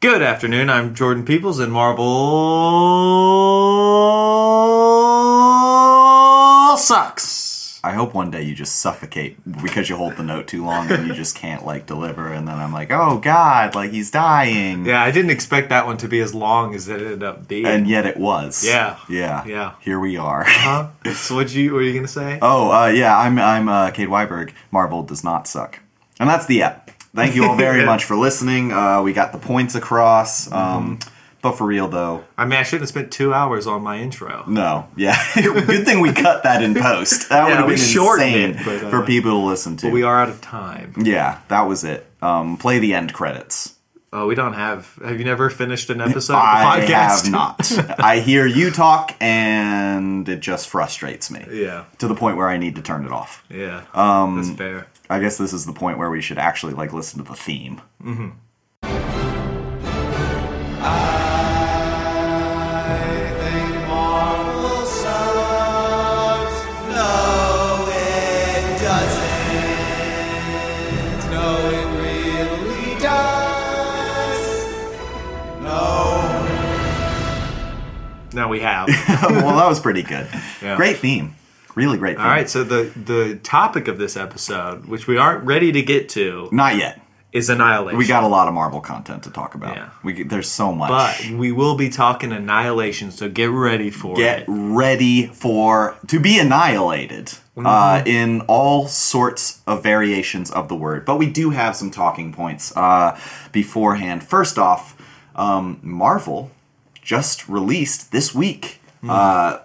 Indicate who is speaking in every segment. Speaker 1: Good afternoon. I'm Jordan Peoples in Marble sucks.
Speaker 2: I hope one day you just suffocate because you hold the note too long and you just can't like deliver. And then I'm like, oh god, like he's dying.
Speaker 1: Yeah, I didn't expect that one to be as long as it ended up being.
Speaker 2: And yet it was.
Speaker 1: Yeah.
Speaker 2: Yeah.
Speaker 1: Yeah.
Speaker 2: Here we are.
Speaker 1: huh? So what you what were you gonna say?
Speaker 2: Oh uh, yeah, I'm I'm uh, Cade Weiberg. Marvel does not suck, and that's the app. Thank you all very much for listening. Uh, we got the points across,
Speaker 1: Mm-hmm.
Speaker 2: um, but for real though,
Speaker 1: I mean, I shouldn't have spent two hours on my intro.
Speaker 2: no, yeah. Good thing we cut that in post. That would have
Speaker 1: we
Speaker 2: been
Speaker 1: shortened
Speaker 2: insane
Speaker 1: it, but, uh,
Speaker 2: for people to listen to.
Speaker 1: We are out of time.
Speaker 2: yeah, that was it. Um, play the end credits.
Speaker 1: Oh, we don't have. Have you never finished an episode
Speaker 2: I
Speaker 1: of the podcast?
Speaker 2: have not. I hear you talk, and it just frustrates me
Speaker 1: Yeah.
Speaker 2: to the point where I need to turn it off.
Speaker 1: Yeah. Um, That's fair.
Speaker 2: I guess this is the point where we should actually like listen to the theme.
Speaker 1: Now we have.
Speaker 2: well, that was pretty good.
Speaker 1: Yeah.
Speaker 2: Great theme. Really great theme.
Speaker 1: All right. So the the topic of this episode, which we aren't ready to get to,
Speaker 2: Not yet.
Speaker 1: is annihilation.
Speaker 2: We got a lot of Marvel content to talk about.
Speaker 1: Yeah.
Speaker 2: We there's so much.
Speaker 1: But we will be talking annihilation, so get ready for
Speaker 2: get
Speaker 1: it.
Speaker 2: ready for to be annihilated uh,
Speaker 1: Mm-hmm.
Speaker 2: in all sorts of variations of the word. But we do have some talking points uh, beforehand. First off, um, Marvel just released this week.
Speaker 1: Mm.
Speaker 2: Uh,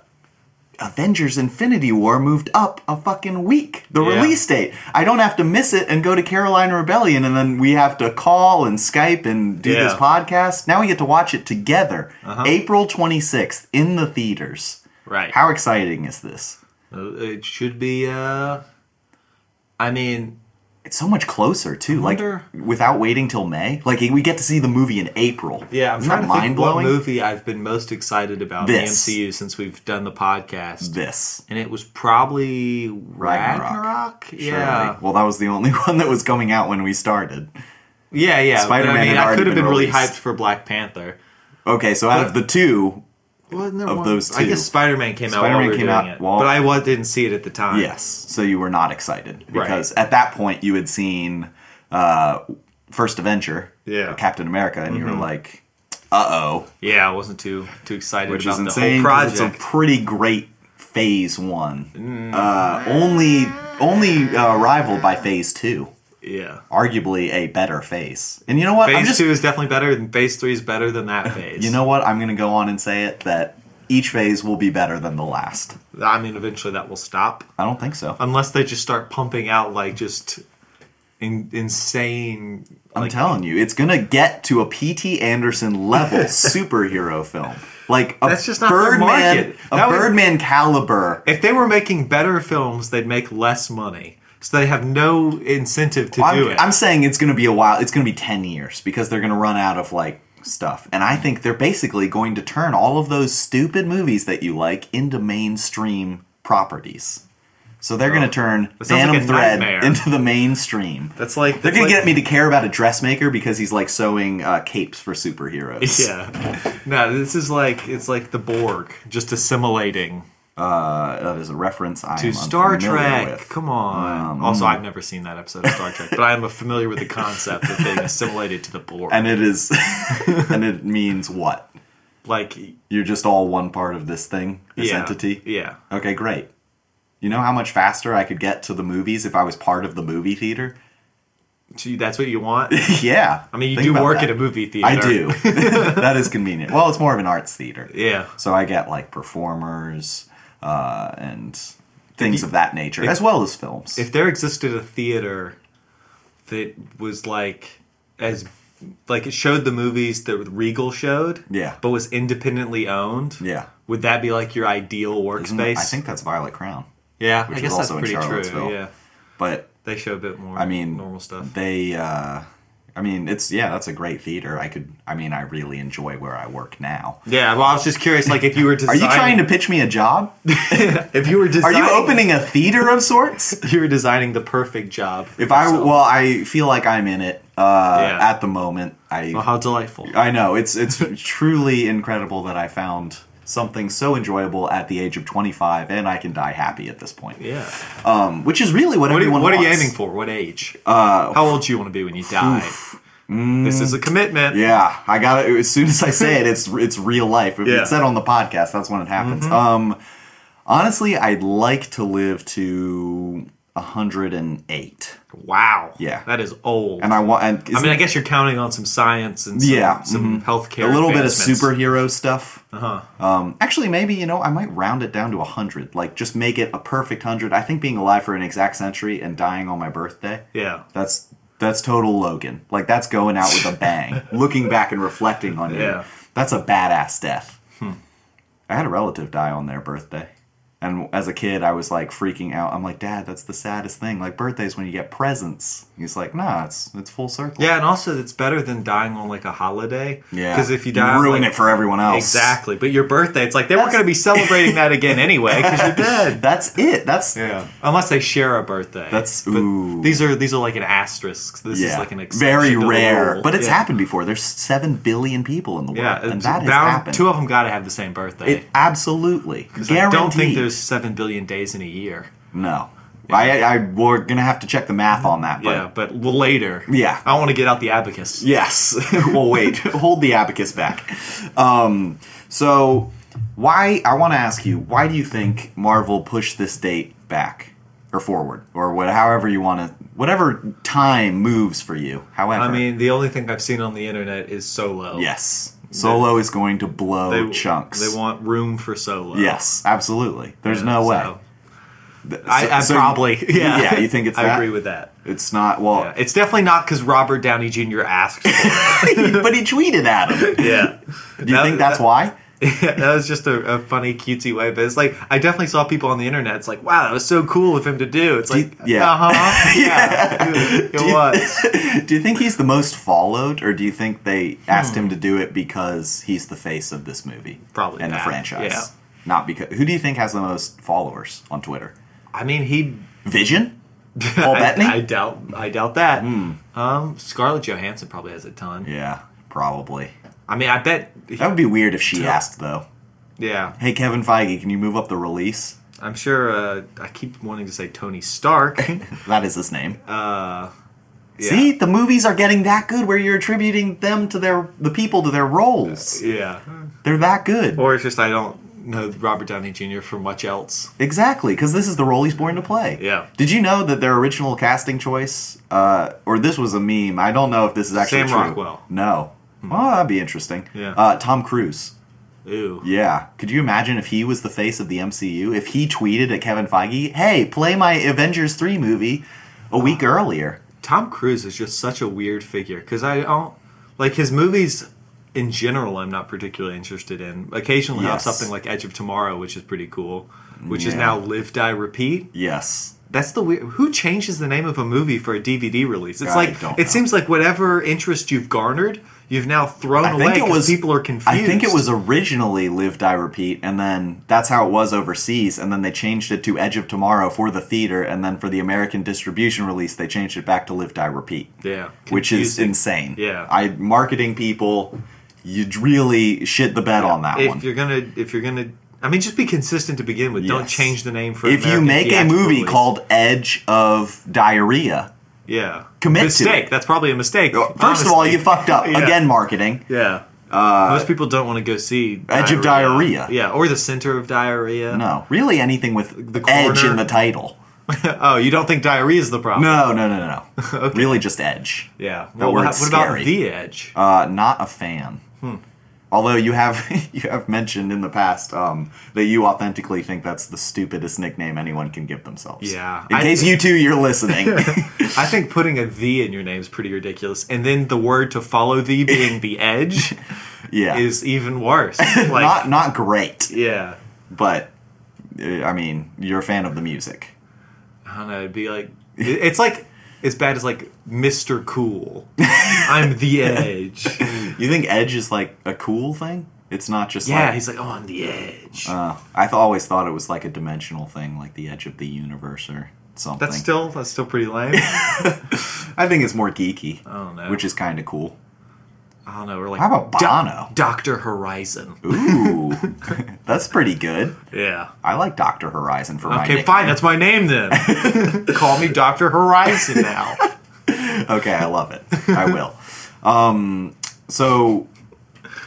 Speaker 2: Avengers Infinity War moved up a fucking week. The
Speaker 1: Yeah.
Speaker 2: release date. I don't have to miss it and go to Caroline Rebellion and then we have to call and Skype and do this
Speaker 1: Yeah. Uh-huh.
Speaker 2: podcast. Now we get to watch it together. April 26th in the theaters.
Speaker 1: Right.
Speaker 2: How exciting is this?
Speaker 1: Uh, It should be. uh I mean,
Speaker 2: It's so much closer too.
Speaker 1: wonder-
Speaker 2: Like without waiting till May. Like we get to see the movie in April.
Speaker 1: yeah, I'm
Speaker 2: Isn't
Speaker 1: trying
Speaker 2: that
Speaker 1: to think what
Speaker 2: mind-blowing?
Speaker 1: movie I've been most excited about in the
Speaker 2: This.
Speaker 1: MCU since we've done the podcast,
Speaker 2: This.
Speaker 1: and it was probably Ragnarok. Yeah,
Speaker 2: Surely. Well, that was the only one that was coming out when we started.
Speaker 1: yeah, yeah. But
Speaker 2: Spider-Man
Speaker 1: I mean,
Speaker 2: had
Speaker 1: I
Speaker 2: already
Speaker 1: could have
Speaker 2: been
Speaker 1: been really
Speaker 2: released.
Speaker 1: hyped for Black Panther.
Speaker 2: Okay, so out of the two,
Speaker 1: Wasn't there
Speaker 2: Of
Speaker 1: one-
Speaker 2: those
Speaker 1: I
Speaker 2: two.
Speaker 1: guess Spider Man came out. While
Speaker 2: Spider-Man
Speaker 1: we were
Speaker 2: came
Speaker 1: doing
Speaker 2: out
Speaker 1: it,
Speaker 2: while-
Speaker 1: but I wa- didn't see it at the time.
Speaker 2: Yes. So you were not excited because at that point you had seen uh, First Avenger,
Speaker 1: Yeah. Mm-hmm.
Speaker 2: Captain America, and you were like, "Uh oh,"
Speaker 1: yeah, I wasn't too too excited
Speaker 2: which
Speaker 1: about
Speaker 2: is
Speaker 1: the
Speaker 2: insane.
Speaker 1: whole
Speaker 2: 'cause
Speaker 1: project. Mm.
Speaker 2: It's a pretty great Phase One, uh, only only uh, rivaled by Phase Two,
Speaker 1: yeah.
Speaker 2: arguably a better phase. And you know what? I'm
Speaker 1: Phase
Speaker 2: just,
Speaker 1: two is definitely better, and phase three is better than that phase.
Speaker 2: you know what? I'm gonna go on and say it that each phase will be better than the last.
Speaker 1: I mean, eventually that will stop,
Speaker 2: I don't think so.
Speaker 1: unless they just start pumping out like just in, insane.
Speaker 2: I'm telling you, it's gonna get to a P.T. Anderson level superhero film. Like a
Speaker 1: That's just not their
Speaker 2: Birdman,
Speaker 1: market.
Speaker 2: a
Speaker 1: That would-
Speaker 2: Birdman caliber.
Speaker 1: If they were making better films, they'd make less money, so they have no incentive to do
Speaker 2: I'm,
Speaker 1: it.
Speaker 2: I'm saying it's gonna be a while. It's gonna be ten years because they're gonna run out of like stuff. And I think they're basically going to turn all of those stupid movies that you like into mainstream properties. So they're gonna turn
Speaker 1: Oh. That sounds
Speaker 2: Phantom
Speaker 1: like a
Speaker 2: Thread
Speaker 1: nightmare.
Speaker 2: into the mainstream.
Speaker 1: that's like
Speaker 2: they're
Speaker 1: that's
Speaker 2: gonna
Speaker 1: like,
Speaker 2: get me to care about a dressmaker because he's like sewing uh, capes for superheroes.
Speaker 1: Yeah, no, this is like it's like the Borg just assimilating
Speaker 2: Uh, that is a reference I
Speaker 1: to
Speaker 2: am
Speaker 1: Star
Speaker 2: unfamiliar
Speaker 1: Trek.
Speaker 2: with. Um,
Speaker 1: Come on. also, I've never seen that episode of Star Trek, but I am familiar with the concept of being assimilated to the Borg.
Speaker 2: and it is and it means what
Speaker 1: like,
Speaker 2: you're just all one part of this thing this
Speaker 1: yeah,
Speaker 2: entity
Speaker 1: Yeah.
Speaker 2: okay great you know how much faster i could get to the movies if i was part of the movie theater
Speaker 1: Gee, that's what you want.
Speaker 2: yeah
Speaker 1: I mean, you do work at a movie theater.
Speaker 2: i do that is convenient well it's more of an arts theater
Speaker 1: Yeah.
Speaker 2: so i get like performers uh, and things of that nature as well as films
Speaker 1: If there existed a theater that was like as like it showed the movies that Regal showed,
Speaker 2: Yeah.
Speaker 1: but was independently owned,
Speaker 2: yeah
Speaker 1: would that be like your ideal
Speaker 2: Isn't-
Speaker 1: workspace?
Speaker 2: i think that's violet crown
Speaker 1: yeah,
Speaker 2: which
Speaker 1: I
Speaker 2: is
Speaker 1: guess that's
Speaker 2: also in
Speaker 1: pretty true.
Speaker 2: Charlottesville.
Speaker 1: Yeah,
Speaker 2: but
Speaker 1: they show a bit more.
Speaker 2: I mean,
Speaker 1: normal stuff.
Speaker 2: They, uh, I mean, it's yeah, that's a great theater. I could. I mean, I really enjoy where I work now.
Speaker 1: Yeah, well, I was just curious, like, if you were
Speaker 2: Are
Speaker 1: designing,
Speaker 2: you trying to pitch me a job?
Speaker 1: if you were
Speaker 2: Are
Speaker 1: designing,
Speaker 2: you opening a theater of sorts?
Speaker 1: You were designing the perfect job. for
Speaker 2: If I
Speaker 1: yourself.
Speaker 2: well, I feel like I'm in it uh,
Speaker 1: Yeah. Uh-huh.
Speaker 2: at the moment. I
Speaker 1: Well, how delightful!
Speaker 2: I know it's it's truly incredible that I found something so enjoyable at the age of 25, and I can die happy at this point.
Speaker 1: Yeah.
Speaker 2: Um, which is really what,
Speaker 1: What, are you,
Speaker 2: everyone
Speaker 1: what are you
Speaker 2: wants.
Speaker 1: aiming for? What age?
Speaker 2: Uh, Mm.
Speaker 1: How old do you want to be when you die? This is a commitment.
Speaker 2: Yeah, I got it. As soon as I say it, it's it's real life.
Speaker 1: Yeah.
Speaker 2: If
Speaker 1: Mm-hmm.
Speaker 2: it's said on the podcast, that's when it happens. Um, honestly, I'd like to live to 108,
Speaker 1: Wow.
Speaker 2: Yeah.
Speaker 1: That is old.
Speaker 2: and I want. And
Speaker 1: I mean, I guess you're counting on some science and some,
Speaker 2: Yeah, mm-hmm.
Speaker 1: some healthcare.
Speaker 2: a little bit of
Speaker 1: advancements.
Speaker 2: superhero stuff.
Speaker 1: Uh-huh.
Speaker 2: Um, actually, maybe you know I might round it down to hundred. Like, just make it a perfect hundred. I think being alive for an exact century and dying on my birthday.
Speaker 1: Yeah.
Speaker 2: That's that's total Logan. Like that's going out with a bang. Looking back and reflecting on it.
Speaker 1: Yeah. Hmm.
Speaker 2: That's a badass death. I had a relative die on their birthday. And as a kid, I was like freaking out. I'm like, Dad, that's the saddest thing. Like birthdays when you get presents. He's like, Nah, it's it's full circle.
Speaker 1: Yeah, and also it's better than dying on like a holiday. Because if you die, on,
Speaker 2: ruin
Speaker 1: like-
Speaker 2: it for everyone else.
Speaker 1: exactly. But your birthday, it's like they weren't
Speaker 2: That's-
Speaker 1: going to be celebrating that again anyway because you're dead.
Speaker 2: That's it. That's
Speaker 1: Yeah. Unless they share a birthday.
Speaker 2: That's-
Speaker 1: But
Speaker 2: ooh.
Speaker 1: These are these are like an asterisk. This is
Speaker 2: yeah,
Speaker 1: like an exception
Speaker 2: very
Speaker 1: to the
Speaker 2: rare,
Speaker 1: rule.
Speaker 2: but it's
Speaker 1: Yeah.
Speaker 2: happened before. There's seven billion people in the world,
Speaker 1: Yeah,
Speaker 2: and
Speaker 1: it's
Speaker 2: that has
Speaker 1: bound-
Speaker 2: happened.
Speaker 1: Two of them got to have the same birthday.
Speaker 2: it absolutely, guaranteed.
Speaker 1: I don't think there's seven billion days in a year.
Speaker 2: No. I, I we're gonna have to check the math on that, but
Speaker 1: yeah, but later.
Speaker 2: Yeah.
Speaker 1: I want to get out the abacus.
Speaker 2: yes. well, wait, hold the abacus back. Um, so, why? I want to ask you, why do you think Marvel pushed this date back or forward or what? However you want to, whatever time moves for you. However,
Speaker 1: I mean, the only thing I've seen on the internet is solo.
Speaker 2: yes, Solo is going to blow
Speaker 1: They,
Speaker 2: chunks.
Speaker 1: They want room for solo.
Speaker 2: yes, absolutely. There's
Speaker 1: Yeah,
Speaker 2: no way.
Speaker 1: so- I, I
Speaker 2: So- so-
Speaker 1: probably. Yeah.
Speaker 2: yeah, you think it's
Speaker 1: I
Speaker 2: that?
Speaker 1: agree with that.
Speaker 2: It's not well,
Speaker 1: Yeah. It's definitely not because Robert Downey Jr. asked for it.
Speaker 2: but he tweeted at him.
Speaker 1: yeah.
Speaker 2: Do you
Speaker 1: That-
Speaker 2: think that's why?
Speaker 1: Yeah, that was just a, a funny, cutesy way. But it's like I definitely saw people on the internet. It's like, wow, that was so cool of him to do. It's like,
Speaker 2: yeah.
Speaker 1: uh huh, yeah, it, it
Speaker 2: you-
Speaker 1: was.
Speaker 2: do you think he's the most followed, or do you think they asked him to do it because he's the face of this movie,
Speaker 1: Hmm. Probably
Speaker 2: and
Speaker 1: that,
Speaker 2: the franchise?
Speaker 1: yeah.
Speaker 2: Not because who do you think has the most followers on Twitter?
Speaker 1: I mean, he.
Speaker 2: Vision, Paul
Speaker 1: I,
Speaker 2: Bettany. Hmm.
Speaker 1: I doubt. I doubt that. Um, Scarlett Johansson probably has a ton.
Speaker 2: yeah, probably.
Speaker 1: I mean, I bet.
Speaker 2: That would be weird if she asked though.
Speaker 1: Yeah,
Speaker 2: Hey, Kevin Feige, can you move up the release?
Speaker 1: I'm sure. Uh, I keep wanting to say Tony Stark.
Speaker 2: That is his name.
Speaker 1: uh, yeah.
Speaker 2: See, the movies are getting that good where you're attributing them to their the people to their roles.
Speaker 1: Yeah.
Speaker 2: They're that good.
Speaker 1: Or it's just I don't know Robert Downey Jr. from much else.
Speaker 2: Exactly, because this is the role he's born to play.
Speaker 1: Yeah.
Speaker 2: Did you know that their original casting choice, uh, or this was a meme? I don't know if this is actually
Speaker 1: Sam
Speaker 2: true.
Speaker 1: Rockwell. Hmm.
Speaker 2: No. Well, that'd be interesting.
Speaker 1: Yeah.
Speaker 2: Uh, Tom Cruise.
Speaker 1: Ooh.
Speaker 2: Yeah. Could you imagine if he was the face of the MCU? If he tweeted at Kevin Feige, "Hey, play my Avengers three movie a week earlier."
Speaker 1: Tom Cruise is just such a weird figure because I don't like his movies in general. I'm not particularly interested in. Occasionally, I have
Speaker 2: Yes.
Speaker 1: something like Edge of Tomorrow, which is pretty cool, which is
Speaker 2: Yeah.
Speaker 1: now Live Die Repeat.
Speaker 2: Yes.
Speaker 1: That's the weird. Who changes the name of a movie for a DVD release? It's
Speaker 2: I
Speaker 1: like
Speaker 2: don't
Speaker 1: it
Speaker 2: know.
Speaker 1: seems like whatever interest you've garnered, you've now thrown
Speaker 2: I
Speaker 1: away
Speaker 2: think it
Speaker 1: 'cause
Speaker 2: was.
Speaker 1: people are confused.
Speaker 2: I think it was originally "Live, Die, Repeat," and then that's how it was overseas, and then they changed it to "Edge of Tomorrow" for the theater, and then for the American distribution release, they changed it back to "Live, Die, Repeat."
Speaker 1: yeah,
Speaker 2: which is
Speaker 1: confusing.
Speaker 2: insane.
Speaker 1: Yeah.
Speaker 2: I marketing people, you really shit the bed on that
Speaker 1: if
Speaker 2: one.
Speaker 1: you're gonna if you're gonna I mean just be consistent to begin with. Don't
Speaker 2: Yes.
Speaker 1: change the name for
Speaker 2: If you
Speaker 1: American
Speaker 2: make a
Speaker 1: theatrical
Speaker 2: movie
Speaker 1: release.
Speaker 2: called Edge of Diarrhea,
Speaker 1: yeah
Speaker 2: commit to
Speaker 1: mistake.
Speaker 2: it.
Speaker 1: That's probably a mistake.
Speaker 2: first of all,
Speaker 1: honestly.
Speaker 2: you fucked up
Speaker 1: Yeah.
Speaker 2: again. Marketing.
Speaker 1: yeah. Most people don't want to go see
Speaker 2: Edge of Diarrhea.
Speaker 1: Yeah, or the center of diarrhea.
Speaker 2: No, really anything with
Speaker 1: The
Speaker 2: edge
Speaker 1: corner.
Speaker 2: in the title.
Speaker 1: oh, you don't think diarrhea is the problem?
Speaker 2: No, no, no, no. no. Really, just edge.
Speaker 1: Yeah.
Speaker 2: That
Speaker 1: Well, what,
Speaker 2: word's
Speaker 1: what about
Speaker 2: scary.
Speaker 1: the edge?
Speaker 2: Uh, not a fan.
Speaker 1: Hmm.
Speaker 2: Although you have you have mentioned in the past um, that you authentically think that's the stupidest nickname anyone can give themselves.
Speaker 1: Yeah.
Speaker 2: In
Speaker 1: I-
Speaker 2: case you two you're listening.
Speaker 1: I think putting a the in your name is pretty ridiculous, and then the word to follow the being the edge
Speaker 2: yeah.
Speaker 1: is even worse. Like,
Speaker 2: not not great,
Speaker 1: yeah.
Speaker 2: but uh, I mean, you're a fan of the music.
Speaker 1: I don't know. It'd be like it- it's like as bad as like Mr. Cool. I'm the Edge.
Speaker 2: You think Edge is like a cool thing? It's not just
Speaker 1: Yeah,
Speaker 2: like
Speaker 1: he's like, oh, I'm the Edge.
Speaker 2: Uh, I th- always thought it was like a dimensional thing, like the edge of the universe or something.
Speaker 1: that's still that's still pretty lame.
Speaker 2: I think it's more geeky,
Speaker 1: I don't know.
Speaker 2: which is kind of cool.
Speaker 1: I don't know. We're like
Speaker 2: How about Bono?
Speaker 1: Doctor Horizon.
Speaker 2: Ooh, that's pretty good.
Speaker 1: Yeah.
Speaker 2: I like Doctor Horizon for my.
Speaker 1: Okay,
Speaker 2: nickname.
Speaker 1: fine. That's my name then. Call me Doctor Horizon now.
Speaker 2: okay, I love it. I will. Um, so,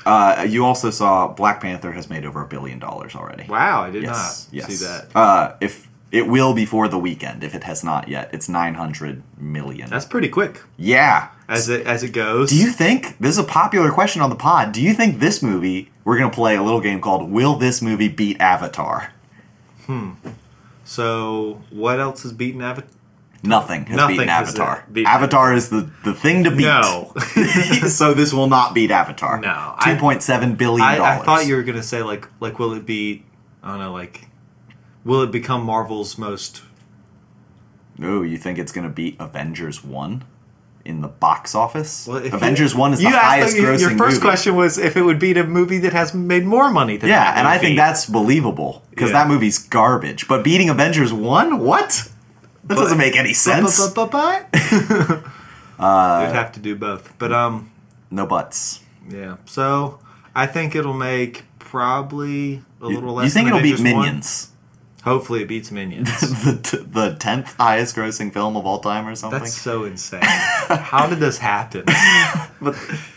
Speaker 2: uh, you also saw Black Panther has made over a billion dollars already.
Speaker 1: Wow, I did
Speaker 2: Yes,
Speaker 1: not
Speaker 2: yes.
Speaker 1: see that.
Speaker 2: Uh, if it will before the weekend, if it has not yet, it's nine hundred million.
Speaker 1: That's pretty quick
Speaker 2: yeah.
Speaker 1: as it as it goes.
Speaker 2: Do you think this is a popular question on the pod? Do you think this movie? We're gonna play a little game called "Will this movie beat Avatar?"
Speaker 1: so what else is beating Avatar?
Speaker 2: Nothing has
Speaker 1: Nothing
Speaker 2: beaten
Speaker 1: has
Speaker 2: Avatar.
Speaker 1: it beat-
Speaker 2: Avatar is the, the thing to beat.
Speaker 1: No.
Speaker 2: so this will not beat Avatar.
Speaker 1: No, I-
Speaker 2: Two point seven billion
Speaker 1: I, I
Speaker 2: dollars.
Speaker 1: thought you were gonna say like like will it be I don't know like will it become Marvel's most
Speaker 2: Oh, you think it's gonna beat Avengers One in the box office?
Speaker 1: well, if
Speaker 2: Avengers
Speaker 1: you-
Speaker 2: One is
Speaker 1: you
Speaker 2: the
Speaker 1: asked,
Speaker 2: highest
Speaker 1: like, your-
Speaker 2: grossing
Speaker 1: Your first
Speaker 2: movie.
Speaker 1: question was if it would beat a movie that has made more money than
Speaker 2: Yeah,
Speaker 1: that
Speaker 2: and I
Speaker 1: movie.
Speaker 2: think that's believable because
Speaker 1: Yeah.
Speaker 2: that movie's garbage. But beating Avengers One, what? That doesn't make any sense. Uh,
Speaker 1: They'd have to do both, but um,
Speaker 2: No buts.
Speaker 1: yeah. So I think it'll make probably a
Speaker 2: You-
Speaker 1: little less.
Speaker 2: You think
Speaker 1: than
Speaker 2: it'll beat
Speaker 1: Avengers one.
Speaker 2: Minions?
Speaker 1: Hopefully, it beats Minions.
Speaker 2: the, t- the 10th highest grossing film of all time or something?
Speaker 1: That's so insane. How did this happen?
Speaker 2: but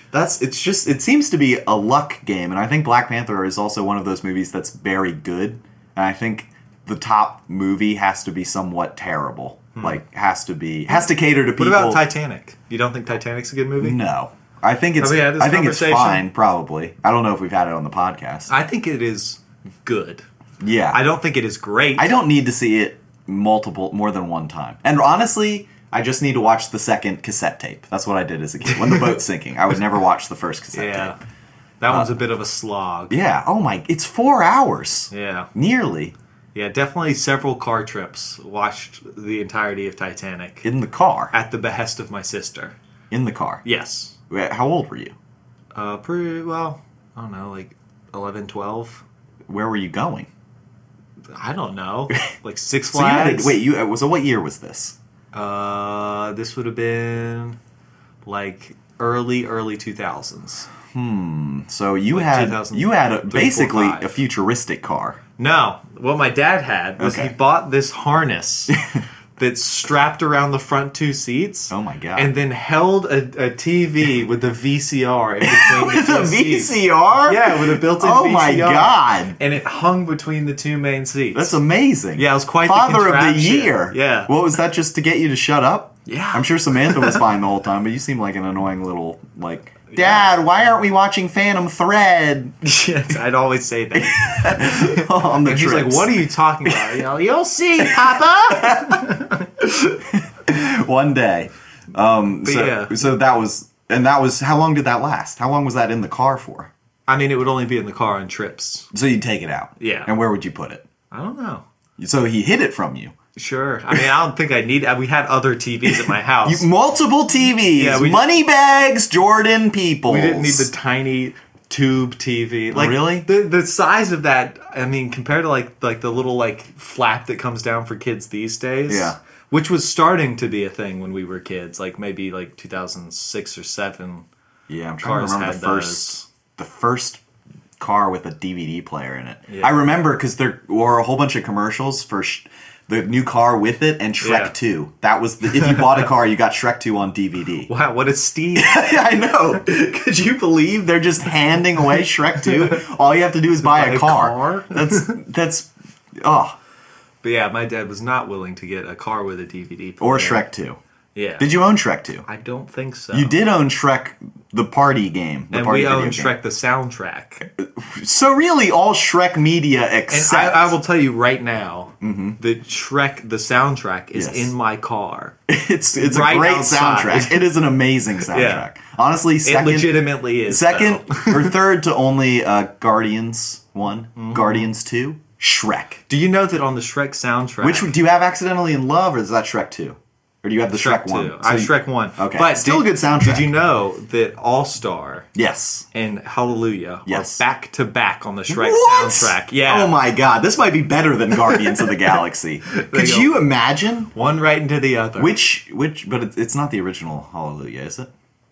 Speaker 2: that's it's just it seems to be a luck game and I think Black Panther is also one of those movies that's very good and I think the top movie has to be somewhat terrible. Like has to be has to cater
Speaker 1: Hmm.
Speaker 2: to
Speaker 1: What
Speaker 2: people
Speaker 1: about Titanic? You don't think Titanic's a good movie?
Speaker 2: No. I think it's
Speaker 1: Have we had this
Speaker 2: I think it's
Speaker 1: conversation?
Speaker 2: fine probably. I don't know if we've had it on the podcast.
Speaker 1: I think it is good.
Speaker 2: yeah.
Speaker 1: I don't think it is great.
Speaker 2: I don't need to see it multiple more than one time. And honestly, I just need to watch the second cassette tape. That's what I did as a kid. When the boat's sinking, I would never watch the first cassette
Speaker 1: Yeah,
Speaker 2: tape.
Speaker 1: that
Speaker 2: Uh,
Speaker 1: one's a bit of a slog.
Speaker 2: Yeah. Oh my! It's four hours.
Speaker 1: Yeah,
Speaker 2: Nearly
Speaker 1: yeah, definitely several car trips. Watched the entirety of Titanic
Speaker 2: in the car.
Speaker 1: at the behest of my sister.
Speaker 2: In the car.
Speaker 1: Yes,
Speaker 2: Wait, How old were you?
Speaker 1: uh, pretty well. I don't know, like 11, 12?
Speaker 2: Where were you going?
Speaker 1: I don't know, like Six
Speaker 2: So you had
Speaker 1: Flags.
Speaker 2: a, wait. You uh, so what year was this?
Speaker 1: uh, this would have been like early, early two thousands.
Speaker 2: So you
Speaker 1: Like
Speaker 2: had
Speaker 1: 2000,
Speaker 2: you had a,
Speaker 1: three, four,
Speaker 2: basically
Speaker 1: five.
Speaker 2: a futuristic car.
Speaker 1: No, what my dad had was
Speaker 2: Okay.
Speaker 1: he bought this harness that's strapped around the front two seats.
Speaker 2: Oh my God.
Speaker 1: And then held a, a TV with a VCR in between
Speaker 2: With
Speaker 1: the two
Speaker 2: a
Speaker 1: seats.
Speaker 2: VCR.
Speaker 1: Yeah, with a built-in
Speaker 2: Oh my
Speaker 1: VCR.
Speaker 2: God.
Speaker 1: And it hung between the two main seats.
Speaker 2: That's amazing.
Speaker 1: Yeah, it was quite the
Speaker 2: father of the
Speaker 1: contraption.
Speaker 2: year.
Speaker 1: Yeah.
Speaker 2: What was that? Just to get you to shut up?
Speaker 1: Yeah.
Speaker 2: I'm sure Samantha was fine the whole time, but you seem like an annoying little like. Dad, why aren't we watching Phantom Thread
Speaker 1: yes, I'd always say that.
Speaker 2: on the
Speaker 1: And he's like,
Speaker 2: trips?
Speaker 1: "What are you talking about?" You know, You'll see, Papa.
Speaker 2: One day. Um.
Speaker 1: But
Speaker 2: so,
Speaker 1: yeah.
Speaker 2: so that was, and that was. How long did that last? How long was that in the car for?
Speaker 1: I mean, it would only be in the car on trips.
Speaker 2: So you'd take it out.
Speaker 1: Yeah.
Speaker 2: And where would you put it?
Speaker 1: I don't know.
Speaker 2: So he hid it from you.
Speaker 1: Sure. I mean, I don't think I need. We had other TVs at my house.
Speaker 2: Multiple TVs,
Speaker 1: Yeah, we-
Speaker 2: money bags, Jordan people.
Speaker 1: We didn't need the tiny tube TV. Like
Speaker 2: Really?
Speaker 1: the the size of that. I mean, compared to like like the little like flap that comes down for kids these days.
Speaker 2: Yeah.
Speaker 1: Which was starting to be a thing when we were kids, like maybe like 2006 or seven.
Speaker 2: Yeah, I'm trying
Speaker 1: Cars
Speaker 2: to remember the
Speaker 1: had
Speaker 2: first the first car with a DVD player in it.
Speaker 1: Yeah.
Speaker 2: I remember because there were a whole bunch of commercials for sh- the new car with it and Shrek
Speaker 1: Yeah.
Speaker 2: 2. That was the, if you bought a car, you got Shrek 2 on DVD.
Speaker 1: Wow, what a steal!
Speaker 2: I know. Could you believe they're just handing away Shrek 2? All you have to do is buy,
Speaker 1: Buy
Speaker 2: a
Speaker 1: a
Speaker 2: car.
Speaker 1: car?
Speaker 2: That's that's oh,
Speaker 1: but yeah, my dad was not willing to get a car with a DVD player.
Speaker 2: or Shrek 2.
Speaker 1: Yeah.
Speaker 2: Did you own Shrek 2?
Speaker 1: I don't think so.
Speaker 2: You did own Shrek the party game. The
Speaker 1: And
Speaker 2: party
Speaker 1: we
Speaker 2: video
Speaker 1: own
Speaker 2: game.
Speaker 1: Shrek the soundtrack.
Speaker 2: So really all Shrek media
Speaker 1: And
Speaker 2: except
Speaker 1: I, I will tell you right now, the Shrek the soundtrack is
Speaker 2: Mm-hmm. Yes.
Speaker 1: in my car.
Speaker 2: It's it's
Speaker 1: Right
Speaker 2: a great
Speaker 1: outside.
Speaker 2: soundtrack. It is an amazing soundtrack. Honestly,
Speaker 1: It
Speaker 2: second,
Speaker 1: legitimately is.
Speaker 2: second or third to only uh, Guardians one,
Speaker 1: Mm-hmm.
Speaker 2: Guardians two, Shrek.
Speaker 1: Do you know that on the Shrek soundtrack?
Speaker 2: Which do you have accidentally in love, or is that Shrek two? Or do you have the Shrek, one?
Speaker 1: Two.
Speaker 2: So
Speaker 1: I
Speaker 2: you-
Speaker 1: Shrek one.
Speaker 2: Okay.
Speaker 1: but
Speaker 2: Still
Speaker 1: did-
Speaker 2: a good soundtrack.
Speaker 1: Did you know that All Star
Speaker 2: Yes.
Speaker 1: and Hallelujah
Speaker 2: Yes.
Speaker 1: are back to back on the Shrek
Speaker 2: What?
Speaker 1: soundtrack? Yeah.
Speaker 2: Oh my god, this might be better than Guardians of the Galaxy. Could
Speaker 1: go.
Speaker 2: you imagine?
Speaker 1: One right into the other.
Speaker 2: Which which? But it's- it's not the original Hallelujah, is it?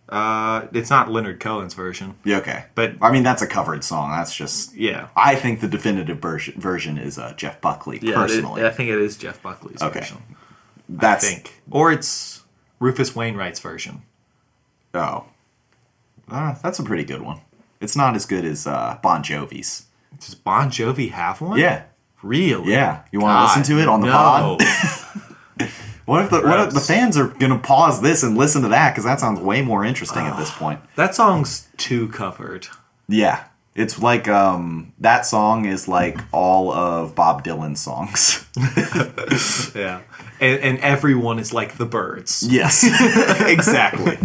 Speaker 1: uh, it's not Leonard Cohen's version.
Speaker 2: Yeah, okay.
Speaker 1: But-
Speaker 2: I mean, that's a covered song. That's just.
Speaker 1: Yeah.
Speaker 2: I think the definitive version version is uh, Jeff Buckley
Speaker 1: Yeah, it is-
Speaker 2: personally.
Speaker 1: I think it is Jeff Buckley's
Speaker 2: Okay.
Speaker 1: version. I
Speaker 2: that's
Speaker 1: think, or it's Rufus Wainwright's version.
Speaker 2: oh, uh, that's a pretty good one. It's not as good as uh, Bon Jovi's.
Speaker 1: Does Bon Jovi have one?
Speaker 2: Yeah,
Speaker 1: really.
Speaker 2: yeah. You want to listen to it on the
Speaker 1: no.
Speaker 2: pod? What if the what if the
Speaker 1: Gross.
Speaker 2: fans are gonna pause this and listen to that? Because that sounds way more interesting at this point.
Speaker 1: that song's too covered.
Speaker 2: Yeah, it's like um that song is like all of Bob Dylan's songs.
Speaker 1: Yeah, and, and everyone is like the birds.
Speaker 2: Yes, exactly.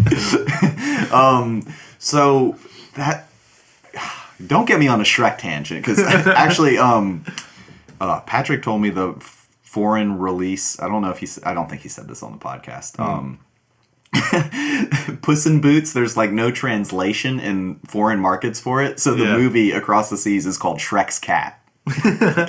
Speaker 2: um, so that don't get me on a Shrek tangent because actually, um, uh, Patrick told me the f- foreign release. I don't know if he. s- I don't think he said this on the podcast.
Speaker 1: Hmm.
Speaker 2: Um, Puss in Boots. There's like no translation in foreign markets for it, so the
Speaker 1: Yeah.
Speaker 2: movie across the seas is called Shrek's Cat. Doesn't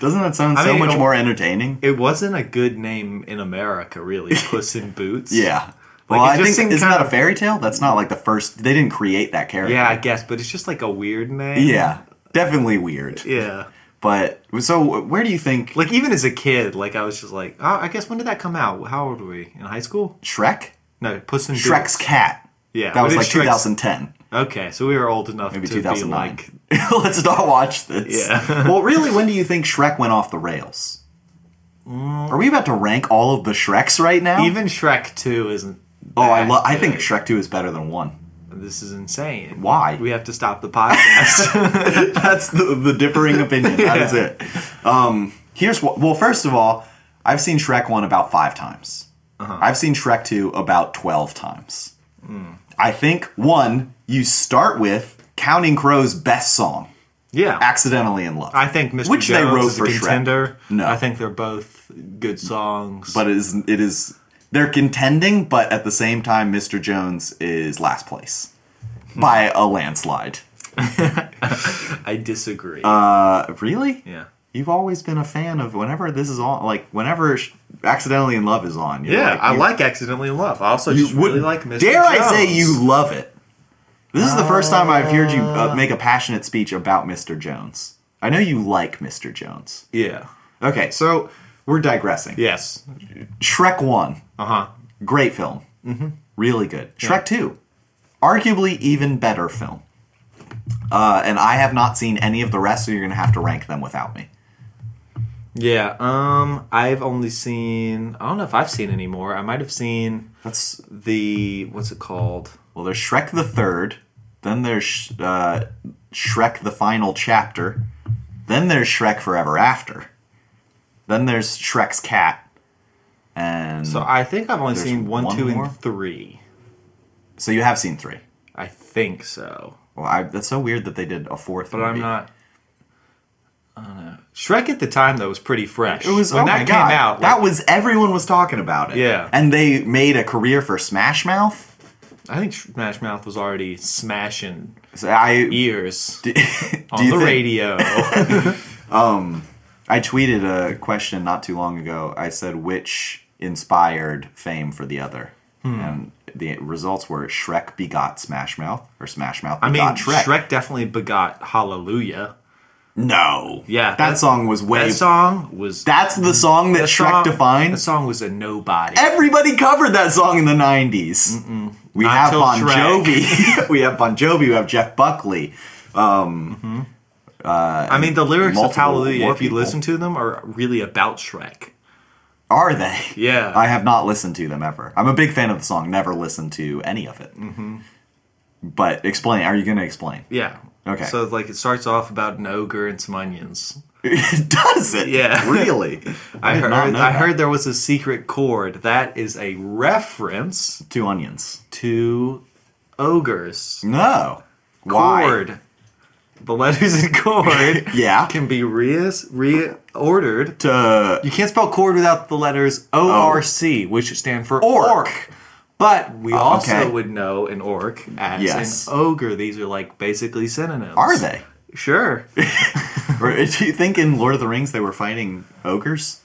Speaker 2: that sound so
Speaker 1: mean,
Speaker 2: much
Speaker 1: it-
Speaker 2: more entertaining?
Speaker 1: It wasn't a good name in America, really. Puss in Boots.
Speaker 2: Yeah.
Speaker 1: Like,
Speaker 2: Well,
Speaker 1: it
Speaker 2: I
Speaker 1: just
Speaker 2: think
Speaker 1: seemed
Speaker 2: isn't
Speaker 1: kind
Speaker 2: that a
Speaker 1: of-
Speaker 2: fairy tale? That's not like the first. They didn't create that character.
Speaker 1: yeah, I guess, but it's just like a weird name.
Speaker 2: Yeah. Definitely weird.
Speaker 1: yeah.
Speaker 2: But so, where do you think
Speaker 1: Like even as a kid, like I was just like, oh, I guess when did that come out? How old were we in high school?
Speaker 2: Shrek?
Speaker 1: No, Puss in
Speaker 2: Shrek's
Speaker 1: Boots.
Speaker 2: cat.
Speaker 1: Yeah,
Speaker 2: That
Speaker 1: when
Speaker 2: was
Speaker 1: did
Speaker 2: like
Speaker 1: Shrek's-
Speaker 2: 2010,
Speaker 1: Okay, so we were old enough
Speaker 2: maybe
Speaker 1: to
Speaker 2: 2009.
Speaker 1: be like
Speaker 2: Let's not watch this.
Speaker 1: Yeah.
Speaker 2: well, really, when do you think Shrek went off the rails? Are we about to rank all of the Shreks right now?
Speaker 1: Mm. Even Shrek 2 isn't.
Speaker 2: oh, I
Speaker 1: that
Speaker 2: love. I think
Speaker 1: good.
Speaker 2: Shrek Two is better than one.
Speaker 1: This is insane.
Speaker 2: Why?
Speaker 1: We have to stop the podcast.
Speaker 2: That's the, the differing opinion. That is it. Um, here's what. Well, first of all, I've seen Shrek one about five times. I've seen Shrek two about twelve times. I think one you start with Counting Crows' best song,
Speaker 1: yeah.
Speaker 2: "Accidentally in Love."
Speaker 1: I think Mr.
Speaker 2: Which they
Speaker 1: Jones
Speaker 2: wrote
Speaker 1: is a
Speaker 2: for Shrek.
Speaker 1: contender.
Speaker 2: No.
Speaker 1: I think they're both good songs.
Speaker 2: but it is it is they're contending, but at the same time, Mr. Jones is last place by a landslide.
Speaker 1: I disagree.
Speaker 2: Uh, really?
Speaker 1: yeah.
Speaker 2: You've always been a fan of whenever this is on, like whenever Sh- "Accidentally in Love" is on. you're
Speaker 1: Yeah, I
Speaker 2: you-
Speaker 1: like Accidentally in Love. I also just
Speaker 2: would-
Speaker 1: really like Mr.
Speaker 2: Dare I
Speaker 1: Jones.
Speaker 2: say you love it? This is the first time I've heard you uh, make a passionate speech about Mr. Jones. I know you like Mr. Jones.
Speaker 1: Yeah.
Speaker 2: Okay, so we're digressing.
Speaker 1: Yes.
Speaker 2: Shrek One,
Speaker 1: Uh huh.
Speaker 2: great film, mm-hmm. really good. Shrek Two, arguably even better film. Uh, and I have not seen any of the rest, so you're gonna have to rank them without me.
Speaker 1: Yeah. Um, I've only seen. I don't know if I've seen any more. I might have seen
Speaker 2: That's
Speaker 1: the what's it called?
Speaker 2: Well, there's Shrek the Third. Then there's Sh- uh, Shrek the Final Chapter. Then there's Shrek Forever After. Then there's Shrek's Cat. And
Speaker 1: So
Speaker 2: so,
Speaker 1: I think I've only
Speaker 2: There's
Speaker 1: seen one,
Speaker 2: one
Speaker 1: two,
Speaker 2: more?
Speaker 1: and three.
Speaker 2: you have seen three.
Speaker 1: I think so,
Speaker 2: Well, I, that's so weird that they did a fourth.
Speaker 1: but I'm not. I don't know. Shrek at the time though was pretty fresh.
Speaker 2: It was
Speaker 1: when
Speaker 2: oh
Speaker 1: that
Speaker 2: my
Speaker 1: came
Speaker 2: God,
Speaker 1: out.
Speaker 2: that
Speaker 1: like,
Speaker 2: was everyone was talking about it.
Speaker 1: Yeah.
Speaker 2: and they made a career for Smash Mouth.
Speaker 1: I think Smash Mouth was already smashing
Speaker 2: So I
Speaker 1: ears
Speaker 2: do
Speaker 1: E on
Speaker 2: you
Speaker 1: the
Speaker 2: think-
Speaker 1: radio.
Speaker 2: I tweeted a question not too long ago. I said which inspired fame for the other,
Speaker 1: Hmm.
Speaker 2: and the results were Shrek begot Smash Mouth or Smash Mouth
Speaker 1: I mean,
Speaker 2: begot Shrek.
Speaker 1: Shrek. definitely begot Hallelujah.
Speaker 2: No,
Speaker 1: Yeah,
Speaker 2: that,
Speaker 1: that-
Speaker 2: song was way.
Speaker 1: That song was
Speaker 2: that's the song that
Speaker 1: that
Speaker 2: Shrek
Speaker 1: song- That
Speaker 2: defined.
Speaker 1: song was a nobody.
Speaker 2: Everybody covered that song in the 90s We
Speaker 1: Not
Speaker 2: have
Speaker 1: till
Speaker 2: Bon
Speaker 1: Shrek.
Speaker 2: Jovi. we have Bon Jovi. We have Jeff Buckley.
Speaker 1: I mean, the lyrics of
Speaker 2: multiple
Speaker 1: Hallelujah,
Speaker 2: more
Speaker 1: if you
Speaker 2: people.
Speaker 1: listen to them, are really about Shrek.
Speaker 2: Are they?
Speaker 1: Yeah.
Speaker 2: I have not listened to them ever. I'm a big fan of the song. Never listened to any of it.
Speaker 1: Mm-hmm.
Speaker 2: But explain. Are you going to explain?
Speaker 1: Yeah.
Speaker 2: Okay.
Speaker 1: So like it starts off about an ogre and some onions.
Speaker 2: Does it?
Speaker 1: Yeah.
Speaker 2: Really?
Speaker 1: I,
Speaker 2: did
Speaker 1: heard
Speaker 2: not know
Speaker 1: I
Speaker 2: that.
Speaker 1: heard there was a secret chord. That is a reference
Speaker 2: two onions.
Speaker 1: to ogres.
Speaker 2: No. Why?
Speaker 1: Chord. the letters in chord
Speaker 2: Yeah.
Speaker 1: can be re- reordered.
Speaker 2: To
Speaker 3: You can't spell chord without the letters O R C, which stand for
Speaker 2: Oh. Orc.
Speaker 3: But
Speaker 1: We
Speaker 2: Uh,
Speaker 1: also
Speaker 2: okay.
Speaker 1: would know an orc as
Speaker 2: Yes.
Speaker 1: an ogre. These are like basically synonyms.
Speaker 2: are they?
Speaker 1: Sure.
Speaker 2: Or do you think in Lord of the Rings they were fighting ogres?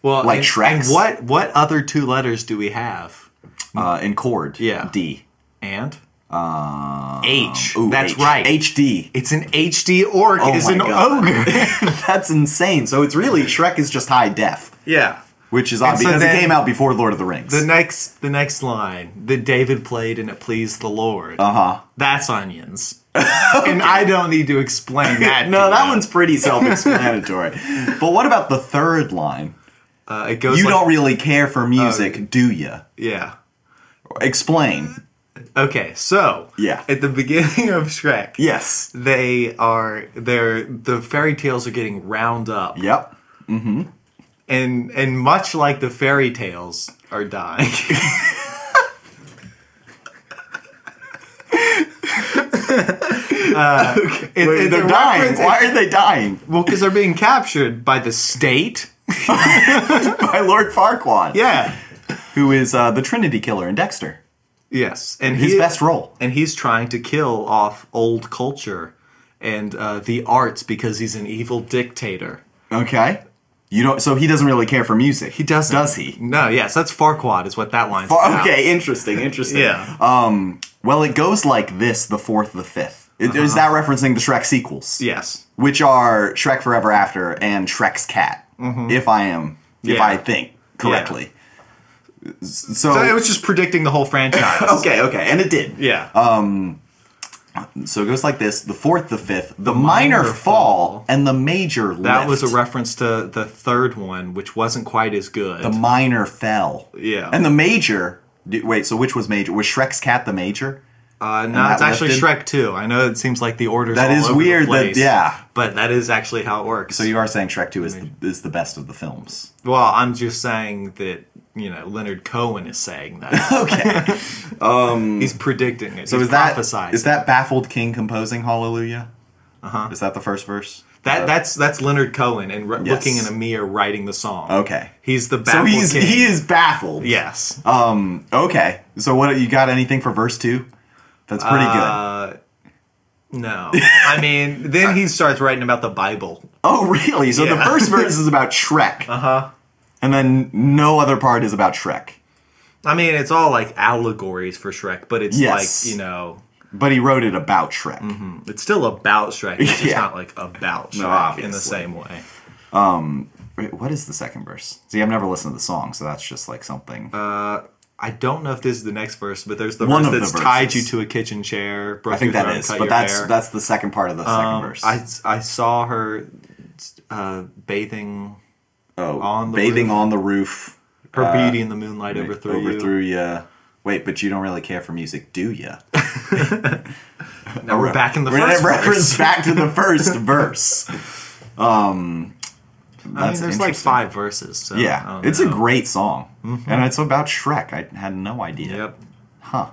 Speaker 1: Well,
Speaker 2: Like
Speaker 1: and-
Speaker 2: Shrek's?
Speaker 1: And what what other two letters do we have?
Speaker 2: Uh, in chord.
Speaker 1: Yeah.
Speaker 2: D.
Speaker 1: And Um,
Speaker 3: H.
Speaker 2: Ooh,
Speaker 3: That's
Speaker 2: H.
Speaker 3: right.
Speaker 2: HD.
Speaker 3: It's an HD orc.
Speaker 2: Oh
Speaker 3: is
Speaker 2: my
Speaker 3: an
Speaker 2: God.
Speaker 3: ogre.
Speaker 2: That's insane. So it's really Shrek is just high def,
Speaker 1: yeah.
Speaker 2: which is odd
Speaker 1: so
Speaker 2: because
Speaker 1: then-
Speaker 2: it came out before Lord of the Rings.
Speaker 1: The next the next line that David played and it pleased the Lord. Uh
Speaker 2: Uh-huh.
Speaker 1: That's onions. And I don't need to explain that.
Speaker 2: no,
Speaker 1: to
Speaker 2: that
Speaker 1: you.
Speaker 2: one's pretty self-explanatory. but what about the third line?
Speaker 1: uh, it goes.
Speaker 2: You
Speaker 1: like- Oh.
Speaker 2: don't really care for music, do you?
Speaker 1: Yeah.
Speaker 2: Explain.
Speaker 1: Okay. So.
Speaker 2: Yeah.
Speaker 1: At the beginning of Shrek.
Speaker 2: Yes.
Speaker 1: They are they're the fairy tales are getting round up
Speaker 2: Yep.
Speaker 1: and and much like the fairy tales are dying. Uh, it-
Speaker 2: Wait,
Speaker 1: it's
Speaker 2: they're
Speaker 1: a
Speaker 2: dying.
Speaker 1: reference-
Speaker 2: Why are they dying?
Speaker 1: Well, because they're being captured by the state.
Speaker 2: By Lord Farquaad,
Speaker 1: Yeah.
Speaker 2: who is uh, the Trinity Killer in Dexter.
Speaker 1: Yes, and
Speaker 2: His
Speaker 1: he-
Speaker 2: best role.
Speaker 1: And he's trying to kill off old culture and uh, the arts because he's an evil dictator.
Speaker 2: Okay. You don't. So he doesn't really care for music. He
Speaker 1: doesn't.
Speaker 2: Does he?
Speaker 1: No, yes, that's Farquad is what that line's
Speaker 2: Far-
Speaker 1: about.
Speaker 2: okay. Interesting. Interesting.
Speaker 1: Yeah.
Speaker 2: Um. Well, it goes like this: the fourth, the fifth. Is- Is that referencing the Shrek sequels?
Speaker 1: Yes.
Speaker 2: Which are Shrek Forever After and Shrek's Cat. If I am, if
Speaker 1: Yeah.
Speaker 2: I think correctly. S- So,
Speaker 1: So it was just predicting the whole franchise.
Speaker 2: okay, okay, and it did.
Speaker 1: Yeah.
Speaker 2: So it goes like this: the fourth, the fifth, the, minor,
Speaker 1: minor
Speaker 2: fall,
Speaker 1: fall.
Speaker 2: and the major.
Speaker 1: that was a
Speaker 2: lift.
Speaker 1: reference to the third one, which wasn't quite as good.
Speaker 2: The minor fell.
Speaker 1: Yeah.
Speaker 2: And the major. d- Wait, so which was major? Was Shrek's cat the major?
Speaker 1: uh, no, it's
Speaker 2: that
Speaker 1: actually
Speaker 2: lifted-
Speaker 1: Shrek 2. I know it seems like the order's
Speaker 2: That
Speaker 1: all
Speaker 2: is
Speaker 1: over the
Speaker 2: weird that-
Speaker 1: place,
Speaker 2: yeah.
Speaker 1: But that is actually how it works.
Speaker 2: So you are saying Shrek Two is the, is the best of the films?
Speaker 1: well, I'm just saying that, you know, Leonard Cohen is saying that.
Speaker 2: Okay. Um,
Speaker 1: He's predicting it.
Speaker 2: So
Speaker 1: He's
Speaker 2: is that
Speaker 1: prophesying.
Speaker 2: is that baffled king composing Hallelujah?
Speaker 1: Uh-huh.
Speaker 2: Uh huh. Is that the first verse?
Speaker 1: That that's that's Leonard Cohen and re-
Speaker 2: Yes.
Speaker 1: looking in a mirror writing the song.
Speaker 2: Okay.
Speaker 1: he's the
Speaker 2: So
Speaker 1: baffled
Speaker 2: he's
Speaker 1: king.
Speaker 2: he is baffled.
Speaker 1: yes.
Speaker 2: Um. Okay. So what you got? Anything for verse two? That's pretty
Speaker 1: Uh, no, I mean then he starts writing about the Bible.
Speaker 2: good. Oh really? So
Speaker 1: yeah.
Speaker 2: the
Speaker 1: Uh-huh.
Speaker 2: first verse is about Shrek. Uh huh. And then no other part is about Shrek.
Speaker 1: I mean it's all like allegories for Shrek, but it's
Speaker 2: Yes.
Speaker 1: like you know
Speaker 2: But he wrote it about Shrek.
Speaker 1: it's still about Shrek. It's just
Speaker 2: Yeah.
Speaker 1: not like about
Speaker 2: No,
Speaker 1: Shrek in the
Speaker 2: obviously.
Speaker 1: same way.
Speaker 2: Wait, what is the second verse? See, I've never listened to the song, so that's just like something.
Speaker 1: Uh, I don't know if this is the next verse, but there's the
Speaker 2: One
Speaker 1: verse
Speaker 2: of the
Speaker 1: that's tied you
Speaker 2: verses.
Speaker 1: to a kitchen chair. Broke
Speaker 2: I think
Speaker 1: your
Speaker 2: that
Speaker 1: throat,
Speaker 2: is,
Speaker 1: cut
Speaker 2: but
Speaker 1: your
Speaker 2: that's
Speaker 1: hair.
Speaker 2: that's the second part of the second
Speaker 1: Um,
Speaker 2: verse.
Speaker 1: I I saw her uh, bathing
Speaker 2: oh,
Speaker 1: on the
Speaker 2: bathing
Speaker 1: roof.
Speaker 2: on the roof
Speaker 1: Her beauty in the moonlight overthrew, you.
Speaker 2: overthrew ya. Wait, but you don't really care for music, do ya?
Speaker 1: Now we're back in the
Speaker 2: We're gonna
Speaker 1: first
Speaker 2: reference
Speaker 1: verse.
Speaker 2: back to the first verse. Um,
Speaker 1: I mean,
Speaker 2: that's
Speaker 1: there's like
Speaker 2: interesting.
Speaker 1: five verses. So I
Speaker 2: Yeah,
Speaker 1: don't
Speaker 2: it's a
Speaker 1: know.
Speaker 2: great song, and it's about Shrek. I had no idea.
Speaker 1: Mm-hmm. Yep,
Speaker 2: Huh?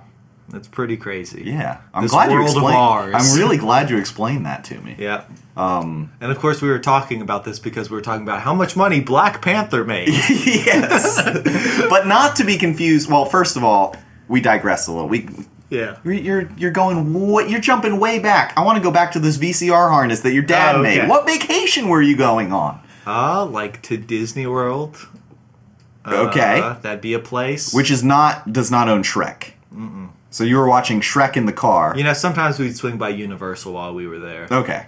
Speaker 1: that's pretty crazy.
Speaker 2: Yeah, I'm
Speaker 1: This
Speaker 2: glad you
Speaker 1: world of
Speaker 2: explained.
Speaker 1: ours.
Speaker 2: I'm really glad you explained that to me.
Speaker 1: Yeah. Um, and of course, we were talking about this because we were talking about how much money Black Panther made.
Speaker 2: yes, but not to be confused. Well, first of all, we digress a little. We
Speaker 1: yeah.
Speaker 2: you're you're, you're going wa- you're jumping way back. I want to go back to this VCR harness that your dad
Speaker 1: Oh, okay.
Speaker 2: made. What vacation were you going on?
Speaker 1: Ah, like to Disney World.
Speaker 2: okay,
Speaker 1: Uh, that'd be a place.
Speaker 2: which is not does not own Shrek. So you were watching Shrek in the car.
Speaker 1: you know, sometimes we'd swing by Universal while we were there.
Speaker 2: Okay,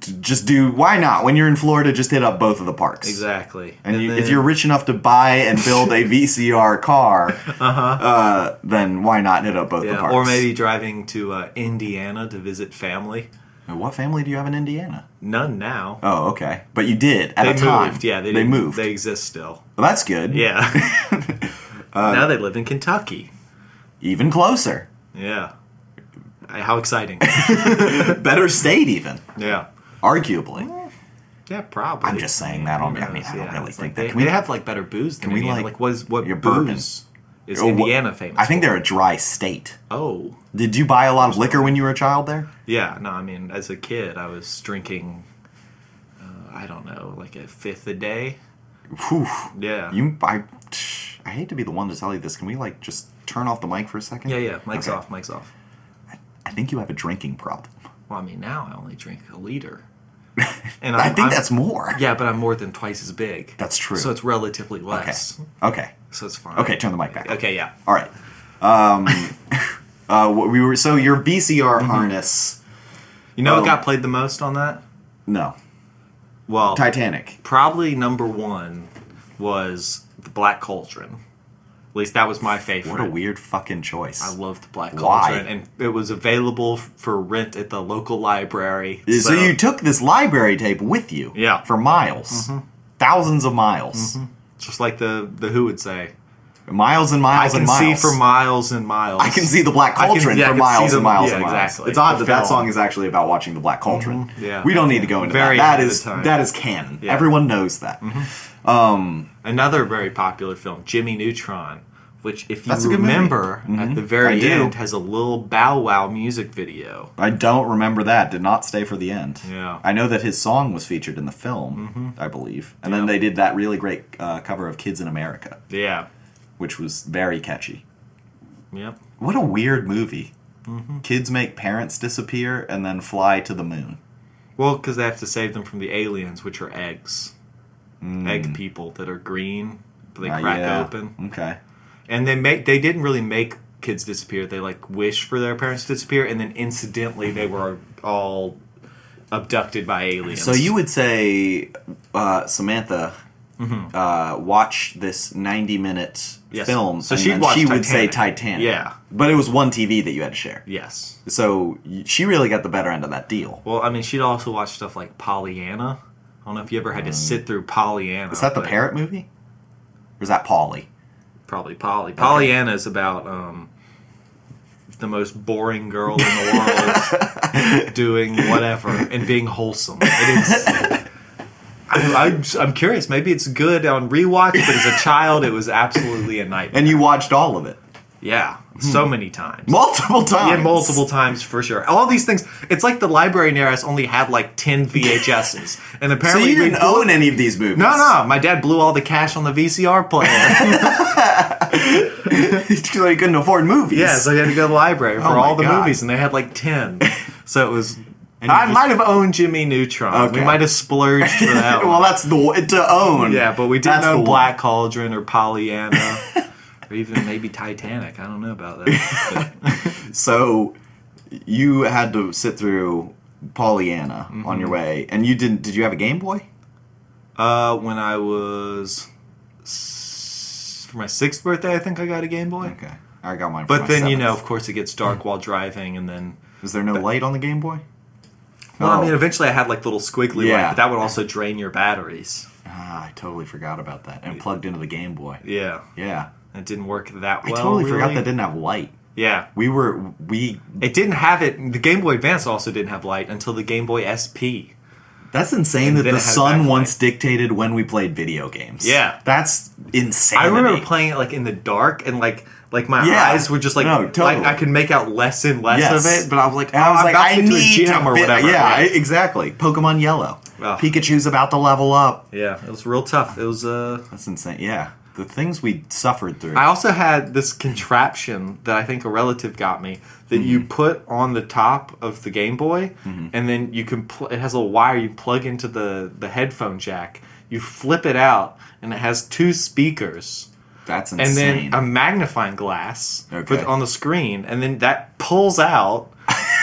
Speaker 2: T- just do why not? When you're in Florida, just hit up both of the parks.
Speaker 1: Exactly.
Speaker 2: And, you, if
Speaker 1: then-
Speaker 2: you're rich enough to buy and build a VCR car, uh-huh. then why not hit up both the
Speaker 1: Yeah,
Speaker 2: parks?
Speaker 1: or maybe driving to uh, Indiana to visit family.
Speaker 2: Uh, What family do you have in Indiana?
Speaker 1: None now.
Speaker 2: Oh, okay. But you did at
Speaker 1: they
Speaker 2: a time.
Speaker 1: moved. Yeah, they,
Speaker 2: they
Speaker 1: didn't-
Speaker 2: moved.
Speaker 1: They exist still.
Speaker 2: well, that's good.
Speaker 1: Yeah.
Speaker 2: Uh,
Speaker 1: now they live in Kentucky.
Speaker 2: Even closer.
Speaker 1: Yeah. I- How exciting.
Speaker 2: Better state, even
Speaker 1: yeah.
Speaker 2: arguably.
Speaker 1: Yeah, probably.
Speaker 2: I'm just saying that. On, I mean,
Speaker 1: Who
Speaker 2: I
Speaker 1: knows?
Speaker 2: don't
Speaker 1: Mm. Yeah,
Speaker 2: really
Speaker 1: it's
Speaker 2: think
Speaker 1: like
Speaker 2: that.
Speaker 1: They,
Speaker 2: Can we
Speaker 1: they
Speaker 2: have
Speaker 1: have like better booze than
Speaker 2: we,
Speaker 1: we
Speaker 2: like,
Speaker 1: like, like what is what
Speaker 2: your
Speaker 1: bourbon?
Speaker 2: bourbons?
Speaker 1: Is
Speaker 2: Oh, wh-
Speaker 1: Indiana famous?
Speaker 2: I think they're a dry state.
Speaker 1: for? Oh,
Speaker 2: Did you buy a lot of liquor when you were a child there?
Speaker 1: yeah. No, I mean, as a kid, I was drinking. Uh, I don't know, like a fifth a day.
Speaker 2: Whew.
Speaker 1: Yeah.
Speaker 2: You, I, I hate to be the one to tell you this. Can we like just turn off the mic for a second?
Speaker 1: yeah, yeah. Mike's
Speaker 2: Okay.
Speaker 1: off. Mike's off.
Speaker 2: I think you have a drinking problem.
Speaker 1: Well, I mean, now I only drink a liter. And
Speaker 2: I
Speaker 1: Um, I'm-
Speaker 2: think
Speaker 1: I'm-
Speaker 2: that's more.
Speaker 1: Yeah, but I'm more than twice as big.
Speaker 2: That's true.
Speaker 1: So it's relatively
Speaker 2: okay.
Speaker 1: less.
Speaker 2: Okay.
Speaker 1: So it's fine.
Speaker 2: Okay. Turn the mic back. on.
Speaker 1: Okay, yeah.
Speaker 2: All right. Um, uh, what we were so your BCR
Speaker 1: Mm-hmm.
Speaker 2: harness.
Speaker 1: You know
Speaker 2: Oh.
Speaker 1: what got played the most on that?
Speaker 2: No,
Speaker 1: Well,
Speaker 2: Titanic.
Speaker 1: probably number one was the Black Cauldron. At least that was my favorite.
Speaker 2: What a weird fucking choice.
Speaker 1: I loved the Black
Speaker 2: Why?
Speaker 1: Cauldron, and it was available f- for rent at the local library.
Speaker 2: Uh, so, you took this library tape with you.
Speaker 1: Yeah. Mm-hmm.
Speaker 2: For miles, thousands of miles,
Speaker 1: just like the the Who would say,
Speaker 2: miles and
Speaker 1: I
Speaker 2: miles
Speaker 1: can
Speaker 2: and miles.
Speaker 1: see for miles and miles.
Speaker 2: I can see the Black
Speaker 1: I can-
Speaker 2: Cauldron
Speaker 1: yeah, I
Speaker 2: for
Speaker 1: can
Speaker 2: miles
Speaker 1: see
Speaker 2: and
Speaker 1: the-
Speaker 2: miles
Speaker 1: yeah,
Speaker 2: and miles.
Speaker 1: exactly.
Speaker 2: It's odd
Speaker 1: The
Speaker 2: that that
Speaker 1: film. Mm-hmm.
Speaker 2: song is actually about watching the Black Cauldron.
Speaker 1: yeah.
Speaker 2: We don't need to go into
Speaker 1: Very
Speaker 2: that. That
Speaker 1: ahead of
Speaker 2: is
Speaker 1: time.
Speaker 2: that is canon.
Speaker 1: Yeah.
Speaker 2: Everyone knows that.
Speaker 1: Another very popular film, Jimmy Neutron, which if you
Speaker 2: That's a good movie. Mm-hmm.
Speaker 1: remember at the
Speaker 2: I
Speaker 1: very
Speaker 2: do.
Speaker 1: end has a little Bow Wow music video.
Speaker 2: I don't remember that. Did not stay for the end.
Speaker 1: Yeah. Mm-hmm.
Speaker 2: I know that his song was featured in the film, I believe, and then they did that really great uh, cover of "Kids in America,"
Speaker 1: Yeah.
Speaker 2: which was very catchy.
Speaker 1: Yep.
Speaker 2: What a weird movie.
Speaker 1: Mm-hmm.
Speaker 2: Kids make parents disappear and then fly to the moon.
Speaker 1: Well, because they have to save them from the aliens, which are eggs, egg people that are green, but they
Speaker 2: Uh,
Speaker 1: crack
Speaker 2: Hmm. yeah.
Speaker 1: open,
Speaker 2: Okay.
Speaker 1: and they make they didn't really make kids disappear. They like wish for their parents to disappear, and then incidentally they were all abducted by aliens.
Speaker 2: So you would say, uh, Samantha, uh, watch this ninety-minute
Speaker 1: Mm-hmm. Yes.
Speaker 2: film,
Speaker 1: So
Speaker 2: and
Speaker 1: she'd
Speaker 2: then
Speaker 1: watch
Speaker 2: she would say
Speaker 1: Titanic.
Speaker 2: Titanic.
Speaker 1: Yeah.
Speaker 2: but it was one TV that you had to share.
Speaker 1: yes.
Speaker 2: So y- she really got the better end of that deal.
Speaker 1: Well, I mean, she'd also watch stuff like Pollyanna. I don't know if you ever had to sit through Pollyanna.
Speaker 2: Hmm. Is that the
Speaker 1: Oh, but
Speaker 2: parrot movie? Or is that Polly?
Speaker 1: Probably Polly. Pollyanna is about um, the most boring girl in the world doing whatever and being wholesome. It is. I, I'm, I'm curious. Maybe it's good on rewatch, but as a child, it was absolutely a nightmare.
Speaker 2: And you watched all of it
Speaker 1: yeah, so many times.
Speaker 2: multiple times.
Speaker 1: Yeah, multiple times for sure. All these things. It's like the library near us only had like ten VHSs, and
Speaker 2: So
Speaker 1: apparently
Speaker 2: you
Speaker 1: we
Speaker 2: didn't own any of these movies.
Speaker 1: No, no. My dad blew all the cash on the VCR player.
Speaker 2: because I couldn't afford movies.
Speaker 1: yeah, so he had to go to the library for
Speaker 2: Oh my
Speaker 1: all the
Speaker 2: God.
Speaker 1: movies, and they had like 10. So it was.
Speaker 2: And you
Speaker 1: I
Speaker 2: just-
Speaker 1: might have owned Jimmy Neutron.
Speaker 2: Okay.
Speaker 1: We might have splurged for that
Speaker 2: well,
Speaker 1: one.
Speaker 2: that's the one- to own.
Speaker 1: Yeah, but we didn't
Speaker 2: that's the
Speaker 1: own
Speaker 2: one.
Speaker 1: Black Cauldron or Pollyanna or even maybe Titanic. I don't know about that. But-
Speaker 2: So you had to sit through Pollyanna on
Speaker 1: Mm-hmm.
Speaker 2: your way, and you didn't. Did you have a Game Boy?
Speaker 1: uh, when I was. s- For my sixth birthday, I think I got a Game Boy.
Speaker 2: Okay, I got mine. for
Speaker 1: But
Speaker 2: my
Speaker 1: then, you know,
Speaker 2: seventh.
Speaker 1: of course, it gets dark while driving, and then
Speaker 2: is there no light on the Game Boy?
Speaker 1: Well,
Speaker 2: Oh.
Speaker 1: I mean, eventually I had like little squiggly
Speaker 2: Yeah.
Speaker 1: yeah. but that would also drain your batteries.
Speaker 2: Ah, I totally forgot about that. And plugged into the Game Boy.
Speaker 1: Yeah,
Speaker 2: Yeah,
Speaker 1: it didn't work that well.
Speaker 2: I totally forgot
Speaker 1: really.
Speaker 2: that didn't have light.
Speaker 1: Yeah,
Speaker 2: We were we.
Speaker 1: it didn't have it. The Game Boy Advance also didn't have light until the Game Boy SP.
Speaker 2: That's insane that
Speaker 1: then
Speaker 2: the
Speaker 1: it had
Speaker 2: sun
Speaker 1: backlight.
Speaker 2: once dictated when we played video games.
Speaker 1: Yeah.
Speaker 2: that's insane.
Speaker 1: I remember playing it like in the dark and like like my
Speaker 2: Yeah.
Speaker 1: eyes were just like
Speaker 2: No, totally.
Speaker 1: like I could make out less and less
Speaker 2: Yes.
Speaker 1: of it, but I was like,
Speaker 2: And I was
Speaker 1: "Oh, I'm
Speaker 2: like,
Speaker 1: about to
Speaker 2: I
Speaker 1: get to a
Speaker 2: need
Speaker 1: gym or
Speaker 2: fi-
Speaker 1: whatever.
Speaker 2: Yeah, I-
Speaker 1: yeah.
Speaker 2: exactly. Pokemon Yellow.
Speaker 1: Ugh.
Speaker 2: Pikachu's about to level up.
Speaker 1: Yeah, it was real tough. It was uh.
Speaker 2: That's insane. Yeah, the things we suffered through.
Speaker 1: I also had this contraption that I think a relative got me that
Speaker 2: Mm-hmm.
Speaker 1: you put on the top of the Game Boy, and then you can. Pl- it has a wire you plug into the the headphone jack. You flip it out, and it has two speakers,
Speaker 2: That's
Speaker 1: and
Speaker 2: insane.
Speaker 1: then a magnifying glass for
Speaker 2: Okay.
Speaker 1: the- on the screen, and then that pulls out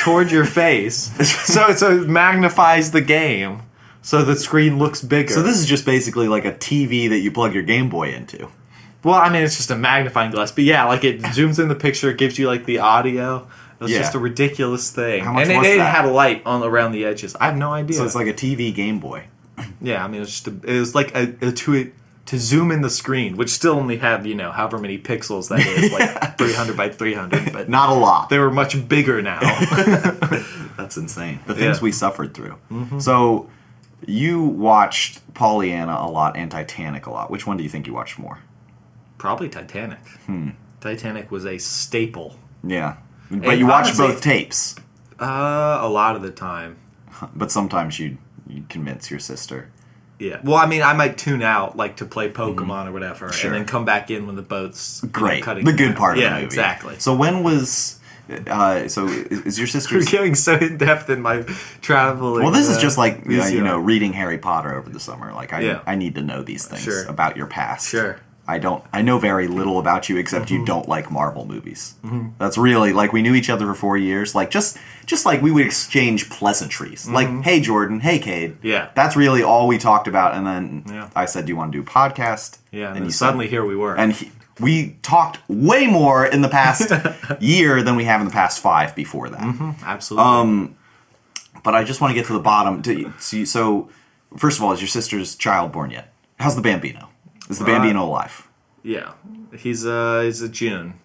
Speaker 1: toward your face, so so it magnifies the game, so the screen looks bigger.
Speaker 2: so this is just basically like a TV that you plug your Game Boy into.
Speaker 1: Well, I mean, it's just a magnifying glass, but yeah, like it zooms in the picture, it gives you like the audio. It was
Speaker 2: Yeah.
Speaker 1: just a ridiculous thing,
Speaker 2: How much
Speaker 1: and it-
Speaker 2: was
Speaker 1: it,
Speaker 2: that?
Speaker 1: had a light on around the edges. I have no idea.
Speaker 2: So it's like a TV Game Boy.
Speaker 1: yeah, I mean, it's just a, it was like a, a to to zoom in the screen, which still only had you know however many pixels that is, like three hundred by three hundred, but
Speaker 2: Not a lot.
Speaker 1: they were much bigger now.
Speaker 2: That's insane. The things
Speaker 1: Yeah. Mm-hmm.
Speaker 2: we suffered through. So you watched Pollyanna a lot and Titanic a lot. Which one do you think you watched more? Hmm.
Speaker 1: Probably Titanic. Titanic was a staple.
Speaker 2: Yeah. But
Speaker 1: Hey,
Speaker 2: you watch
Speaker 1: honestly-
Speaker 2: both tapes.
Speaker 1: Uh, a lot of the time.
Speaker 2: But sometimes you you convince your sister.
Speaker 1: Yeah. Well, I mean, I might tune out like to play Pokemon or whatever,
Speaker 2: Hmm. Sure.
Speaker 1: and then come back in when the boat's you know,
Speaker 2: Great.
Speaker 1: cutting
Speaker 2: The
Speaker 1: in
Speaker 2: good
Speaker 1: half.
Speaker 2: part
Speaker 1: yeah,
Speaker 2: of the movie.
Speaker 1: exactly.
Speaker 2: So when was uh, so is, is your
Speaker 1: We're
Speaker 2: sister's
Speaker 1: getting so in depth in my traveling.
Speaker 2: Well, this is
Speaker 1: uh,
Speaker 2: just like you know, you
Speaker 1: museum.
Speaker 2: know, reading Harry Potter over the summer. Like I,
Speaker 1: Yeah.
Speaker 2: I need to know these things
Speaker 1: Sure.
Speaker 2: about your past.
Speaker 1: Sure. Mm-hmm.
Speaker 2: I don't. I know very little about you except you don't like Marvel movies. That's really like we knew each other for four years. Like just, just like we would exchange pleasantries. Like, hey Jordan, hey Cade.
Speaker 1: Mm-hmm. Yeah.
Speaker 2: That's really all we talked about. And then
Speaker 1: Yeah.
Speaker 2: I said, "Do you want to do a podcast?"
Speaker 1: Yeah, and,
Speaker 2: you
Speaker 1: then
Speaker 2: said-
Speaker 1: suddenly here we were.
Speaker 2: and he, we talked way more in the past year than we have in the past five before
Speaker 1: Mm-hmm.
Speaker 2: that
Speaker 1: Absolutely.
Speaker 2: um, but I just want to get to the bottom. To, so, so, first of all, is your sister's child born yet? How's the bambino? Is the
Speaker 1: Uh,
Speaker 2: bambino alive?
Speaker 1: yeah. He's uh he's a June.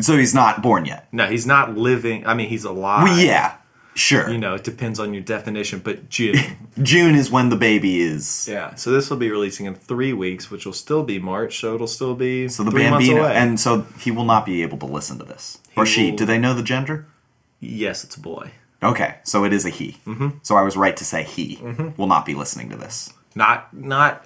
Speaker 2: So he's not born yet.
Speaker 1: No, he's not living. I mean, he's alive.
Speaker 2: Well, yeah, sure.
Speaker 1: You know, it depends on your definition, but June.
Speaker 2: June is when the baby is.
Speaker 1: yeah. So this will be releasing in three weeks, which will still be March. So it'll still be
Speaker 2: So the
Speaker 1: three
Speaker 2: bambino,
Speaker 1: months away.
Speaker 2: and so he will not be able to listen to this, or
Speaker 1: He
Speaker 2: she.
Speaker 1: will-
Speaker 2: Do they know the gender?
Speaker 1: yes, it's a boy.
Speaker 2: Okay, so it is a he.
Speaker 1: Mm-hmm.
Speaker 2: So I was right to say he will not be listening to this.
Speaker 1: Not not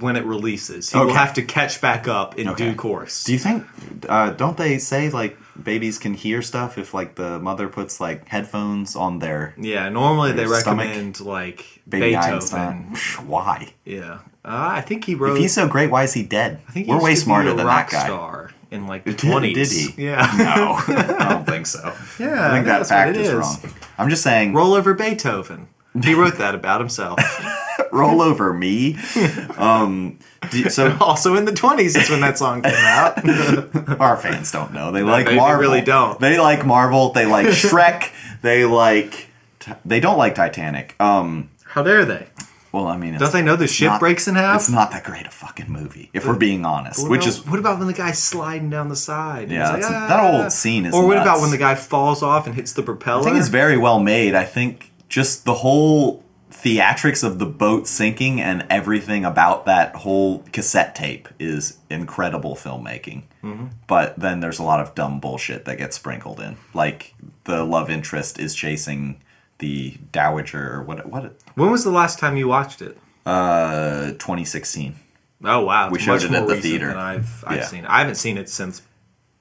Speaker 1: when it releases. He will
Speaker 2: Okay.
Speaker 1: have to catch back up in
Speaker 2: Okay.
Speaker 1: due course.
Speaker 2: Do you think? Uh, don't they say like babies can hear stuff if like the mother puts like headphones on their
Speaker 1: yeah. Normally they
Speaker 2: Your stomach?
Speaker 1: recommend like
Speaker 2: baby
Speaker 1: Beethoven.
Speaker 2: Einstein? Why?
Speaker 1: Yeah. Uh, I think he wrote.
Speaker 2: If he's so great, why is he dead?
Speaker 1: I think he
Speaker 2: We're
Speaker 1: used
Speaker 2: way
Speaker 1: to be
Speaker 2: smarter
Speaker 1: a
Speaker 2: than
Speaker 1: rock
Speaker 2: that guy.
Speaker 1: Star in like the
Speaker 2: Did-
Speaker 1: twenties.
Speaker 2: did he?
Speaker 1: Yeah.
Speaker 2: No, I don't think so.
Speaker 1: Yeah,
Speaker 2: I think that
Speaker 1: that's what
Speaker 2: fact
Speaker 1: it
Speaker 2: is,
Speaker 1: is.
Speaker 2: wrong. I'm just saying, roll,
Speaker 1: Roll over Beethoven. He wrote that about himself.
Speaker 2: over me. Um, do- so
Speaker 1: also in the twenties is when that song came out.
Speaker 2: our fans don't know. They like
Speaker 1: they- they
Speaker 2: Marvel.
Speaker 1: really don't.
Speaker 2: They like Marvel. They like Shrek. they like. Ti- They don't like Titanic. Um,
Speaker 1: How dare they?
Speaker 2: well, I mean, it's
Speaker 1: Don't they know the ship
Speaker 2: not-
Speaker 1: breaks in half?
Speaker 2: It's not that great a fucking movie, if we're being honest.
Speaker 1: What
Speaker 2: Which
Speaker 1: about-
Speaker 2: is
Speaker 1: what about when the guy's sliding down the side? and
Speaker 2: Yeah,
Speaker 1: he's "Ah."
Speaker 2: that's- that whole scene is
Speaker 1: Or what
Speaker 2: nuts.
Speaker 1: about when the guy falls off and hits the propeller?
Speaker 2: I think it's very well made. I think just the whole theatrics of the boat sinking and everything about that whole cassette tape is incredible filmmaking.
Speaker 1: Mm-hmm.
Speaker 2: But then there's a lot of dumb bullshit that gets sprinkled in, like the love interest is chasing the dowager or what? What?
Speaker 1: when was the last time you watched it?
Speaker 2: Uh, 2016.
Speaker 1: Oh wow,
Speaker 2: We
Speaker 1: it's
Speaker 2: showed
Speaker 1: much
Speaker 2: it
Speaker 1: more
Speaker 2: at the
Speaker 1: recent
Speaker 2: theater.
Speaker 1: Than I've I've
Speaker 2: Yeah.
Speaker 1: seen. it. I haven't seen it since.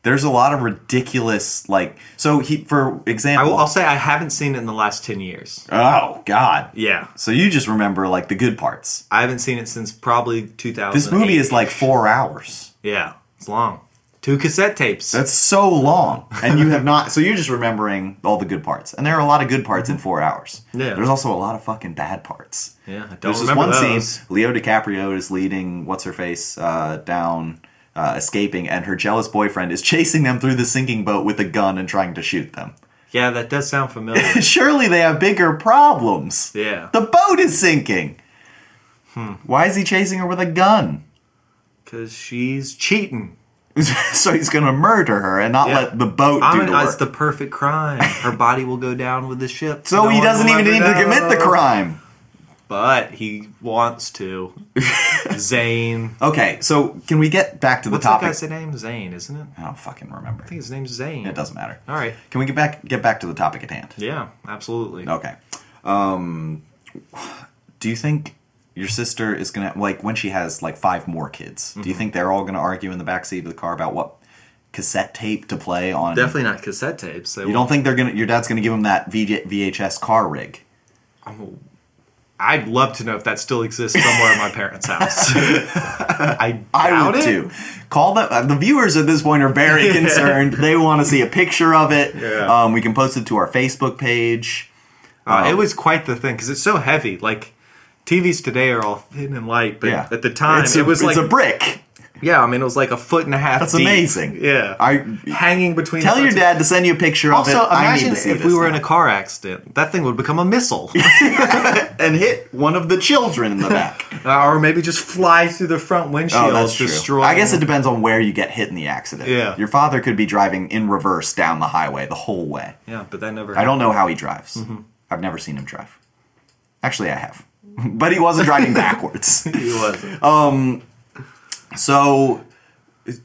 Speaker 2: There's a lot of ridiculous, like so. He, for
Speaker 1: I
Speaker 2: example,
Speaker 1: will, I'll say I haven't seen it in the last ten years.
Speaker 2: oh god.
Speaker 1: Yeah,
Speaker 2: So you just remember like the good parts.
Speaker 1: I haven't seen it since probably 2000.
Speaker 2: This movie is like four hours.
Speaker 1: yeah, it's long. Two cassette tapes.
Speaker 2: That's so long, and you have not. So you're just remembering all the good parts, and there are a lot of good parts in four hours.
Speaker 1: Mm-hmm. Yeah.
Speaker 2: There's also a lot of fucking bad parts.
Speaker 1: yeah, I don't
Speaker 2: There's this
Speaker 1: remember
Speaker 2: one
Speaker 1: those.
Speaker 2: scene. Leo DiCaprio is leading what's her face uh, down, uh, escaping, and her jealous boyfriend is chasing them through the sinking boat with a gun and trying to shoot them.
Speaker 1: Yeah, that does sound familiar.
Speaker 2: Surely they have bigger problems.
Speaker 1: Yeah. Hmm.
Speaker 2: The boat is sinking. Why is he chasing her with a gun?
Speaker 1: Because she's cheating.
Speaker 2: so he's gonna murder her and not
Speaker 1: Yeah.
Speaker 2: let the boat do the work.
Speaker 1: Amonites the perfect crime. Her body will go down with the ship.
Speaker 2: So
Speaker 1: No
Speaker 2: he
Speaker 1: one
Speaker 2: doesn't
Speaker 1: will
Speaker 2: even need
Speaker 1: ever
Speaker 2: to commit the
Speaker 1: know.
Speaker 2: crime.
Speaker 1: But he wants to. Zane.
Speaker 2: Okay, so can we get back to the
Speaker 1: What's that
Speaker 2: topic?
Speaker 1: guy's name? Zane, isn't it? I
Speaker 2: I don't fucking remember.
Speaker 1: think his name's Zane.
Speaker 2: It doesn't matter.
Speaker 1: All right.
Speaker 2: Can we get back get back to the topic at hand?
Speaker 1: Yeah, absolutely.
Speaker 2: Okay. Um, do you think your sister is gonna like when she has like five more kids? Do
Speaker 1: Mm-hmm.
Speaker 2: you think they're all gonna argue in the backseat of the car about what cassette tape to play on?
Speaker 1: Definitely not cassette tapes. They
Speaker 2: You don't think they're gonna your dad's gonna give them that VJ, VHS car rig?
Speaker 1: I'd love to know if that still exists somewhere in my parents' house. I doubt
Speaker 2: I would
Speaker 1: it.
Speaker 2: too. Call the uh, the viewers at this point are very concerned. They want to see a picture of it.
Speaker 1: Yeah.
Speaker 2: Um, we can post it to our Facebook page. Um,
Speaker 1: Uh, it was quite the thing because it's so heavy. Like TVs today are all thin and light, but
Speaker 2: Yeah.
Speaker 1: at the time
Speaker 2: it's a,
Speaker 1: it was like
Speaker 2: it's a brick.
Speaker 1: yeah, I mean it was like a foot and a half.
Speaker 2: That's
Speaker 1: deep.
Speaker 2: amazing.
Speaker 1: Yeah,
Speaker 2: I
Speaker 1: hanging between.
Speaker 2: tell
Speaker 1: the
Speaker 2: your
Speaker 1: front-
Speaker 2: dad to send you a picture
Speaker 1: Also,
Speaker 2: of it. I
Speaker 1: imagine
Speaker 2: need to see
Speaker 1: if
Speaker 2: this
Speaker 1: we were in
Speaker 2: now.
Speaker 1: a car accident, that thing would become a missile,
Speaker 2: and hit one of the children in the back.
Speaker 1: Uh, or maybe just fly through the front windshield,
Speaker 2: oh, that's true.
Speaker 1: destroying.
Speaker 2: I guess it depends on where you get hit in the accident.
Speaker 1: Yeah.
Speaker 2: Your father could be driving in reverse down the highway the whole way.
Speaker 1: Yeah, but that never.
Speaker 2: I don't know how he drives.
Speaker 1: Mm-hmm.
Speaker 2: I've never seen him drive. Actually, I have.
Speaker 1: Oh.
Speaker 2: but he wasn't driving backwards.
Speaker 1: It wasn't.
Speaker 2: So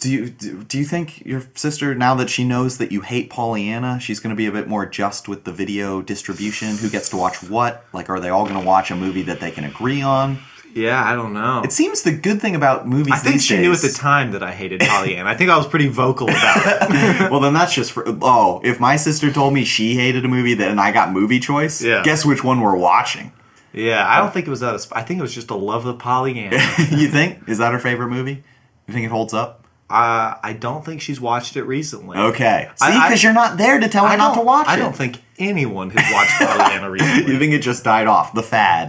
Speaker 2: do you do do you think your sister now that she knows that you hate Pollyanna, she's going to be a bit more just with the video distribution? Who gets to watch what? Like, are they all going to watch a movie that they can agree on?
Speaker 1: Yeah, I don't know.
Speaker 2: It seems the good thing about movies.
Speaker 1: I think
Speaker 2: these
Speaker 1: she knew at
Speaker 2: days-
Speaker 1: the time that I hated Pollyanna. I think I was pretty vocal about it.
Speaker 2: well, then that's just for. Oh, if my sister told me she hated a movie, then I got movie choice.
Speaker 1: Yeah.
Speaker 2: Guess which one we're watching?
Speaker 1: Yeah, I don't think it was out of. Sp- I think it was just a love of Pollyanna.
Speaker 2: you think is that her favorite movie? You think it holds up?
Speaker 1: uh, I don't think she's watched it recently.
Speaker 2: Okay. See,
Speaker 1: I- I-
Speaker 2: because you're not there to tell
Speaker 1: I
Speaker 2: her not to
Speaker 1: don't-
Speaker 2: watch
Speaker 1: I
Speaker 2: it.
Speaker 1: don't think anyone has watched Pollyanna recently.
Speaker 2: You think it just died off the fad?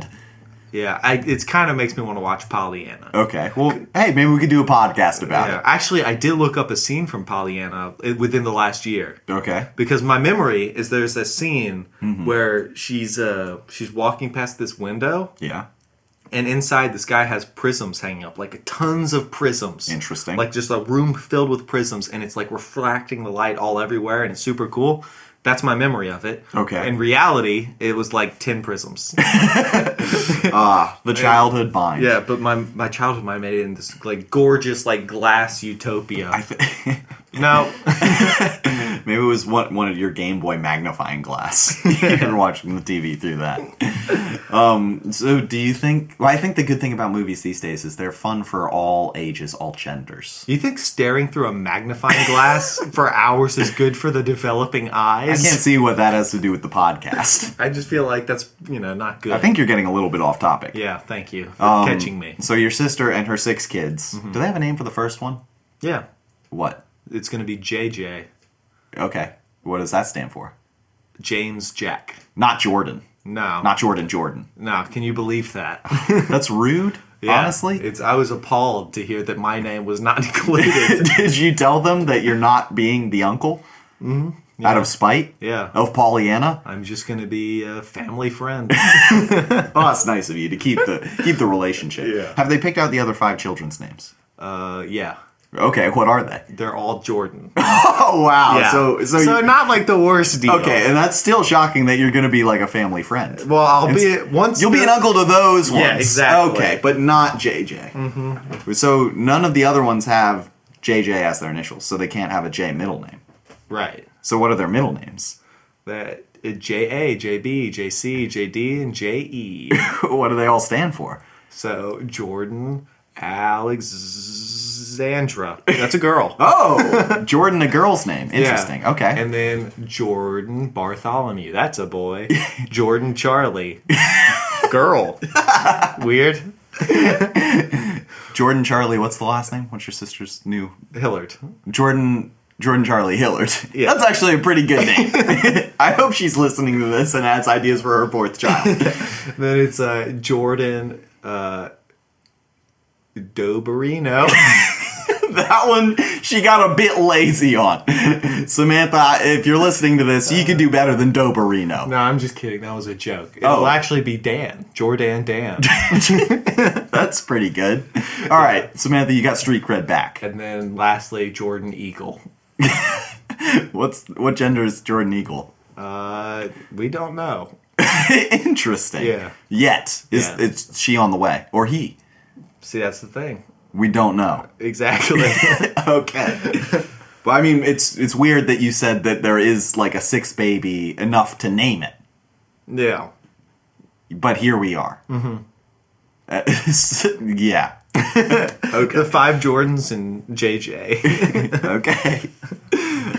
Speaker 1: Yeah, I, it's kind of makes me want to watch Pollyanna.
Speaker 2: Okay. Well, hey, maybe we could do a podcast about
Speaker 1: Yeah.
Speaker 2: it.
Speaker 1: Actually, I did look up a scene from Pollyanna uh, within the last year.
Speaker 2: Okay.
Speaker 1: because my memory is there's a scene
Speaker 2: Mm-hmm.
Speaker 1: where she's uh she's walking past this window
Speaker 2: Yeah.
Speaker 1: and inside this guy has prisms hanging up like tons of prisms
Speaker 2: Interesting.
Speaker 1: like just a room filled with prisms and it's like refracting the light all everywhere and it's super cool that's my memory of it
Speaker 2: Okay.
Speaker 1: in reality it was like 10 prisms
Speaker 2: Ah, the childhood mind.
Speaker 1: yeah but my my childhood mind made it in this like gorgeous like glass utopia
Speaker 2: I th-
Speaker 1: no
Speaker 2: maybe it was one, one of your Game Boy magnifying glass. You're watching the TV through that. Um, so, do you think? Well, I think the good thing about movies these days is they're fun for all ages, all genders.
Speaker 1: you think staring through a magnifying glass for hours is good for the developing
Speaker 2: I
Speaker 1: eyes
Speaker 2: can't see what that has to do with the podcast.
Speaker 1: I just feel like that's you know not good.
Speaker 2: I think you're getting a little bit off topic.
Speaker 1: Yeah, thank you for
Speaker 2: Um,
Speaker 1: catching me.
Speaker 2: So your sister and her six kids.
Speaker 1: Mm-hmm.
Speaker 2: Do they have a name for the first one?
Speaker 1: Yeah,
Speaker 2: What?
Speaker 1: it's gonna be JJ
Speaker 2: Okay. What does that stand for?
Speaker 1: James Jack.
Speaker 2: Not Jordan.
Speaker 1: No,
Speaker 2: Not Jordan. Jordan.
Speaker 1: no. Can you believe that?
Speaker 2: That's rude.
Speaker 1: Yeah,
Speaker 2: honestly.
Speaker 1: it's I was appalled to hear that my name was not included.
Speaker 2: Did you tell them that you're not being the uncle? Mm-hmm. Out of spite?
Speaker 1: Yeah.
Speaker 2: Of Pollyanna?
Speaker 1: I'm just gonna be a family friend.
Speaker 2: Oh, that's nice of you to keep the keep the relationship.
Speaker 1: Yeah.
Speaker 2: Have they picked out the other five children's names?
Speaker 1: Uh, yeah,
Speaker 2: Okay, what are they?
Speaker 1: they're all Jordan.
Speaker 2: Oh wow.
Speaker 1: Yeah.
Speaker 2: So so, you-
Speaker 1: not like the worst deal.
Speaker 2: Okay, and that's still shocking that you're going to be like a family friend.
Speaker 1: Well, I'll
Speaker 2: It's-
Speaker 1: be once
Speaker 2: You'll be
Speaker 1: the-
Speaker 2: an uncle to those ones.
Speaker 1: Yeah, exactly.
Speaker 2: Okay, but not JJ. Mm-hmm. So none of the other ones have JJ as their initials, so they can't have a J middle name.
Speaker 1: Right.
Speaker 2: So what are their middle names?
Speaker 1: That uh, J A J B J C J D and J E.
Speaker 2: what do they all stand for?
Speaker 1: So Jordan Alexandra. That's a girl.
Speaker 2: Oh, Jordan, a girl's name. Interesting.
Speaker 1: Yeah.
Speaker 2: Okay.
Speaker 1: And then Jordan Bartholomew. That's a boy. Jordan Charlie. girl. Weird.
Speaker 2: Jordan Charlie, what's the last name? What's your sister's new
Speaker 1: Hillard.
Speaker 2: Jordan Jordan Charlie Hillard.
Speaker 1: Yeah.
Speaker 2: That's actually a pretty good name. I hope she's listening to this and has ideas for her fourth child.
Speaker 1: Then it's uh, Jordan uh, Doberino.
Speaker 2: that one she got a bit lazy on. Samantha, if you're listening to this, you could do better than Doberino.
Speaker 1: no, I'm just kidding. That was a joke. It'll
Speaker 2: Oh.
Speaker 1: actually be Dan. Jordan Dan.
Speaker 2: That's pretty good. All right, Samantha, you got street cred back.
Speaker 1: and then lastly, Jordan Eagle.
Speaker 2: What's what gender is Jordan Eagle?
Speaker 1: Uh, we don't know.
Speaker 2: Interesting.
Speaker 1: Yeah.
Speaker 2: Yet is
Speaker 1: Yeah.
Speaker 2: it's she on the way or he?
Speaker 1: See, that's the thing.
Speaker 2: We don't know.
Speaker 1: Exactly.
Speaker 2: okay. But I mean, it's it's weird that you said that there is like a sixth baby enough to name it.
Speaker 1: yeah.
Speaker 2: But here we are. Mm-hmm. yeah.
Speaker 1: The five Jordans and JJ.
Speaker 2: Okay.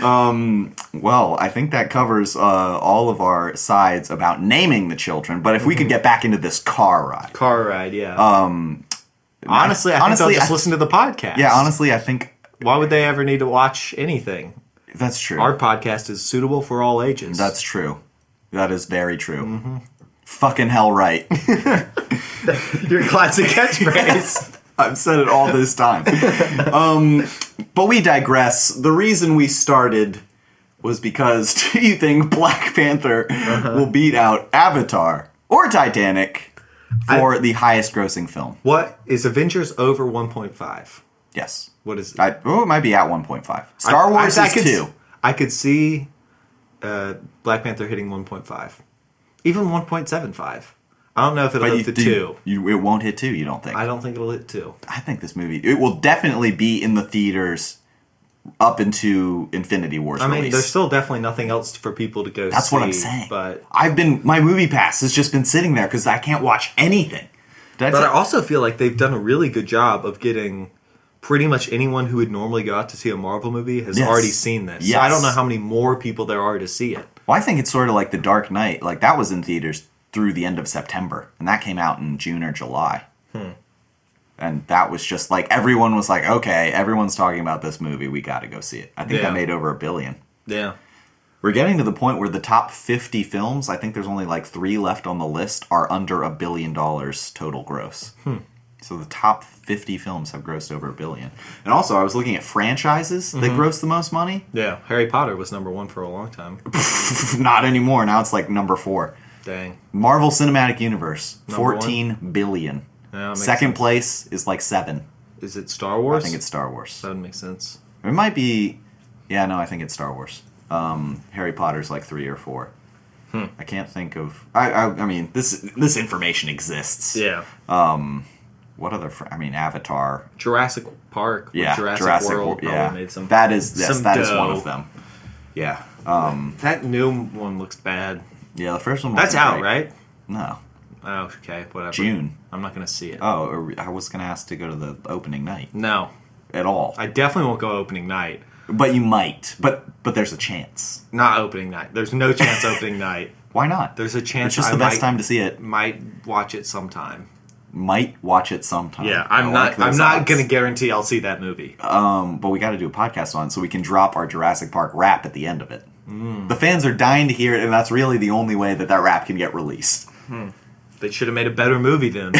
Speaker 2: um, well, I think that covers uh, all of our sides about naming the children. But if we could get back into this car ride,
Speaker 1: Car ride, yeah. Um Honestly, I think
Speaker 2: honestly,
Speaker 1: they'll just
Speaker 2: I-
Speaker 1: listen to the podcast.
Speaker 2: yeah. Honestly, I think
Speaker 1: Why would they ever need to watch anything?
Speaker 2: that's true.
Speaker 1: Our podcast is suitable for all ages.
Speaker 2: that's true. That is very true. Fucking hell, right.
Speaker 1: your classic catchphrase.
Speaker 2: I've said it all this time. um, but we digress. The reason we started was because do you think Black Panther will beat out Avatar or Titanic for the highest grossing film?
Speaker 1: what is Avengers over 1.5?
Speaker 2: Yes.
Speaker 1: What is it?
Speaker 2: I, oh, it might be at 1.5. Star Wars
Speaker 1: I, I
Speaker 2: is
Speaker 1: could,
Speaker 2: 2.
Speaker 1: I could see uh, Black Panther hitting 1.5. Even 1.75. I don't know if it'll
Speaker 2: But
Speaker 1: hit the
Speaker 2: you, do
Speaker 1: two.
Speaker 2: you- You, it won't hit two. You don't think?
Speaker 1: I don't think it'll hit two.
Speaker 2: I think this movie it will definitely be in the theaters up into Infinity War's
Speaker 1: I mean,
Speaker 2: release.
Speaker 1: there's still definitely nothing else for people to go.
Speaker 2: That's
Speaker 1: see,
Speaker 2: what I'm saying.
Speaker 1: But
Speaker 2: I've been my movie pass has just been sitting there because I can't watch anything. Did I
Speaker 1: but I
Speaker 2: tell-
Speaker 1: also feel like they've done a really good job of getting pretty much anyone who would normally go out to see a Marvel movie has
Speaker 2: Yes.
Speaker 1: already seen this. So I
Speaker 2: Yes.
Speaker 1: don't know how many more people there are to see it.
Speaker 2: well, I think it's sort of like The Dark Knight. Like that was in theaters through the end of September, and that came out in June or July. And that was just like everyone was like, okay, everyone's talking about this movie. We got to go see it. I think
Speaker 1: Yeah.
Speaker 2: I made over a billion.
Speaker 1: Yeah.
Speaker 2: We're getting to the point where the top 50 films, I think there's only like three left on the list, are under a billion dollars total gross. So the top 50 films have grossed over a billion. And also, I was looking at franchises that gross the most money.
Speaker 1: Yeah. Harry Potter was number one for a long time.
Speaker 2: Not anymore. Now it's like number four.
Speaker 1: Dang.
Speaker 2: Marvel Cinematic Universe,
Speaker 1: Number one?
Speaker 2: fourteen billion.
Speaker 1: Yeah, makes
Speaker 2: Second place is like seven.
Speaker 1: Is it Star Wars?
Speaker 2: I think it's Star Wars.
Speaker 1: that would make sense.
Speaker 2: It might be. Yeah, no, I think it's Star Wars. Um, Harry Potter's like three or four.
Speaker 1: Hmm.
Speaker 2: I can't think of. I, I, I mean, this this information exists.
Speaker 1: Yeah.
Speaker 2: What other? Fr- I mean, Avatar.
Speaker 1: Jurassic Park. Or
Speaker 2: Yeah.
Speaker 1: Jurassic, World.
Speaker 2: Wor-
Speaker 1: probably Made some.
Speaker 2: that is yes,
Speaker 1: some
Speaker 2: that is one
Speaker 1: dough.
Speaker 2: of them. Yeah. Um,
Speaker 1: that new one looks bad.
Speaker 2: yeah. The first one.
Speaker 1: That's
Speaker 2: wasn't
Speaker 1: out,
Speaker 2: great.
Speaker 1: right?
Speaker 2: No.
Speaker 1: Oh, okay. Whatever.
Speaker 2: June.
Speaker 1: I'm not gonna see it.
Speaker 2: Oh, are we- I was gonna ask to go to the opening night
Speaker 1: no,
Speaker 2: at all,
Speaker 1: I definitely won't go opening night.
Speaker 2: but you might. But but there's a chance.
Speaker 1: Not opening night. There's no chance opening night.
Speaker 2: Why not?
Speaker 1: There's a chance
Speaker 2: It's just
Speaker 1: I
Speaker 2: the best
Speaker 1: might-
Speaker 2: time to see it.
Speaker 1: Might watch it sometime.
Speaker 2: Might watch it sometime.
Speaker 1: Yeah, I'm
Speaker 2: I
Speaker 1: not.
Speaker 2: like those
Speaker 1: I'm not
Speaker 2: odds. Uh, Um,
Speaker 1: gonna guarantee I'll see that movie.
Speaker 2: but we got to do a podcast on it so we can drop our Jurassic Park rap at the end of it. The fans are dying to hear it, and that's really the only way that that rap can get released.
Speaker 1: they should have made a better movie then.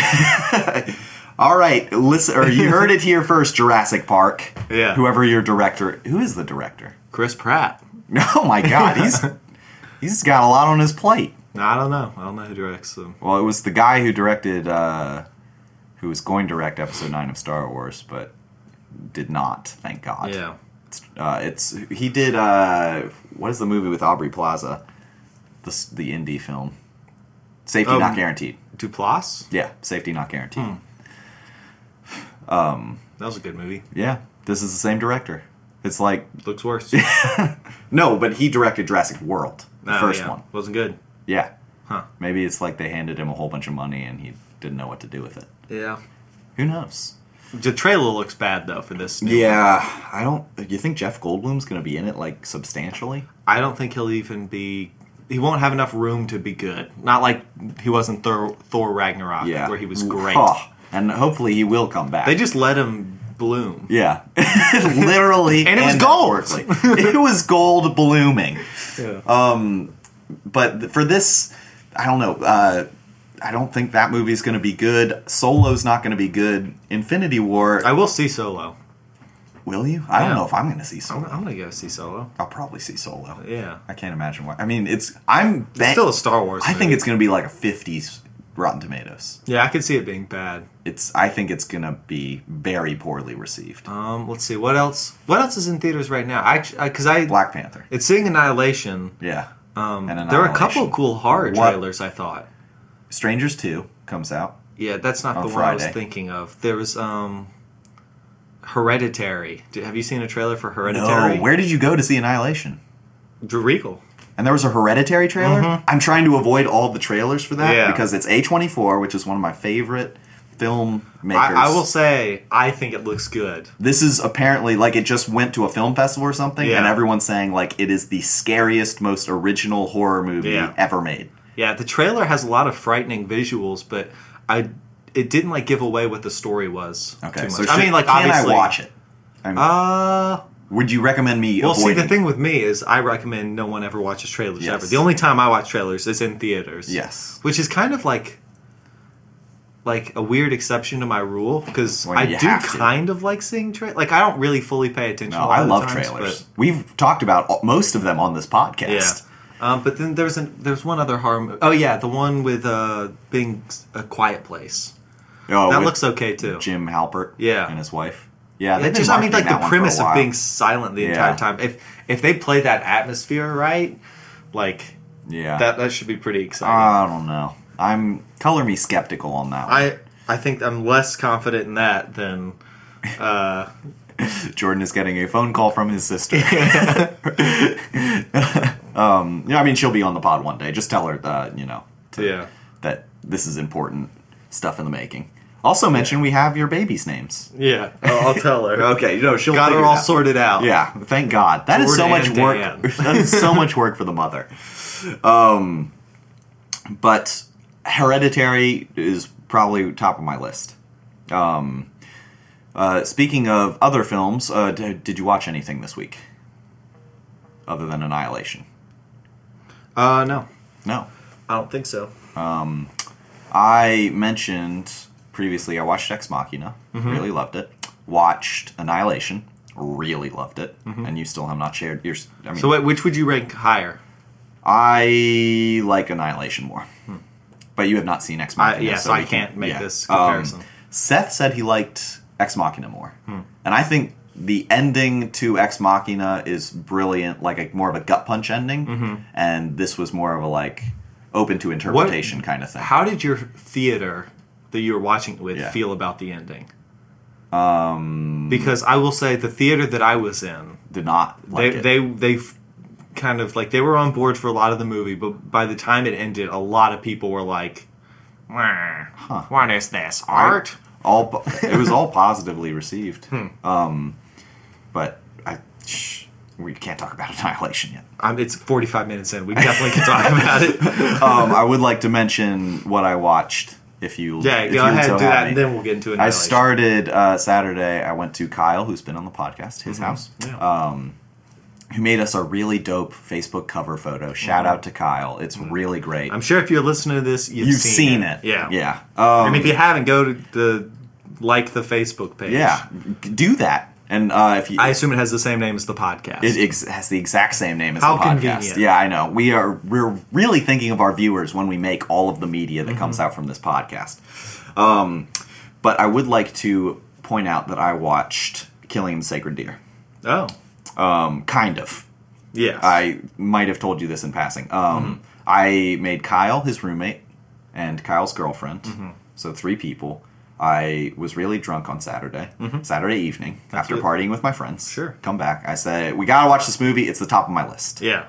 Speaker 2: All right, listen, or you heard it here first, Jurassic Park.
Speaker 1: Yeah.
Speaker 2: Whoever your director, who is the director?
Speaker 1: Chris Pratt.
Speaker 2: Oh my God, he's he's got a lot on his plate.
Speaker 1: No, I don't know. I don't know who directs them.
Speaker 2: Well, it was the guy who directed, uh, who was going to direct Episode Nine of Star Wars, but did not. Thank God.
Speaker 1: Yeah.
Speaker 2: Uh, it's he did uh, what is the movie with Aubrey Plaza, the s- the indie film, Safety
Speaker 1: Um, hmm.
Speaker 2: Not Guaranteed.
Speaker 1: Duplass.
Speaker 2: Yeah, Safety Not Guaranteed.
Speaker 1: That was a good movie.
Speaker 2: Yeah, this is the same director. It's like
Speaker 1: Looks worse.
Speaker 2: no, but he directed Jurassic World, the
Speaker 1: No,
Speaker 2: first
Speaker 1: Oh, yeah.
Speaker 2: one.
Speaker 1: wasn't good.
Speaker 2: Yeah,
Speaker 1: Huh.
Speaker 2: maybe it's like they handed him a whole bunch of money and he didn't know what to do with it.
Speaker 1: Yeah.
Speaker 2: Who knows?
Speaker 1: The trailer looks bad though for this. new-
Speaker 2: Yeah, I don't. You think Jeff Goldblum's gonna be in it like substantially?
Speaker 1: I don't think he'll even be. He won't have enough room to be good. Not like he was in Thor, Thor Ragnarok,
Speaker 2: Yeah,
Speaker 1: Uh, where he was great.
Speaker 2: Oh, and hopefully he will come back.
Speaker 1: They just let him bloom.
Speaker 2: Yeah, literally,
Speaker 1: And it was gold.
Speaker 2: metaphorically. it was gold blooming.
Speaker 1: Yeah.
Speaker 2: But th- for this, I don't know. Uh, I don't think that movie's going to be good. Solo's not going to be good. Infinity War,
Speaker 1: I will see Solo.
Speaker 2: will you? I don't
Speaker 1: Yeah.
Speaker 2: know if I'm going to see
Speaker 1: I'm,
Speaker 2: Solo.
Speaker 1: I'm gonna go see Solo.
Speaker 2: I'll probably see Solo.
Speaker 1: Yeah,
Speaker 2: I can't imagine why. I mean, it's I'm bet-
Speaker 1: still a Star Wars.
Speaker 2: I think
Speaker 1: movie.
Speaker 2: it's going to be like a 50s Rotten Tomatoes.
Speaker 1: Yeah, I could see it being bad.
Speaker 2: It's I think it's going to be very poorly received.
Speaker 1: Um, let's see what else. What else is in theaters right now? I because I,
Speaker 2: Black Panther.
Speaker 1: it's seeing Annihilation.
Speaker 2: Yeah.
Speaker 1: Um,
Speaker 2: And
Speaker 1: there are a couple
Speaker 2: Annihilation.
Speaker 1: cool horror
Speaker 2: What-
Speaker 1: trailers. I thought.
Speaker 2: Strangers 2 comes out.
Speaker 1: Yeah, that's not
Speaker 2: On
Speaker 1: the one I
Speaker 2: Friday.
Speaker 1: was thinking of. There was um, Hereditary. Did, have you seen a trailer for Hereditary?
Speaker 2: No, where did you go to see Annihilation?
Speaker 1: Drew Regal.
Speaker 2: And there was a Hereditary trailer. I'm trying to avoid all the trailers for that
Speaker 1: Mm-hmm. Yeah.
Speaker 2: because it's A24, which is one of my favorite film makers.
Speaker 1: I, I will say, I think it looks good.
Speaker 2: This is apparently like it just went to a film festival or something, and
Speaker 1: Yeah.
Speaker 2: everyone's saying like it is the scariest, most original horror movie
Speaker 1: Yeah.
Speaker 2: ever made.
Speaker 1: Yeah, the trailer has a lot of frightening visuals, but I it didn't like give away what the story was.
Speaker 2: Okay,
Speaker 1: too much.
Speaker 2: so
Speaker 1: I
Speaker 2: should-
Speaker 1: mean, like
Speaker 2: can
Speaker 1: obviously,
Speaker 2: I watch it? I mean,
Speaker 1: Uh,
Speaker 2: would you recommend me?
Speaker 1: well, see,
Speaker 2: avoiding
Speaker 1: the thing with me is I recommend no one ever watches trailers
Speaker 2: Yes.
Speaker 1: ever. The only time I watch trailers is in theaters.
Speaker 2: Yes.
Speaker 1: which is kind of like like a weird exception to my rule because
Speaker 2: Well,
Speaker 1: I
Speaker 2: you
Speaker 1: do
Speaker 2: have to.
Speaker 1: kind of like seeing trailers. Like I don't really fully pay attention. a
Speaker 2: No,
Speaker 1: lot
Speaker 2: I
Speaker 1: of
Speaker 2: love
Speaker 1: the times,
Speaker 2: trailers.
Speaker 1: but-
Speaker 2: We've talked about all- most of them on this
Speaker 1: Yeah.
Speaker 2: podcast.
Speaker 1: Um, but then there's an, there's one other horror. Mo- oh yeah, the one with uh, being s- a quiet place.
Speaker 2: Oh,
Speaker 1: That
Speaker 2: with
Speaker 1: looks okay too.
Speaker 2: Jim Halpert.
Speaker 1: Yeah.
Speaker 2: and his wife. Yeah,
Speaker 1: It
Speaker 2: they've been
Speaker 1: just I mean like
Speaker 2: marketing that
Speaker 1: the
Speaker 2: one for a
Speaker 1: premise of
Speaker 2: while.
Speaker 1: being silent the
Speaker 2: Yeah.
Speaker 1: entire time. If if they play that atmosphere right, like
Speaker 2: yeah Uh,
Speaker 1: that that should be pretty exciting.
Speaker 2: I don't know. I'm color me skeptical on that. One.
Speaker 1: I I think I'm less confident in that than
Speaker 2: Jordan is getting a phone call from his sister. um, yeah, I mean, she'll be on the pod one day. Just tell her that you know to-
Speaker 1: yeah.
Speaker 2: that this is important stuff in the making. Also, mention we have your babies' names.
Speaker 1: Yeah, I'll, I'll tell her.
Speaker 2: Okay, you know she'll
Speaker 1: Got her
Speaker 2: figure it
Speaker 1: all
Speaker 2: out.
Speaker 1: sorted out.
Speaker 2: Yeah, thank God. That is so much
Speaker 1: Jordan and
Speaker 2: work. that is so much work for the mother. Um, but Hereditary is probably top of my list. Um, uh, speaking of other films, uh, d- did you watch anything this week other than Annihilation?
Speaker 1: Uh, no,
Speaker 2: No.
Speaker 1: I don't think so.
Speaker 2: I mentioned previously I watched Ex Machina,
Speaker 1: Mm-hmm.
Speaker 2: really loved it. Watched Annihilation, really loved it. And you still have not shared your. I mean,
Speaker 1: Mm-hmm. So, wait, which would you rank higher?
Speaker 2: I like Annihilation more, but you have not seen Ex Machina,
Speaker 1: Hmm. I- yeah, so
Speaker 2: we
Speaker 1: I can't make this
Speaker 2: Um,
Speaker 1: comparison. Hmm.
Speaker 2: Seth said he liked Ex Machina more, and I think the ending to Ex Machina is brilliant, like a more of a gut punch ending,
Speaker 1: Mm-hmm.
Speaker 2: and this was more of a like open to interpretation kind of thing.
Speaker 1: How did your theater that you were watching it with
Speaker 2: Yeah.
Speaker 1: feel about the ending? Um, because I will say the theater that I was in,
Speaker 2: Did not like
Speaker 1: they,
Speaker 2: it.
Speaker 1: they they f- kind of like they were on board for a lot of the movie, but by the time it ended, a lot of people were like, "Meh, "What is this art?"
Speaker 2: all po- it was all positively received.
Speaker 1: Hmm.
Speaker 2: Um, but I shh, we can't talk about Annihilation yet.
Speaker 1: Um, it's forty five minutes in. We definitely can talk about it.
Speaker 2: um, I would like to mention what I watched. If you
Speaker 1: Yeah,
Speaker 2: if
Speaker 1: go
Speaker 2: you would
Speaker 1: ahead
Speaker 2: so
Speaker 1: do
Speaker 2: have
Speaker 1: that,
Speaker 2: me.
Speaker 1: and then we'll get into it.
Speaker 2: I started uh, Saturday. I went to Kyle, who's been on the podcast, his house,
Speaker 1: Mm-hmm.
Speaker 2: um,
Speaker 1: Yeah.
Speaker 2: who made us a really dope Facebook cover photo. Shout out to Kyle. It's really great.
Speaker 1: I'm sure if you're listening to this, Mm-hmm. you've,
Speaker 2: You've seen, it.
Speaker 1: Yeah,
Speaker 2: yeah. Um,
Speaker 1: And if you haven't, go to the like the Facebook page.
Speaker 2: Um, yeah. Do that, and uh, if you,
Speaker 1: I assume it has the same name as the podcast.
Speaker 2: It ex- has the exact same name as
Speaker 1: How
Speaker 2: the podcast.
Speaker 1: convenient.
Speaker 2: Yeah, I know. We are we're really thinking of our viewers when we make all of the media that
Speaker 1: Mm-hmm.
Speaker 2: comes out from this podcast. Um, but I would like to point out that I watched Killing the Sacred Deer.
Speaker 1: oh,
Speaker 2: Um, kind of.
Speaker 1: yes.
Speaker 2: I might have told you this in passing.
Speaker 1: Mm-hmm.
Speaker 2: Um, I made Kyle his roommate and Kyle's girlfriend,
Speaker 1: Mm-hmm.
Speaker 2: so three people. I was really drunk on Saturday, Saturday evening, after
Speaker 1: Mm-hmm. good.
Speaker 2: partying with my friends.
Speaker 1: Sure.
Speaker 2: Come back. I said, We gotta watch this movie. It's the top of my list.
Speaker 1: yeah.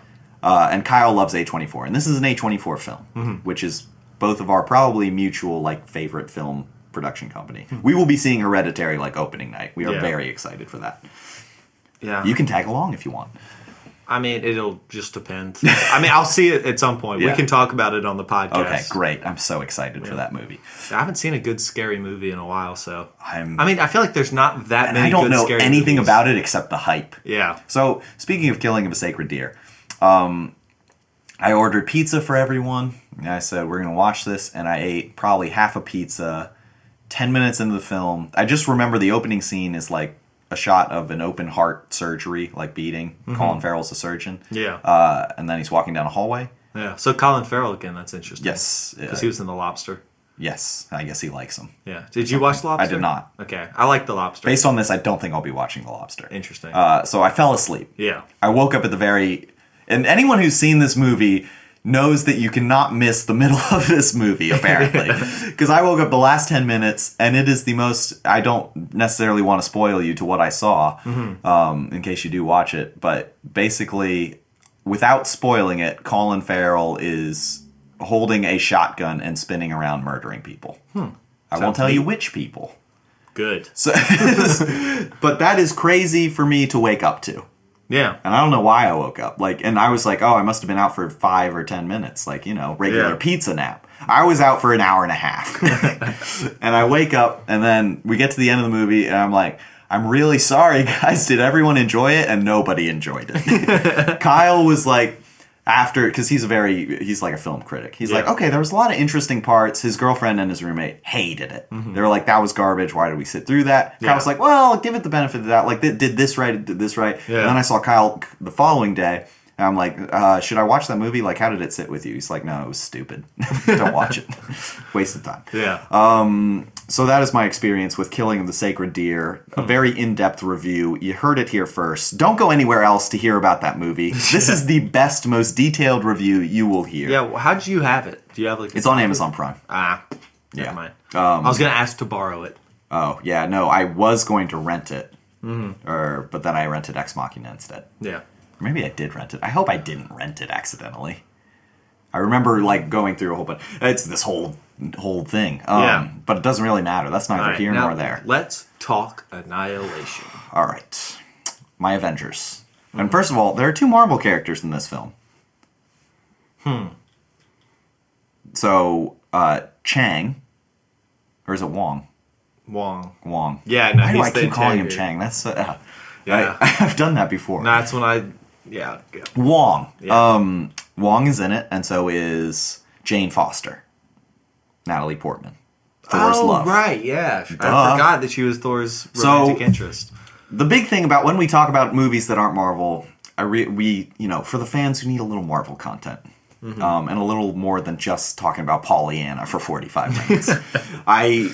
Speaker 2: Uh, and Kyle loves A24. And this is an A24 film,
Speaker 1: Mm-hmm.
Speaker 2: which is both of our probably mutual like favorite film production company. We will be seeing Hereditary like opening night. We are
Speaker 1: Hmm. Yeah.
Speaker 2: very excited for that.
Speaker 1: Yeah.
Speaker 2: You can tag along if you want.
Speaker 1: I mean, it'll just depend. I mean, I'll see it at some point.
Speaker 2: Yeah.
Speaker 1: We can talk about it on the podcast.
Speaker 2: Okay, great. I'm so excited for that movie.
Speaker 1: I haven't seen a good scary movie in a while, so
Speaker 2: I'm-
Speaker 1: I mean, I feel like there's not that
Speaker 2: and
Speaker 1: many.
Speaker 2: I don't
Speaker 1: good
Speaker 2: know
Speaker 1: scary
Speaker 2: anything
Speaker 1: movies.
Speaker 2: about it except the hype.
Speaker 1: Yeah.
Speaker 2: So, speaking of killing of a sacred deer, um, I ordered pizza for everyone. And I said, we're going to watch this. And I ate probably half a pizza 10 minutes into the film. I just remember the opening scene is like a shot of an open heart surgery, like beating. Colin Farrell's a surgeon.
Speaker 1: Mm-hmm. Yeah.
Speaker 2: Uh, and then he's walking down a hallway.
Speaker 1: Yeah. So Colin Farrell again. That's interesting.
Speaker 2: Yes.
Speaker 1: Because
Speaker 2: uh,
Speaker 1: he was in The Lobster.
Speaker 2: yes. I guess he likes him.
Speaker 1: Yeah. Did you watch The Lobster?
Speaker 2: did not.
Speaker 1: Okay. I like The Lobster.
Speaker 2: Based on this, I don't think I'll be watching The Lobster.
Speaker 1: Interesting.
Speaker 2: Uh, so I fell asleep.
Speaker 1: yeah.
Speaker 2: I woke up at the very and anyone who's seen this movie knows that you cannot miss the middle of this movie apparently because I woke up the last 10 minutes and it is the most I don't necessarily want to spoil you to what I saw um, in case you do watch it but basically without spoiling it Colin Farrell is holding a shotgun and spinning around murdering people I won't tell you which people
Speaker 1: Good.
Speaker 2: so but that is crazy for me to wake up to
Speaker 1: Yeah.
Speaker 2: and I don't know why I woke up. Like, and I was like, oh, I must have been out for five or ten minutes, like you know, regular
Speaker 1: Yeah.
Speaker 2: pizza nap. I was out for an hour and a half, and I wake up, and then we get to the end of the movie, and I'm like, I'm really sorry, guys. Did everyone enjoy it? And nobody enjoyed it. Kyle was like. After, because he's a very, he's like a film critic. He's like,
Speaker 1: Yeah.
Speaker 2: okay, there was a lot of interesting parts. His girlfriend and his roommate hated it. They were like, that was garbage. Why did we sit through that?
Speaker 1: Mm-hmm. Yeah.
Speaker 2: Kyle's like, well, give it the benefit of that. Like, they did this right, it did this right.
Speaker 1: Yeah.
Speaker 2: And then I saw Kyle c- the following day. And I'm like, uh, should I watch that movie? Like, how did it sit with you? He's like, no, it was stupid. Don't watch it. Waste of time.
Speaker 1: Yeah.
Speaker 2: so that is my experience with Killing of the Sacred Deer. A very in-depth review. You heard it here first. Don't go anywhere else to hear about that movie. This is the best, most detailed review you will hear.
Speaker 1: Yeah, well, how did you have it? Do you have like? a-
Speaker 2: It's on Amazon Prime.
Speaker 1: Ah, yeah.
Speaker 2: Yeah.
Speaker 1: Never
Speaker 2: Um,
Speaker 1: mind. I was gonna ask to borrow it.
Speaker 2: Oh yeah, no, I was going to rent it, or but then I rented Ex Machina instead.
Speaker 1: Yeah.
Speaker 2: Or Maybe I did rent it. I hope I didn't rent it accidentally. I remember like going through a whole bunch. It's this whole whole thing. Um,
Speaker 1: Yeah.
Speaker 2: But it doesn't really matter. That's neither
Speaker 1: All right,
Speaker 2: here
Speaker 1: now
Speaker 2: nor there.
Speaker 1: Let's talk annihilation.
Speaker 2: All right. My Avengers. And first of all, there are two Marvel characters in this film. Hmm. So uh, Chang, or is it Wong?
Speaker 1: Wong.
Speaker 2: Wong.
Speaker 1: Yeah, no,
Speaker 2: Why
Speaker 1: he's
Speaker 2: do I
Speaker 1: the
Speaker 2: keep calling him
Speaker 1: integrity.
Speaker 2: Chang? That's uh,
Speaker 1: Yeah.
Speaker 2: I, have done that before.
Speaker 1: No, that's when I. Yeah. yeah.
Speaker 2: Wong.
Speaker 1: Yeah.
Speaker 2: Um, Wong is in it, and so is Jane Foster, Natalie Portman, Thor's
Speaker 1: oh,
Speaker 2: love.
Speaker 1: right. Yeah.
Speaker 2: Duh.
Speaker 1: I forgot that she was Thor's
Speaker 2: So-
Speaker 1: romantic interest.
Speaker 2: The big thing about when we talk about movies that aren't Marvel, I re- we you know for the fans who need a little Marvel content. Um, and a little more than just talking about Pollyanna for 45 minutes. I,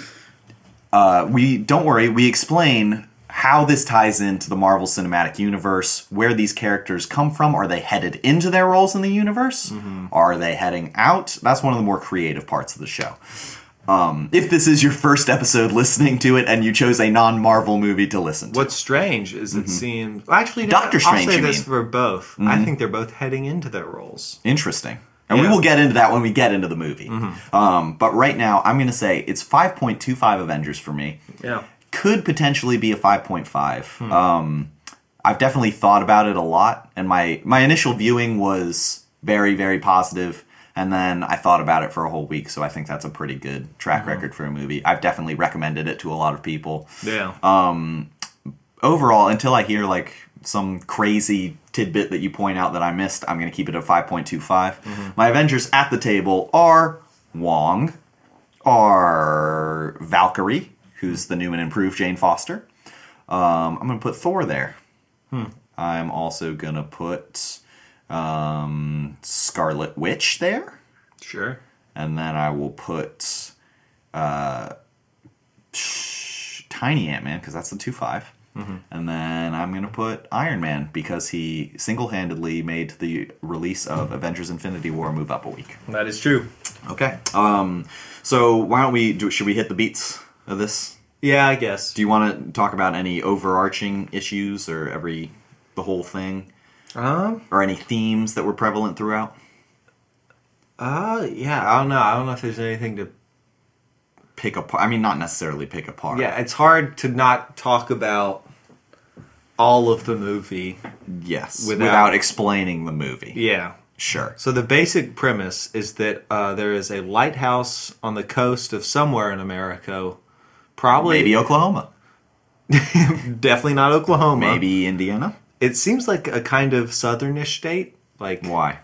Speaker 2: uh, we don't worry. We explain how this ties into the Marvel Cinematic Universe, where these characters come from. Are they headed into their roles in the universe? Are they heading out? That's one of the more creative parts of the show. Um, if this is your first episode listening to it and you chose a non-Marvel movie to listen to,
Speaker 1: What's strange is it seems actually no,
Speaker 2: Mm-hmm. Doctor Strange,
Speaker 1: I'll say
Speaker 2: you
Speaker 1: this
Speaker 2: mean. Mm-hmm.
Speaker 1: for both. I think they're both heading into their roles.
Speaker 2: Interesting. And we
Speaker 1: Yeah.
Speaker 2: will get into that when we get into the movie. Um, but right now, I'm going to say it's 5.25 Avengers for me.
Speaker 1: Yeah.
Speaker 2: Could potentially be a 5.5. Um, I've definitely thought about it a lot, and my my initial viewing was very very positive, and then I thought about it for a whole week. So I think that's a pretty good track record for a movie. I've definitely recommended it to a lot of people
Speaker 1: Yeah.
Speaker 2: Uh, overall, until I hear like some crazy tidbit that you point out that I missed, I'm going to keep it at 5.25. My Avengers at the table are Wong, are Valkyrie, who's the new and improved Jane Foster. Um, I'm going to put Thor there. I'm also going to put um, Scarlet Witch there
Speaker 1: sure.
Speaker 2: and then I will put uh, sh- Tiny Ant Man because that's the two five. And then I'm gonna put Iron Man because he single-handedly made the release of Avengers: Infinity War move up a week.
Speaker 1: That is true.
Speaker 2: Okay. Um. So why don't we do? Should we hit the beats of this?
Speaker 1: Yeah, I guess.
Speaker 2: Do you want to talk about any overarching issues or every the whole thing
Speaker 1: um.
Speaker 2: or any themes that were prevalent throughout?
Speaker 1: Uh. Yeah. I don't know. I don't know if there's anything to.
Speaker 2: Pick apart. I mean, not necessarily pick apart.
Speaker 1: Yeah. It's hard to not talk about all of the movie.
Speaker 2: Yes.
Speaker 1: Without-
Speaker 2: without explaining the movie.
Speaker 1: Yeah.
Speaker 2: Sure.
Speaker 1: So the basic premise is that uh, there is a lighthouse on the coast of somewhere in America, probably
Speaker 2: Maybe Oklahoma.
Speaker 1: definitely not Oklahoma.
Speaker 2: Maybe Indiana.
Speaker 1: it seems like a kind of southernish state, like
Speaker 2: Why?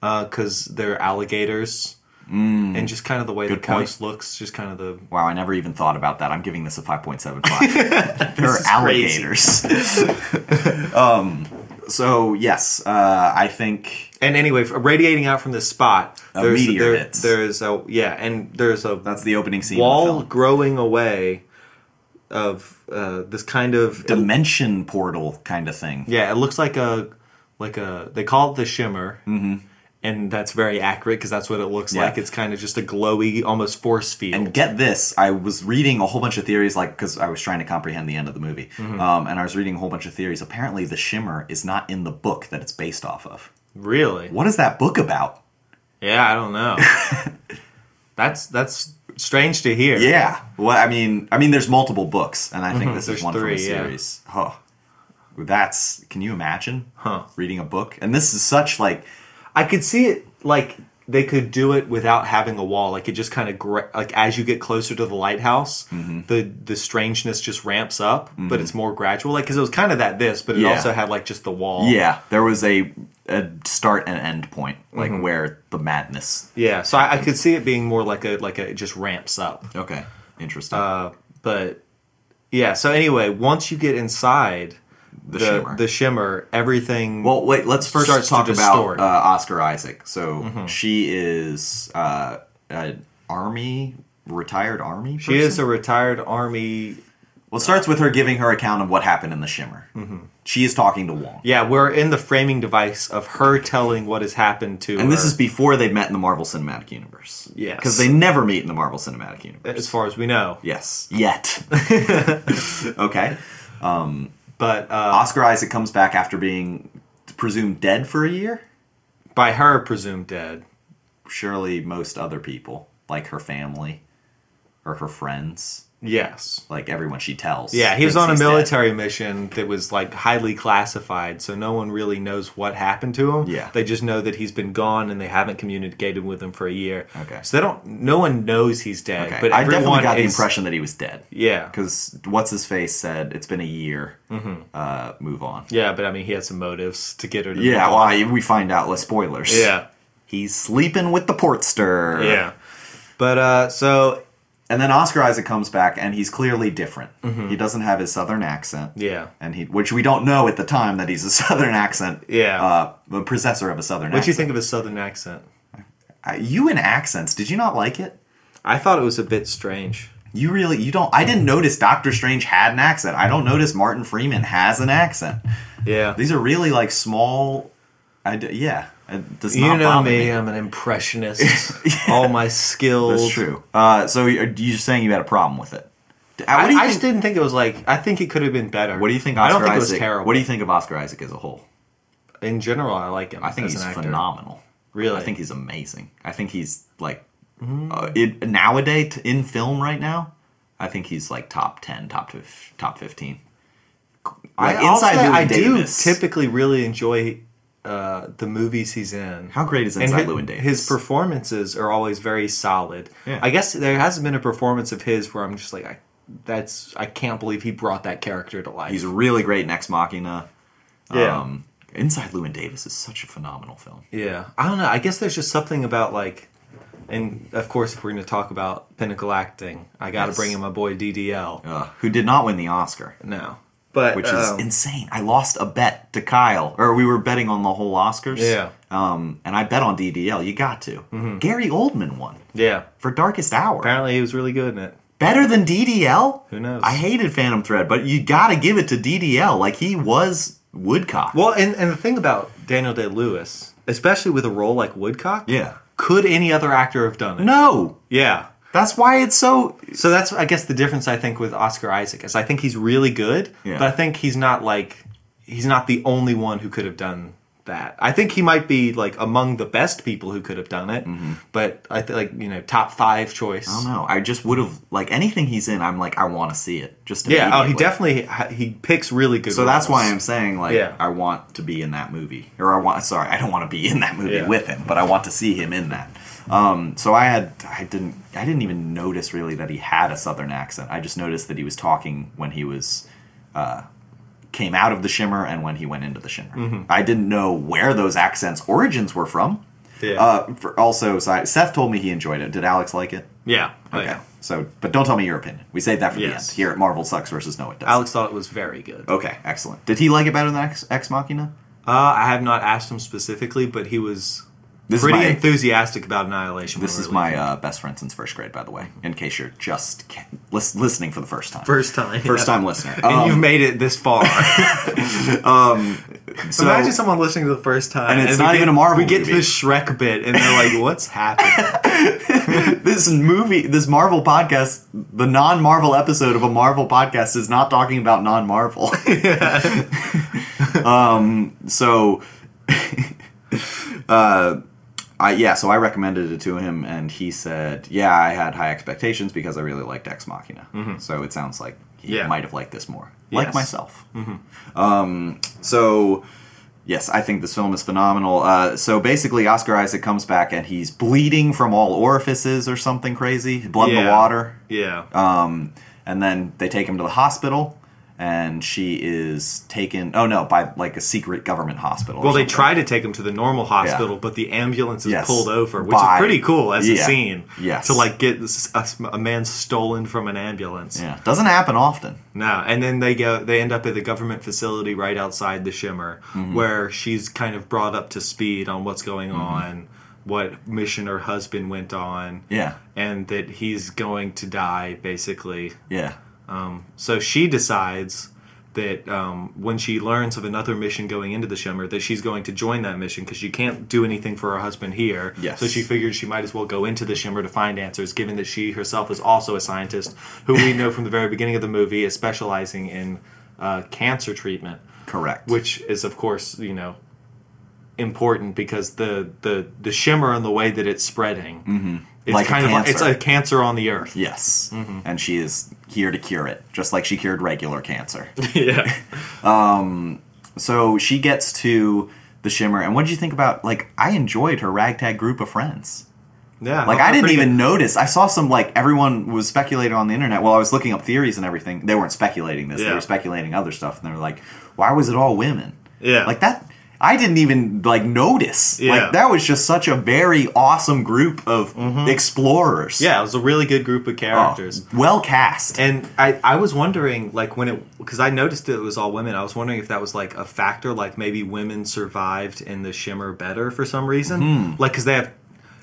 Speaker 1: because there are alligators and just kind of the way the
Speaker 2: Mm. Good point.
Speaker 1: coast looks, just kind of the
Speaker 2: Wow, I never even thought about that. I'm giving this a 5.75. there are
Speaker 1: is crazy.
Speaker 2: alligators. um, so, yes, uh, I think
Speaker 1: and anyway, f- radiating out from this spot,
Speaker 2: A
Speaker 1: there's
Speaker 2: meteor
Speaker 1: there-
Speaker 2: hits.
Speaker 1: there's a yeah, and there's a
Speaker 2: that's the opening scene. of the
Speaker 1: wall
Speaker 2: film.
Speaker 1: growing away of uh, this kind of
Speaker 2: Dimension portal kind of thing.
Speaker 1: Yeah, it looks like a like a they call it the shimmer, mm-hmm. and that's very accurate because that's what it looks
Speaker 2: Yeah.
Speaker 1: like. It's kind of just a glowy, almost force field.
Speaker 2: And get this, I was reading a whole bunch of theories, like, because I was trying to comprehend the end of the movie.
Speaker 1: Mm-hmm.
Speaker 2: Um, and I was reading a whole bunch of theories. Apparently, The Shimmer is not in the book that it's based off of.
Speaker 1: really?
Speaker 2: What is that book about?
Speaker 1: Yeah, I don't know. that's that's strange to hear.
Speaker 2: Yeah. Well, I mean, I mean, there's multiple books, and I think this is
Speaker 1: Mm-hmm. There's
Speaker 2: one from a
Speaker 1: three, yeah.
Speaker 2: series. Huh. That's can you imagine?
Speaker 1: Huh.
Speaker 2: Reading a book, and this is such like
Speaker 1: I could see it like they could do it without having a wall. Like it just kind of gra- like as you get closer to the lighthouse,
Speaker 2: Mm-hmm.
Speaker 1: the the strangeness just ramps up, but it's more gradual. Like because it was kind of that this, but it
Speaker 2: Yeah.
Speaker 1: also had like just the wall.
Speaker 2: yeah, there was a a start and end point, like
Speaker 1: Mm-hmm.
Speaker 2: where the madness.
Speaker 1: Yeah, so I, I could see it being more like a like a it just ramps up.
Speaker 2: Okay, interesting.
Speaker 1: Uh, but yeah, so anyway, once you get inside
Speaker 2: the,
Speaker 1: the
Speaker 2: shimmer.
Speaker 1: the shimmer, everything.
Speaker 2: well, wait. Let's first
Speaker 1: starts to
Speaker 2: talk about
Speaker 1: distort. Mm-hmm.
Speaker 2: uh, Oscar Isaac. So she is uh, an army retired army.
Speaker 1: She is a retired army.
Speaker 2: Well, it starts with her giving her account of what happened in the Shimmer.
Speaker 1: Mm-hmm.
Speaker 2: She is talking to Wong,
Speaker 1: Yeah, we're in the framing device of her telling what has happened to
Speaker 2: and this
Speaker 1: her,
Speaker 2: is before they've met in the Marvel Cinematic Universe.
Speaker 1: Yes. Uh,
Speaker 2: because they never meet in the Marvel Cinematic Universe.
Speaker 1: as far as we know.
Speaker 2: Yes, yet. okay.
Speaker 1: But uh,
Speaker 2: Oscar Isaac comes back after being presumed dead for a year.
Speaker 1: by her presumed dead.
Speaker 2: Surely most other people, like her family or her friends,
Speaker 1: Yes.
Speaker 2: like everyone she tells.
Speaker 1: Yeah, he was
Speaker 2: thinks
Speaker 1: on a
Speaker 2: he's dead.
Speaker 1: military mission that was like highly classified, so no one really knows what happened to him.
Speaker 2: Yeah.
Speaker 1: They just know that he's been gone and they haven't communicated with him for a year.
Speaker 2: Okay.
Speaker 1: So they don't no one knows he's dead.
Speaker 2: Okay.
Speaker 1: But
Speaker 2: I definitely
Speaker 1: everyone
Speaker 2: got the
Speaker 1: is-
Speaker 2: impression that he was dead.
Speaker 1: Yeah.
Speaker 2: Because what's his face said it's been a year.
Speaker 1: Mm-hmm.
Speaker 2: Uh, move on.
Speaker 1: Yeah, but I mean he had some motives to get her to
Speaker 2: Yeah.
Speaker 1: move on.
Speaker 2: Why we find out less spoilers.
Speaker 1: Yeah.
Speaker 2: He's sleeping with the portster.
Speaker 1: Yeah. But uh so
Speaker 2: And then Oscar Isaac comes back, and he's clearly different. He doesn't have his southern accent.
Speaker 1: Mm-hmm. yeah.
Speaker 2: and he, which we don't know at the time that he's a southern accent,
Speaker 1: Yeah.
Speaker 2: uh, a possessor of a southern.
Speaker 1: What'd you
Speaker 2: accent.
Speaker 1: think of his southern accent?
Speaker 2: Uh, you and accents? Did you not like it?
Speaker 1: I thought it was a bit strange.
Speaker 2: You really, you don't. I didn't notice Doctor Strange had an accent. I don't notice Martin Freeman has an accent.
Speaker 1: Yeah.
Speaker 2: These are really like small. I d- yeah, it does
Speaker 1: You
Speaker 2: not
Speaker 1: know
Speaker 2: bother
Speaker 1: me, I'm an impressionist. All my skills.
Speaker 2: That's true. Uh, so you're, you're saying you had a problem with it? D- What
Speaker 1: I,
Speaker 2: do you
Speaker 1: I
Speaker 2: think?
Speaker 1: just didn't think it was like. I think it could have been better.
Speaker 2: what do you think?
Speaker 1: I
Speaker 2: Oscar
Speaker 1: don't think
Speaker 2: Isaac,
Speaker 1: it was terrible.
Speaker 2: What do you think of Oscar Isaac as a whole?
Speaker 1: In general, I like him.
Speaker 2: I think
Speaker 1: as
Speaker 2: he's
Speaker 1: an actor.
Speaker 2: phenomenal.
Speaker 1: Really?
Speaker 2: I think he's amazing. I think he's like uh, it, nowadays t- in film right now. I think he's like top ten, top fif- top fifteen. Like
Speaker 1: I, inside
Speaker 2: Louis
Speaker 1: I
Speaker 2: Davis.
Speaker 1: do typically really enjoy uh, the movies he's in.
Speaker 2: How great is
Speaker 1: and
Speaker 2: inside
Speaker 1: hi-
Speaker 2: Lewin Davis?
Speaker 1: his performances are always very solid.
Speaker 2: Yeah.
Speaker 1: I guess there hasn't been a performance of his where I'm just like, I, that's I can't believe he brought that character to life.
Speaker 2: he's really great in Ex Machina.
Speaker 1: Yeah.
Speaker 2: Um, Inside Lewin Davis is such a phenomenal film.
Speaker 1: Yeah, I don't know. I guess there's just something about like, and of course, if we're going to talk about pinnacle acting, I got to
Speaker 2: Yes.
Speaker 1: bring in my boy DDL.
Speaker 2: Uh, who did not win the Oscar,
Speaker 1: No, but
Speaker 2: which
Speaker 1: um,
Speaker 2: is insane. I lost a bet to Kyle, or we were betting on the whole Oscars.
Speaker 1: Yeah. Mm-hmm.
Speaker 2: Um, and I bet on DDL. You got to. Gary Oldman won
Speaker 1: yeah.
Speaker 2: for Darkest Hour.
Speaker 1: Apparently, he was really good in it.
Speaker 2: better than DDL?
Speaker 1: Who knows?
Speaker 2: I hated Phantom Thread, but you gotta give it to DDL. Like he was Woodcock.
Speaker 1: Well, and and the thing about Daniel Day Lewis, especially with a role like Woodcock,
Speaker 2: Yeah.
Speaker 1: could any other actor have done it?
Speaker 2: No,
Speaker 1: Yeah.
Speaker 2: that's why it's so.
Speaker 1: So that's I guess the difference I think with Oscar Isaac is I think he's really good,
Speaker 2: Yeah.
Speaker 1: but I think he's not like he's not the only one who could have done that. I think he might be like among the best people who could have done it,
Speaker 2: Mm-hmm.
Speaker 1: but I think like you know top five choice.
Speaker 2: I don't know. I just would have like anything he's in. I'm like, I want to see it. Just
Speaker 1: yeah, oh, he
Speaker 2: immediately.
Speaker 1: definitely he picks really good.
Speaker 2: So that's why
Speaker 1: roles.
Speaker 2: I'm saying like
Speaker 1: Yeah.
Speaker 2: I want to be in that movie, or I want. Sorry, I don't want to be in that movie
Speaker 1: Yeah.
Speaker 2: with him, but I want to see him in that. Um, so I had I didn't I didn't even notice really that he had a southern accent. I just noticed that he was talking when he was uh, came out of the shimmer and when he went into the shimmer.
Speaker 1: Mm-hmm.
Speaker 2: I didn't know where those accents origins were from.
Speaker 1: yeah
Speaker 2: Uh, for, also, so Seth told me he enjoyed it. Did Alex like it?
Speaker 1: yeah Oh,
Speaker 2: Okay.
Speaker 1: yeah.
Speaker 2: So, but don't tell me your opinion. We saved that for
Speaker 1: Yes.
Speaker 2: the end. Here at Marvel sucks versus No It Doesn't.
Speaker 1: Alex thought it was very good.
Speaker 2: Okay, excellent. Did he like it better than Ex, Ex Machina?
Speaker 1: Uh, I have not asked him specifically, but he was
Speaker 2: This is
Speaker 1: pretty
Speaker 2: my-
Speaker 1: enthusiastic about Annihilation.
Speaker 2: This
Speaker 1: when
Speaker 2: is
Speaker 1: we
Speaker 2: my
Speaker 1: released
Speaker 2: uh, best friend since first grade, by the way, in case you're just ca- lis- listening for the first time.
Speaker 1: it. first time.
Speaker 2: First
Speaker 1: yeah.
Speaker 2: time listener.
Speaker 1: And
Speaker 2: Um,
Speaker 1: you've made it this far.
Speaker 2: so,
Speaker 1: Imagine someone listening to the first time,
Speaker 2: And it's
Speaker 1: we
Speaker 2: not
Speaker 1: get-
Speaker 2: even a Marvel
Speaker 1: We get to
Speaker 2: movie.
Speaker 1: the Shrek bit, and they're like, "What's happening?"
Speaker 2: this movie, this Marvel podcast, the non Marvel episode of a Marvel podcast is not talking about non Marvel. um, so, uh, I, yeah, so I recommended it to him, and he said, Yeah, I had high expectations because I really liked Ex Machina. So it sounds like he
Speaker 1: Mm-hmm. Yeah.
Speaker 2: might have liked this more, like
Speaker 1: Yes. Mm-hmm.
Speaker 2: myself. Um, so. Yes, I think this film is phenomenal. Uh, so basically, Oscar Isaac comes back and he's bleeding from all orifices or something crazy, blood in the
Speaker 1: Yeah.
Speaker 2: water.
Speaker 1: Yeah,
Speaker 2: Um, and then they take him to the hospital, and she is taken. Oh no, by like a secret government hospital. or
Speaker 1: well, they
Speaker 2: something.
Speaker 1: try to take him to the normal hospital, but the ambulance is
Speaker 2: Yes.
Speaker 1: pulled over, which
Speaker 2: By-
Speaker 1: is pretty cool as a
Speaker 2: Yeah.
Speaker 1: scene.
Speaker 2: Yes.
Speaker 1: to like get this- a, a man stolen from an ambulance.
Speaker 2: Yeah, doesn't happen often.
Speaker 1: No, and then they go. They end up at the government facility
Speaker 2: Mm-hmm.
Speaker 1: right outside the Shimmer, where she's kind of brought up to speed on what's going on. what mission her husband went on,
Speaker 2: Yeah.
Speaker 1: and that he's going to die basically.
Speaker 2: Yeah.
Speaker 1: So she decides that um, when she learns of another mission going into the Shimmer, that she's going to join that mission because she can't do anything for her husband here.
Speaker 2: Yes.
Speaker 1: So she figured she might as well go into the Shimmer to find answers, given that she herself is also a scientist who we know from the very beginning of the movie is specializing in uh, cancer treatment,
Speaker 2: Correct.
Speaker 1: which is, of course, you know. Important because the the the shimmer and the way that it's spreading, it's
Speaker 2: Mm-hmm. Like a
Speaker 1: kind of like, it's
Speaker 2: cancer.
Speaker 1: a cancer on the earth.
Speaker 2: yes.
Speaker 1: Mm-hmm.
Speaker 2: And she is here to cure it, just like she cured regular cancer.
Speaker 1: yeah,
Speaker 2: so she gets to the Shimmer, and what did you think about? Like, I enjoyed her ragtag group of friends.
Speaker 1: yeah.
Speaker 2: Like I
Speaker 1: Oh, Pretty
Speaker 2: didn't
Speaker 1: good.
Speaker 2: even notice. I saw some like everyone was speculating on the internet. While I was looking up theories and everything, they weren't speculating this. They
Speaker 1: Yeah.
Speaker 2: were speculating other stuff, and they were like, "Why was it all women?"
Speaker 1: Yeah.
Speaker 2: like that. I didn't even like notice.
Speaker 1: Yeah. Mm-hmm.
Speaker 2: Like that was just such a very awesome group of explorers.
Speaker 1: Yeah, it was a really good group of
Speaker 2: Oh,
Speaker 1: characters.
Speaker 2: well cast.
Speaker 1: And I, I was wondering, like, when it, because I noticed it was all women, I was wondering if that was, like, a factor, like, maybe women survived in the Shimmer better for some reason.
Speaker 2: Hmm.
Speaker 1: Like, because they have,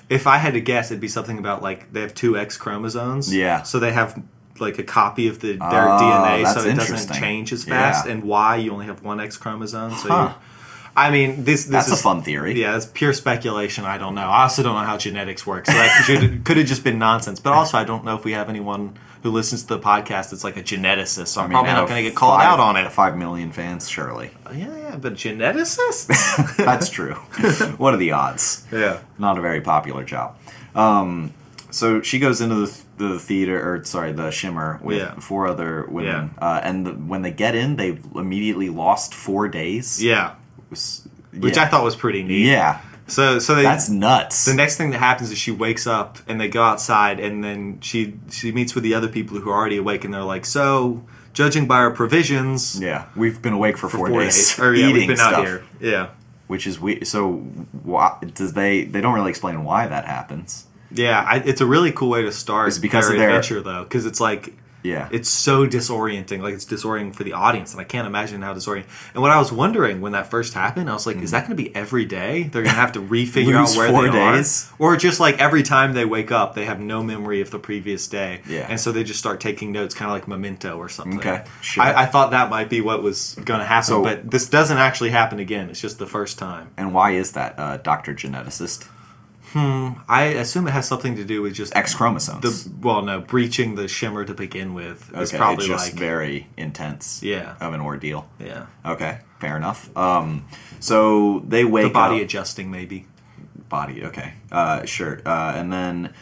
Speaker 1: if I had to guess, it'd be something about, like, they have two X chromosomes.
Speaker 2: Yeah.
Speaker 1: So they have, like, a copy of the, their
Speaker 2: Oh,
Speaker 1: DNA,
Speaker 2: that's
Speaker 1: so it doesn't
Speaker 2: interesting.
Speaker 1: change as fast.
Speaker 2: Yeah.
Speaker 1: And why you only have one X chromosome. So
Speaker 2: Huh.
Speaker 1: you, I mean, this, this
Speaker 2: That's
Speaker 1: is
Speaker 2: a fun theory.
Speaker 1: yeah, that's pure speculation. I don't know. I also don't know how genetics works. So that should, could have just been nonsense. But also, I don't know if we have anyone who listens to the podcast that's like a geneticist. So I'm
Speaker 2: I mean,
Speaker 1: probably
Speaker 2: out
Speaker 1: not
Speaker 2: of
Speaker 1: going to get called
Speaker 2: five-
Speaker 1: out on it.
Speaker 2: Five million fans, surely.
Speaker 1: Yeah, yeah, but geneticists.
Speaker 2: That's true. what are the odds?
Speaker 1: yeah,
Speaker 2: not a very popular job. Um, so she goes into the, the theater, or sorry, the Shimmer with
Speaker 1: Yeah.
Speaker 2: four other women, uh, and the, when they get in, they immediately lost four days.
Speaker 1: yeah.
Speaker 2: S-
Speaker 1: Which
Speaker 2: yeah.
Speaker 1: I thought was pretty neat.
Speaker 2: yeah,
Speaker 1: So, so they,
Speaker 2: that's nuts.
Speaker 1: the next thing that happens is she wakes up and they go outside and then she she meets with the other people who are already awake and they're like, so judging by our provisions,
Speaker 2: yeah, we've been awake for, four,
Speaker 1: four
Speaker 2: days,
Speaker 1: days, or yeah,
Speaker 2: eating
Speaker 1: we've been
Speaker 2: stuff,
Speaker 1: out here, yeah.
Speaker 2: which is we. So why does they? They don't really explain why that happens.
Speaker 1: Yeah, I, it's a really cool way to start.
Speaker 2: It's because
Speaker 1: their
Speaker 2: of their-
Speaker 1: adventure, though, because it's like
Speaker 2: Yeah,
Speaker 1: it's so disorienting. Like it's disorienting for the audience, and I can't imagine how disorienting. And what I was wondering when that first happened, I was like, is that going to be every day? They're going to have to refigure out
Speaker 2: Mm-hmm. Lose
Speaker 1: where
Speaker 2: four
Speaker 1: they
Speaker 2: days?
Speaker 1: are, or just like every time they wake up, they have no memory of the previous day.
Speaker 2: Yeah.
Speaker 1: and so they just start taking notes, kind of like Memento or something.
Speaker 2: Okay, sure.
Speaker 1: I, I thought that might be what was going to happen,
Speaker 2: So-
Speaker 1: but this doesn't actually happen again. It's just the first time.
Speaker 2: and why is that, uh, Doctor Geneticist?
Speaker 1: I assume it has something to do with just
Speaker 2: X chromosomes.
Speaker 1: the well no breaching the shimmer to begin with is
Speaker 2: okay,
Speaker 1: probably
Speaker 2: it's just
Speaker 1: like
Speaker 2: very intense.
Speaker 1: Yeah.
Speaker 2: of an ordeal.
Speaker 1: yeah
Speaker 2: Okay, fair enough. Um, so they wake
Speaker 1: the body
Speaker 2: up.
Speaker 1: adjusting maybe
Speaker 2: Body, okay, uh, sure. Uh, and then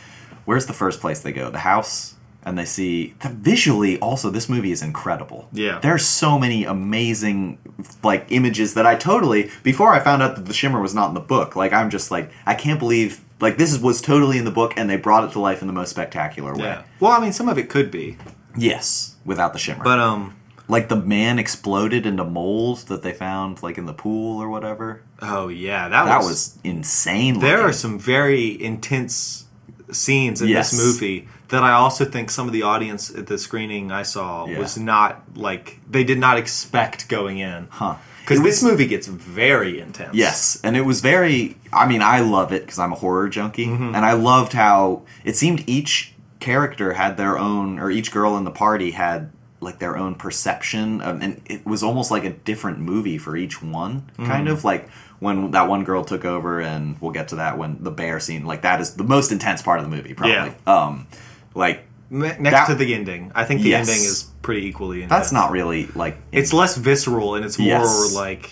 Speaker 2: where's the first place they go? The house, and they see the visually. Also, this movie is incredible.
Speaker 1: Yeah.
Speaker 2: there's so many amazing like images that I totally before I found out that the shimmer was not in the book. Like I'm just like I can't believe like this is, was totally in the book, and they brought it to life in the most spectacular way.
Speaker 1: yeah well I mean some of it could be
Speaker 2: Yes, without the shimmer,
Speaker 1: but um
Speaker 2: like the man exploded into mold that they found like in the pool or whatever.
Speaker 1: oh yeah that,
Speaker 2: That
Speaker 1: was,
Speaker 2: was insane.
Speaker 1: there
Speaker 2: looking.
Speaker 1: are some very intense scenes in
Speaker 2: Yes.
Speaker 1: this movie that I also think some of the audience at the screening I saw
Speaker 2: Yeah.
Speaker 1: was not like they did not expect going in
Speaker 2: Huh.
Speaker 1: because
Speaker 2: It
Speaker 1: this
Speaker 2: was-
Speaker 1: movie gets very intense
Speaker 2: Yes, and it was very. I mean, I love it because I'm a horror junkie,
Speaker 1: Mm-hmm.
Speaker 2: and I loved how it seemed each character had their own, or each girl in the party had like their own perception, of, and it was almost like a different movie for each one.
Speaker 1: Mm-hmm.
Speaker 2: Kind of like when that one girl took over, and we'll get to that when the bear scene. Like that is the most intense part of the movie, probably. Um, like
Speaker 1: Me- next
Speaker 2: That-
Speaker 1: to the ending I think the
Speaker 2: Yes.
Speaker 1: ending is pretty equally intense
Speaker 2: that's not really like
Speaker 1: it's less visceral and it's more
Speaker 2: Yes.
Speaker 1: like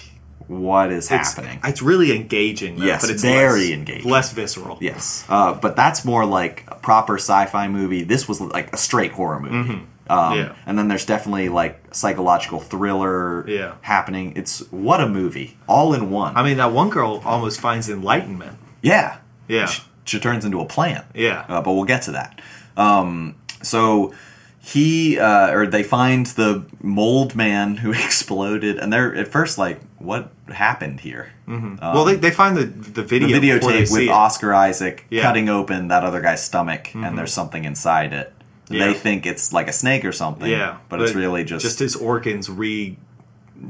Speaker 2: what is
Speaker 1: it's,
Speaker 2: happening.
Speaker 1: It's really engaging. Though,
Speaker 2: Yes,
Speaker 1: but it's
Speaker 2: very
Speaker 1: less,
Speaker 2: engaging.
Speaker 1: less visceral.
Speaker 2: Yes, uh, but that's more like a proper sci-fi movie. This was like a straight horror movie. Um,
Speaker 1: Mm-hmm. Yeah.
Speaker 2: And then there's definitely like psychological thriller
Speaker 1: Yeah.
Speaker 2: happening. It's what a movie, all in one.
Speaker 1: I mean, that one girl almost finds enlightenment.
Speaker 2: yeah,
Speaker 1: Yeah.
Speaker 2: She, she turns into a plant.
Speaker 1: Yeah.
Speaker 2: uh, but we'll get to that. Um, so he uh, or they find the mold man who exploded, and they're at first like, "What happened here?"
Speaker 1: well, they, they find the the
Speaker 2: Uh, the
Speaker 1: video before they
Speaker 2: videotape
Speaker 1: see
Speaker 2: with
Speaker 1: it.
Speaker 2: Oscar Isaac
Speaker 1: Yeah. Mm-hmm.
Speaker 2: cutting open that other guy's stomach, and there's something inside it.
Speaker 1: Yeah.
Speaker 2: They think it's like a snake or something,
Speaker 1: Yeah,
Speaker 2: but, it's really just,
Speaker 1: just his organs re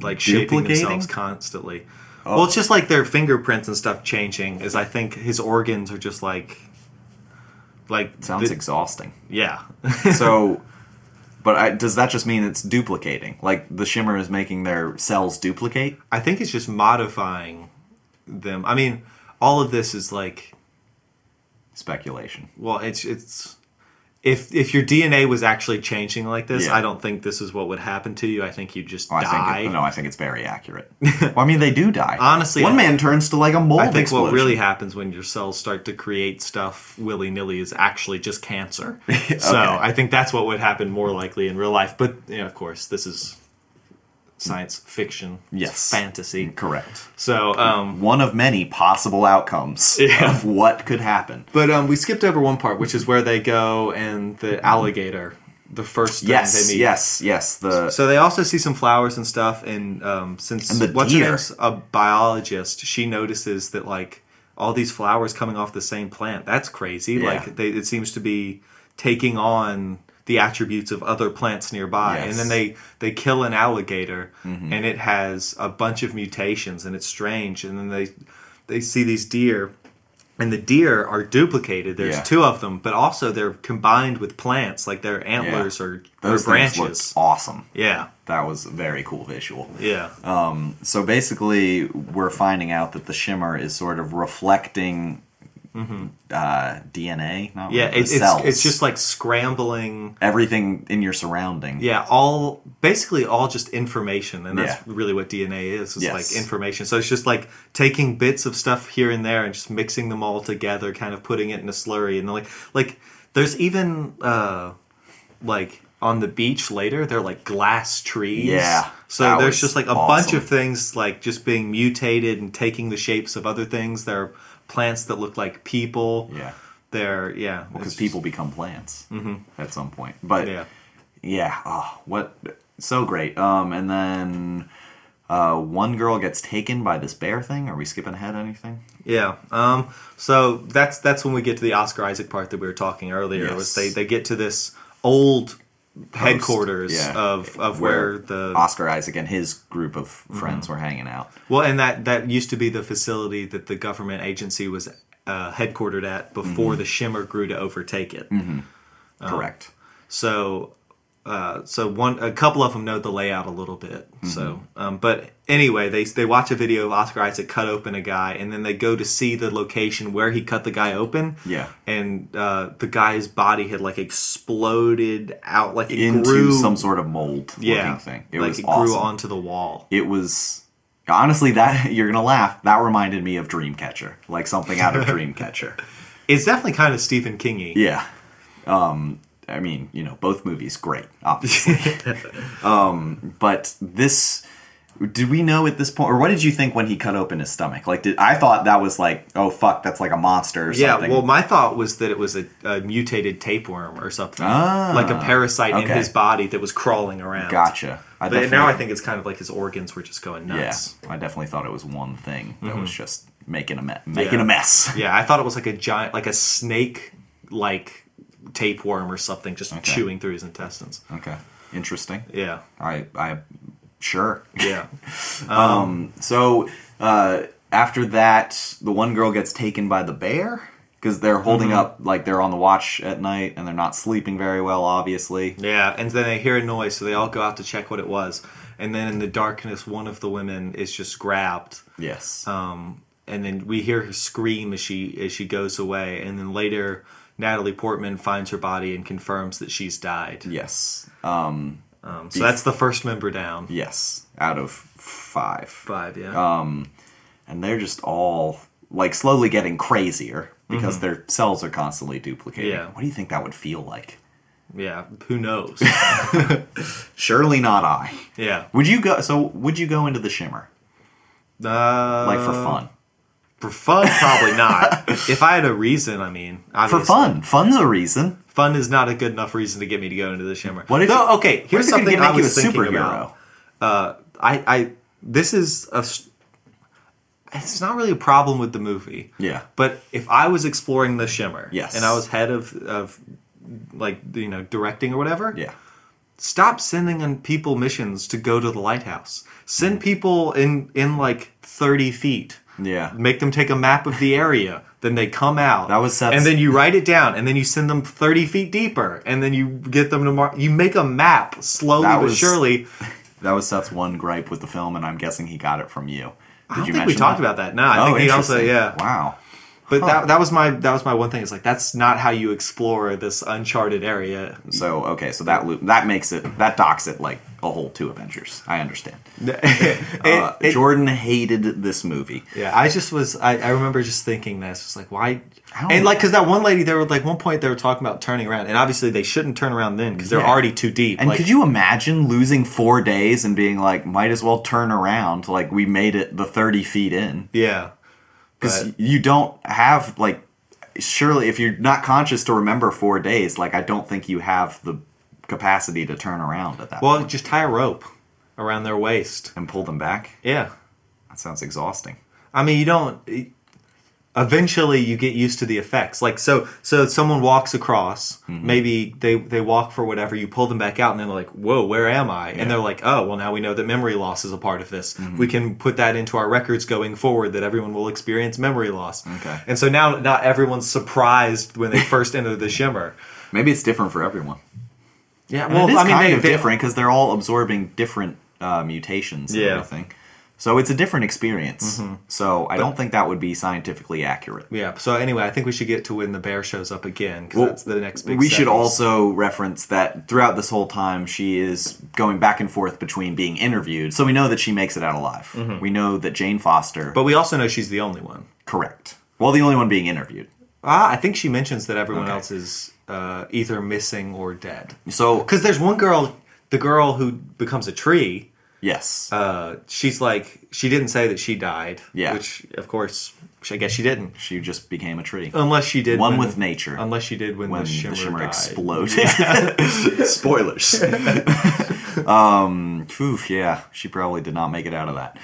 Speaker 1: like shaping
Speaker 2: Duplicating? Oh.
Speaker 1: themselves constantly. Well, it's just like their fingerprints and stuff changing. Is I think his organs are just like, like
Speaker 2: Sounds
Speaker 1: the-
Speaker 2: exhausting.
Speaker 1: yeah.
Speaker 2: So, but I, does that just mean it's duplicating? Like the shimmer is making their cells duplicate?
Speaker 1: I think it's just modifying them. I mean, all of this is like,
Speaker 2: Speculation.
Speaker 1: well, it's it's if if your DNA was actually changing like this,
Speaker 2: Yeah.
Speaker 1: I don't think this is what would happen to you. I think you just
Speaker 2: Oh, I
Speaker 1: die.
Speaker 2: think it, no, I think it's very accurate. well, I mean, they do die.
Speaker 1: Honestly,
Speaker 2: one
Speaker 1: I-
Speaker 2: man turns to like a mold.
Speaker 1: I think
Speaker 2: explosion.
Speaker 1: what really happens when your cells start to create stuff willy nilly is actually just cancer. So I think that's what would happen more likely in real life. But you know, of course, this is science fiction, It's
Speaker 2: Yes. Mm.
Speaker 1: fantasy.
Speaker 2: correct.
Speaker 1: So, um,
Speaker 2: One of many possible outcomes
Speaker 1: Yeah.
Speaker 2: of what could happen.
Speaker 1: but um, we skipped over one part, which is where they go and the alligator, the first thing
Speaker 2: Mm-hmm. Yes,
Speaker 1: they meet.
Speaker 2: yes, yes. The
Speaker 1: So they also see some flowers and stuff, and um, since
Speaker 2: Uh, And the
Speaker 1: what's
Speaker 2: deer.
Speaker 1: her name's a biologist, she notices that like all these flowers coming off the same plant. That's crazy. Like they, it seems to be taking on the attributes of other plants nearby,
Speaker 2: Yes. Mm-hmm.
Speaker 1: and then they they kill an alligator, and it has a bunch of mutations, and it's strange. And then they they see these deer. And the deer are duplicated. There's
Speaker 2: Yeah.
Speaker 1: two of them, but also they're combined with plants, like their antlers or, or
Speaker 2: those things looked
Speaker 1: branches.
Speaker 2: awesome.
Speaker 1: Yeah,
Speaker 2: That was a very cool visual.
Speaker 1: yeah.
Speaker 2: Um, So basically, we're finding out that the shimmer is sort of reflecting uh, DNA. Not
Speaker 1: Mm-hmm. yeah,
Speaker 2: really,
Speaker 1: it,
Speaker 2: the
Speaker 1: it's,
Speaker 2: cells.
Speaker 1: it's just like scrambling.
Speaker 2: everything in your surrounding.
Speaker 1: Yeah, all basically all just information, and that's
Speaker 2: Yeah.
Speaker 1: really what DNA is. It's
Speaker 2: Yes.
Speaker 1: like information. So it's just like taking bits of stuff here and there and just mixing them all together, kind of putting it in a slurry. And like, like there's even uh, like on the beach later, there are like glass trees.
Speaker 2: Yeah,
Speaker 1: So
Speaker 2: that
Speaker 1: there's
Speaker 2: was
Speaker 1: just like a bunch
Speaker 2: awesome.
Speaker 1: of things like just being mutated and taking the shapes of other things. There are plants that look like people.
Speaker 2: Yeah.
Speaker 1: They're yeah.
Speaker 2: because
Speaker 1: it's just- Mm-hmm.
Speaker 2: people become plants at some point. But
Speaker 1: Yeah.
Speaker 2: yeah, oh, what so great. Um, and then uh, one girl gets taken by this bear thing. Are we skipping ahead anything?
Speaker 1: Yeah. Um, so that's that's when we get to the Oscar Isaac part that we were talking earlier. Was
Speaker 2: Yes.
Speaker 1: they they get to this old headquarters
Speaker 2: yeah.
Speaker 1: of of where, the Mm-hmm.
Speaker 2: Oscar Isaac and his group of friends were hanging out.
Speaker 1: well, and that that used to be the facility that the government agency was uh, headquartered at before
Speaker 2: Mm-hmm.
Speaker 1: the Shimmer grew to overtake it. Uh,
Speaker 2: Correct.
Speaker 1: So, uh, so one a couple of them know the layout a little bit. So,
Speaker 2: Mm-hmm.
Speaker 1: um, but anyway, they they watch a video of Oscar Isaac cut open a guy, and then they go to see the location where he cut the guy open.
Speaker 2: Yeah.
Speaker 1: and uh, the guy's body had like exploded out, like it
Speaker 2: Into
Speaker 1: grew
Speaker 2: some sort of mold
Speaker 1: yeah,
Speaker 2: looking thing. It
Speaker 1: like
Speaker 2: was
Speaker 1: it
Speaker 2: awesome.
Speaker 1: grew onto the wall.
Speaker 2: it was honestly that you're gonna laugh. That reminded me of Dreamcatcher, like something out of Dreamcatcher.
Speaker 1: It's definitely kind of Stephen Kingy.
Speaker 2: Yeah. Um, I mean, you know, both movies great, obviously. um, but this, did we know at this point, or what did you think when he cut open his stomach? Like, did I thought that was like, oh fuck, that's like a monster or something.
Speaker 1: Yeah, well, my thought was that it was a, a mutated tapeworm or something,
Speaker 2: Ah,
Speaker 1: like a parasite in
Speaker 2: okay.
Speaker 1: his body that was crawling around.
Speaker 2: gotcha. I
Speaker 1: But now I
Speaker 2: definitely-
Speaker 1: think it's kind of like his organs were just going nuts. Mm-hmm.
Speaker 2: yeah, I definitely thought it was one thing that was just making a me- making a mess.
Speaker 1: Yeah. I thought it was like a giant, like a snake, like tapeworm or something, just chewing through his intestines.
Speaker 2: Okay, interesting.
Speaker 1: Yeah,
Speaker 2: I I sure.
Speaker 1: yeah,
Speaker 2: So uh, after that, the one girl gets taken by the bear because they're holding
Speaker 1: Mm-hmm.
Speaker 2: up, like they're on the watch at night and they're not sleeping very well, obviously.
Speaker 1: yeah. And then they hear a noise, so they all go out to check what it was. And then in the darkness, one of the women is just grabbed.
Speaker 2: Yes.
Speaker 1: Um, and then we hear her scream as she as she goes away. And then later, Natalie Portman finds her body and confirms that she's died.
Speaker 2: yes. Um,
Speaker 1: Um, so that's the first member down.
Speaker 2: yes. Out of five.
Speaker 1: Five, yeah.
Speaker 2: Uh, And they're just all like slowly getting crazier because their cells are constantly duplicating.
Speaker 1: Mm-hmm. Yeah.
Speaker 2: What do you think that would feel like?
Speaker 1: Yeah, who knows?
Speaker 2: Surely not I.
Speaker 1: yeah.
Speaker 2: Would you go? So would you go into the shimmer
Speaker 1: Uh,
Speaker 2: like for fun?
Speaker 1: For fun, probably not. if I had a reason, I mean,
Speaker 2: For
Speaker 1: obviously.
Speaker 2: fun, fun's a reason.
Speaker 1: fun is not a good enough reason to get me to go into the shimmer.
Speaker 2: What if-
Speaker 1: Though, okay,
Speaker 2: What
Speaker 1: here's
Speaker 2: if it could
Speaker 1: something
Speaker 2: get-
Speaker 1: I
Speaker 2: make you
Speaker 1: was thinking about. I, I, this is a. s- It's not really a problem with the movie.
Speaker 2: Yeah.
Speaker 1: But if I was exploring the shimmer,
Speaker 2: Yes.
Speaker 1: and I was head of of like you know directing or whatever,
Speaker 2: Yeah.
Speaker 1: stop sending in people missions to go to the lighthouse.
Speaker 2: Mm.
Speaker 1: Send people in in like thirty feet.
Speaker 2: Yeah.
Speaker 1: Make them take a map of the area. Then they come out.
Speaker 2: That was Seth's-
Speaker 1: and then you write it down, and then you send them thirty feet deeper, and then you get them to mark. You make a map slowly
Speaker 2: That
Speaker 1: but
Speaker 2: was-
Speaker 1: surely.
Speaker 2: That was Seth's one gripe with the film, and I'm guessing he got it from you. Did
Speaker 1: I don't
Speaker 2: you
Speaker 1: think we
Speaker 2: mention
Speaker 1: talked about that. No, I
Speaker 2: oh,
Speaker 1: think he also
Speaker 2: interesting.
Speaker 1: yeah.
Speaker 2: Wow.
Speaker 1: But that that was my that was my one thing. It's like that's not how you explore this uncharted area.
Speaker 2: So okay, so that loop that makes it that docks it like a whole two Avengers. I understand. Uh,
Speaker 1: It- it-
Speaker 2: Jordan hated this movie.
Speaker 1: Yeah, I just was. I, I remember just thinking this. Just like why?
Speaker 2: I don't
Speaker 1: And
Speaker 2: know.
Speaker 1: like because that one lady, there were like one point they were talking about turning around, and obviously they shouldn't turn around then because they're
Speaker 2: Yeah.
Speaker 1: already too deep.
Speaker 2: And
Speaker 1: like,
Speaker 2: could you imagine losing four days and being like, might as well turn around? Like we made it the thirty feet in
Speaker 1: Yeah,
Speaker 2: because
Speaker 1: But-
Speaker 2: you don't have like surely if you're not conscious to remember four days, like I don't think you have the capacity to turn around at that point
Speaker 1: well, just tie a rope around their waist.
Speaker 2: and pull them back.
Speaker 1: Yeah,
Speaker 2: That sounds exhausting.
Speaker 1: I mean you don't. Eventually, you get used to the effects. Like so, so someone walks across. Maybe they they walk for whatever. You pull them back out, and they're like, "Whoa, where am I?" And they're like, "Oh, well, now we know that memory loss is a part of this. We can put that into our records going forward that everyone will experience memory loss."
Speaker 2: Okay.
Speaker 1: And so now, not everyone's surprised when they first enter the shimmer.
Speaker 2: Maybe it's different for everyone.
Speaker 1: Yeah,
Speaker 2: Well, it is kind of
Speaker 1: they-
Speaker 2: different because they're all absorbing different uh, mutations and
Speaker 1: Yeah. Mm-hmm.
Speaker 2: everything. So it's a different experience. So I don't think that would be scientifically accurate.
Speaker 1: Yeah. So anyway, I think we should get to when the bear shows up again because
Speaker 2: Well,
Speaker 1: that's the next big.
Speaker 2: we should
Speaker 1: sentence.
Speaker 2: also reference that throughout this whole time, she is going back and forth between being interviewed. So we know that she makes it out alive. We know that Jane Foster,
Speaker 1: Mm-hmm. But we also know she's the only one.
Speaker 2: correct. Well, the only one being interviewed.
Speaker 1: Ah, I think she mentions that everyone
Speaker 2: Okay.
Speaker 1: else is uh, either missing or dead.
Speaker 2: So
Speaker 1: Because there's one girl, the girl who becomes a tree.
Speaker 2: yes,
Speaker 1: Uh, she's like she didn't say that she died.
Speaker 2: Yeah.
Speaker 1: Which of course, I guess she didn't.
Speaker 2: she just became a tree.
Speaker 1: Unless she did.
Speaker 2: One
Speaker 1: when-
Speaker 2: with nature.
Speaker 1: Unless she did when,
Speaker 2: when
Speaker 1: the shimmer, died.
Speaker 2: exploded. Spoilers. um, oof, yeah, she probably did not make it out of that.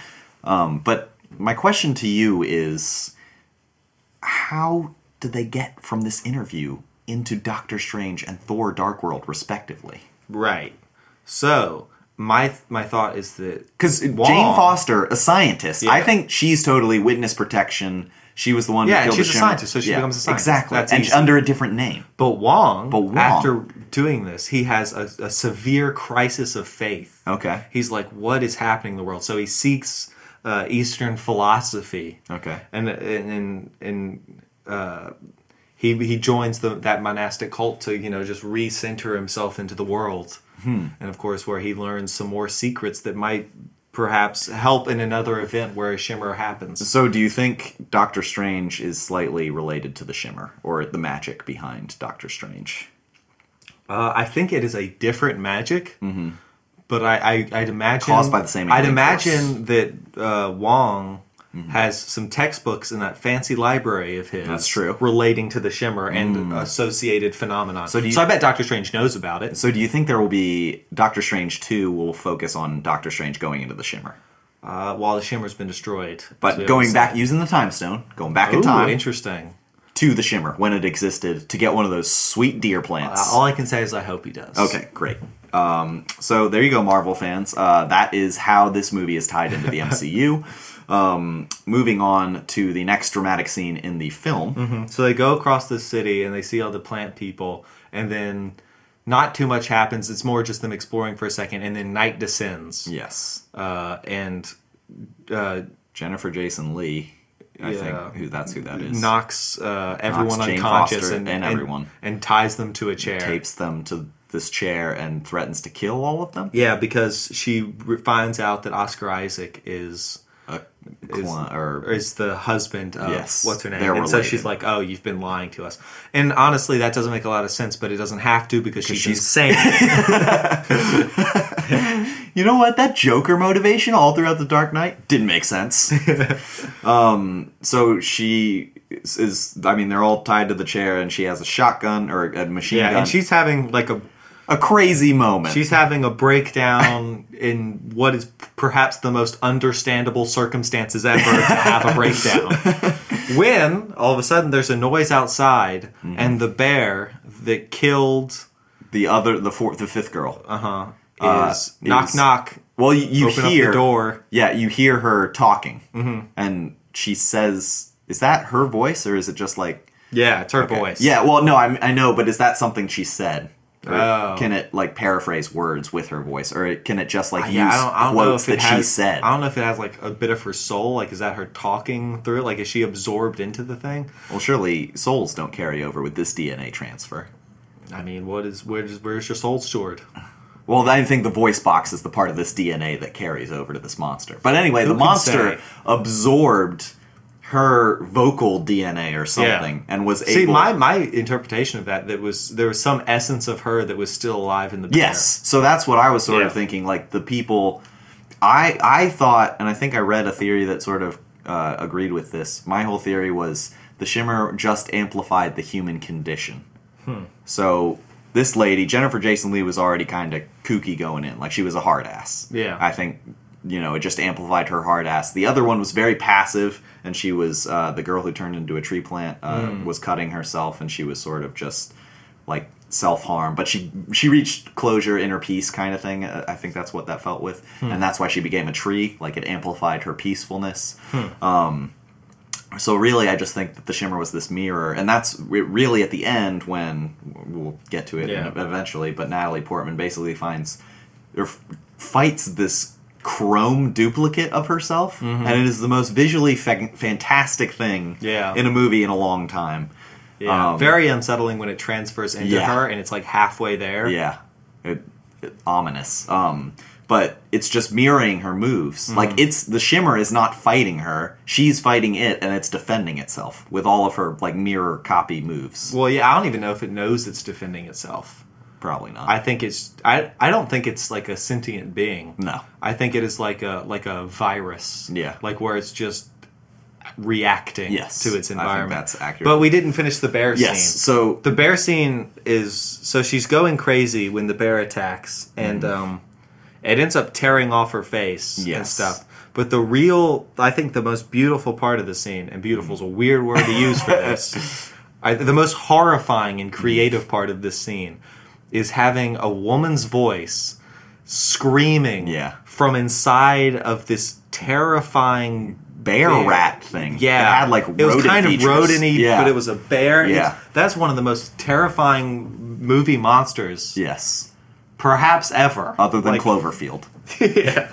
Speaker 2: Um, but my question to you is, how did they get from this interview into Doctor Strange and Thor: Dark World, respectively?
Speaker 1: Right. So my my thought is that
Speaker 2: Because Jane
Speaker 1: Wong-
Speaker 2: Foster, a scientist, I
Speaker 1: Yeah.
Speaker 2: think she's totally witness protection. She was the one.
Speaker 1: Yeah, and
Speaker 2: who
Speaker 1: she's
Speaker 2: killed the
Speaker 1: a
Speaker 2: Shimmer-
Speaker 1: scientist, so she becomes a scientist.
Speaker 2: Exactly,
Speaker 1: That's
Speaker 2: and
Speaker 1: easy.
Speaker 2: under a different name.
Speaker 1: But Wong,
Speaker 2: But Wong-
Speaker 1: after doing this, he has a, a severe crisis of faith.
Speaker 2: Okay.
Speaker 1: He's like, what is happening in the world? So he seeks uh, Eastern philosophy.
Speaker 2: Okay.
Speaker 1: And and and, and uh, he he joins the that monastic cult to you know just recenter himself into the world.
Speaker 2: Hmm.
Speaker 1: And of course, where he learns some more secrets that might perhaps help in another event where a shimmer happens.
Speaker 2: So, do you think Doctor Strange is slightly related to the Shimmer or the magic behind Doctor Strange?
Speaker 1: Uh, I think it is a different magic, but I, I I'd imagine
Speaker 2: Mm-hmm. Caused by the same
Speaker 1: I'd
Speaker 2: alien Mm-hmm.
Speaker 1: imagine that uh, Wong has some textbooks in that fancy library of his.
Speaker 2: That's true. Mm.
Speaker 1: relating to the shimmer and associated phenomenon. So,
Speaker 2: do you-
Speaker 1: I bet Doctor Strange knows about it.
Speaker 2: So, do you think there will be Doctor Strange Two will focus on Doctor Strange going into the Shimmer,
Speaker 1: Uh, while the shimmer's been destroyed, as we
Speaker 2: but going
Speaker 1: always
Speaker 2: back using the time stone, going back
Speaker 1: say.
Speaker 2: in
Speaker 1: Ooh,
Speaker 2: time
Speaker 1: interesting.
Speaker 2: to the Shimmer when it existed to get one of those sweet deer plants?
Speaker 1: Uh, all I can say is I hope he does.
Speaker 2: Okay, great. Um, so there you go, Marvel fans. Uh, that is how this movie is tied into the MCU. Um, moving on to the next dramatic scene in the film.
Speaker 1: So they go across the city and they see all the plant people, and then not too much happens. It's more just them exploring for a second, and then night descends.
Speaker 2: Yes.
Speaker 1: uh, and uh,
Speaker 2: Jennifer Jason Lee. I
Speaker 1: Yeah.
Speaker 2: think who that's who that is.
Speaker 1: knocks uh, everyone
Speaker 2: Jane
Speaker 1: unconscious
Speaker 2: Foster
Speaker 1: and,
Speaker 2: and everyone.
Speaker 1: and, ties them to a chair.
Speaker 2: tapes them to this chair and threatens to kill all of them.
Speaker 1: Yeah, because she re- finds out that Oscar Isaac is
Speaker 2: Uh, Quan- or
Speaker 1: is the husband of
Speaker 2: Yes,
Speaker 1: what's her name,
Speaker 2: they're
Speaker 1: and so
Speaker 2: related.
Speaker 1: she's like, "Oh, you've been lying to us." And honestly, that doesn't make a lot of sense, but it doesn't have to because she's,
Speaker 2: she's-
Speaker 1: insane.
Speaker 2: you know what? That Joker motivation all throughout the Dark Knight didn't make sense. um, so she is, is. I mean, they're all tied to the chair, and she has a shotgun or a machine
Speaker 1: yeah,
Speaker 2: gun.
Speaker 1: and she's having like a
Speaker 2: a crazy moment.
Speaker 1: She's having a breakdown in what is perhaps the most understandable circumstances ever to have a breakdown.
Speaker 2: Mm-hmm.
Speaker 1: When all of a sudden there's a noise outside and the bear that killed
Speaker 2: the other, the fourth, the fifth girl.
Speaker 1: Uh-huh.
Speaker 2: Uh,
Speaker 1: Is knock
Speaker 2: is-
Speaker 1: knock.
Speaker 2: Well, you, you
Speaker 1: open
Speaker 2: hear
Speaker 1: up the door. Mm-hmm.
Speaker 2: Yeah, you hear her talking, and she says, "Is that her voice, or is it just like?"
Speaker 1: Yeah, it's her voice.
Speaker 2: Yeah, well, no, I, I know, but is that something she said? Or
Speaker 1: Oh.
Speaker 2: Can it like paraphrase words with her voice, or can it just like use
Speaker 1: Yeah, I don't, I don't know
Speaker 2: quotes
Speaker 1: if it
Speaker 2: that
Speaker 1: has,
Speaker 2: she said?
Speaker 1: I don't know if it has like a bit of her soul. Like, is that her talking through it? Like, is she absorbed into the thing?
Speaker 2: Well, surely souls don't carry over with this DNA transfer.
Speaker 1: I mean, what is where is where's your soul stored?
Speaker 2: Well, I think the voice box is the part of this DNA that carries over to this monster. But anyway, the
Speaker 1: can
Speaker 2: monster
Speaker 1: say?
Speaker 2: absorbed her vocal DNA or something and was
Speaker 1: See,
Speaker 2: able.
Speaker 1: my my interpretation of that that was there was some essence of her that was still alive in the bear.
Speaker 2: Yes. So that's what I was sort of
Speaker 1: Yeah.
Speaker 2: thinking. Like the people, I I thought, and I think I read a theory that sort of uh, agreed with this. My whole theory was the shimmer just amplified the human condition. So this lady, Jennifer Jason Lee, was already kind of kooky going in. Like she was a hard ass.
Speaker 1: Yeah.
Speaker 2: I think you know it just amplified her hard ass. The other one was very passive, and she was uh, the girl who turned into a tree plant uh, was cutting herself, and she was sort of just like self harm. But she she reached closure, inner peace, kind of thing. Uh, I think that's what that felt with, and that's why she became a tree. Like it amplified her peacefulness. So really, I just think that the shimmer was this mirror, and that's re- really at the end when we'll get to it
Speaker 1: Yeah.
Speaker 2: eventually. But Natalie Portman basically finds or f- fights this chrome duplicate of herself,
Speaker 1: Mm-hmm.
Speaker 2: and it is the most visually fa- fantastic thing
Speaker 1: Yeah.
Speaker 2: in a movie in a long time.
Speaker 1: Yeah.
Speaker 2: Um,
Speaker 1: Very unsettling when it transfers into
Speaker 2: Yeah.
Speaker 1: her and it's like halfway there.
Speaker 2: Yeah, it, it- ominous. Um, but it's just mirroring her moves.
Speaker 1: Mm-hmm.
Speaker 2: Like it's the shimmer is not fighting her; she's fighting it, and it's defending itself with all of her like mirror copy moves.
Speaker 1: Well, yeah, I don't even know if it knows it's defending itself.
Speaker 2: Probably not.
Speaker 1: I think it's I I don't think it's like a sentient being.
Speaker 2: no.
Speaker 1: I think it is like a like a virus.
Speaker 2: Yeah.
Speaker 1: Like where it's just reacting
Speaker 2: Yes,
Speaker 1: to its
Speaker 2: I think
Speaker 1: environment.
Speaker 2: that's accurate.
Speaker 1: But we didn't finish the bear
Speaker 2: Yes.
Speaker 1: scene.
Speaker 2: So
Speaker 1: the bear scene is so she's going crazy when the bear attacks and um it ends up tearing off her face and
Speaker 2: Mm-hmm. Yes.
Speaker 1: stuff but the real i think the most beautiful part of the scene and beautiful is a weird word to use for this I, the most horrifying and creative part of this scene is having a woman's voice screaming
Speaker 2: Yeah.
Speaker 1: from inside of this terrifying
Speaker 2: bear
Speaker 1: bear.
Speaker 2: rat thing.
Speaker 1: yeah,
Speaker 2: It had like
Speaker 1: it was
Speaker 2: rodent
Speaker 1: kind
Speaker 2: features.
Speaker 1: of rodent-y,
Speaker 2: Yeah.
Speaker 1: but it was a bear.
Speaker 2: Yeah.
Speaker 1: It's- that's one of the most terrifying movie monsters,
Speaker 2: yes.
Speaker 1: perhaps ever.
Speaker 2: Other than
Speaker 1: Like,
Speaker 2: Cloverfield.
Speaker 1: yeah,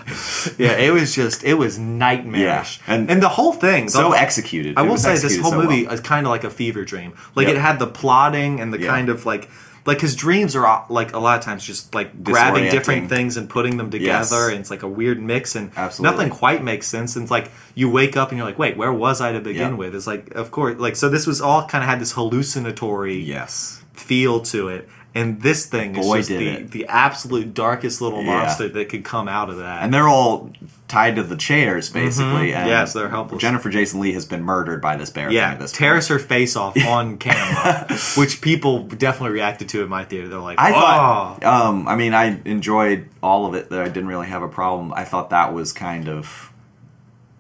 Speaker 1: yeah, it was just it was nightmarish,
Speaker 2: Yeah, and-
Speaker 1: and the whole thing. the
Speaker 2: So
Speaker 1: whole-
Speaker 2: executed.
Speaker 1: I
Speaker 2: It
Speaker 1: will
Speaker 2: was
Speaker 1: say this
Speaker 2: executed
Speaker 1: whole
Speaker 2: so
Speaker 1: movie
Speaker 2: well.
Speaker 1: is kind of like a fever dream. Like
Speaker 2: Yep.
Speaker 1: it had the plotting and the
Speaker 2: Yeah.
Speaker 1: kind of like. Like his dreams are uh, like a lot of times just like grabbing
Speaker 2: Disorienting.
Speaker 1: different things and putting them together,
Speaker 2: Yes.
Speaker 1: and it's like a weird mix, and
Speaker 2: Absolutely.
Speaker 1: nothing quite makes sense. And it's like you wake up and you're like, wait, where was I to begin
Speaker 2: Yeah.
Speaker 1: with? It's like, of course, like so this was all kind of had this hallucinatory
Speaker 2: Yes.
Speaker 1: feel to it, and this thing
Speaker 2: Boy,
Speaker 1: is just
Speaker 2: did
Speaker 1: the,
Speaker 2: it.
Speaker 1: the absolute darkest little
Speaker 2: Yeah.
Speaker 1: monster that could come out of that.
Speaker 2: And they're all tied to the chairs, basically. And
Speaker 1: Mm-hmm. Yes, they're helpless.
Speaker 2: Jennifer Jason Lee has been murdered by this bear. thing
Speaker 1: Yeah,
Speaker 2: at this
Speaker 1: tears her face off on camera, which people definitely reacted to in my theater. They're like,
Speaker 2: I
Speaker 1: oh.
Speaker 2: thought. Um, I mean, I enjoyed all of it. That I didn't really have a problem. I thought that was kind of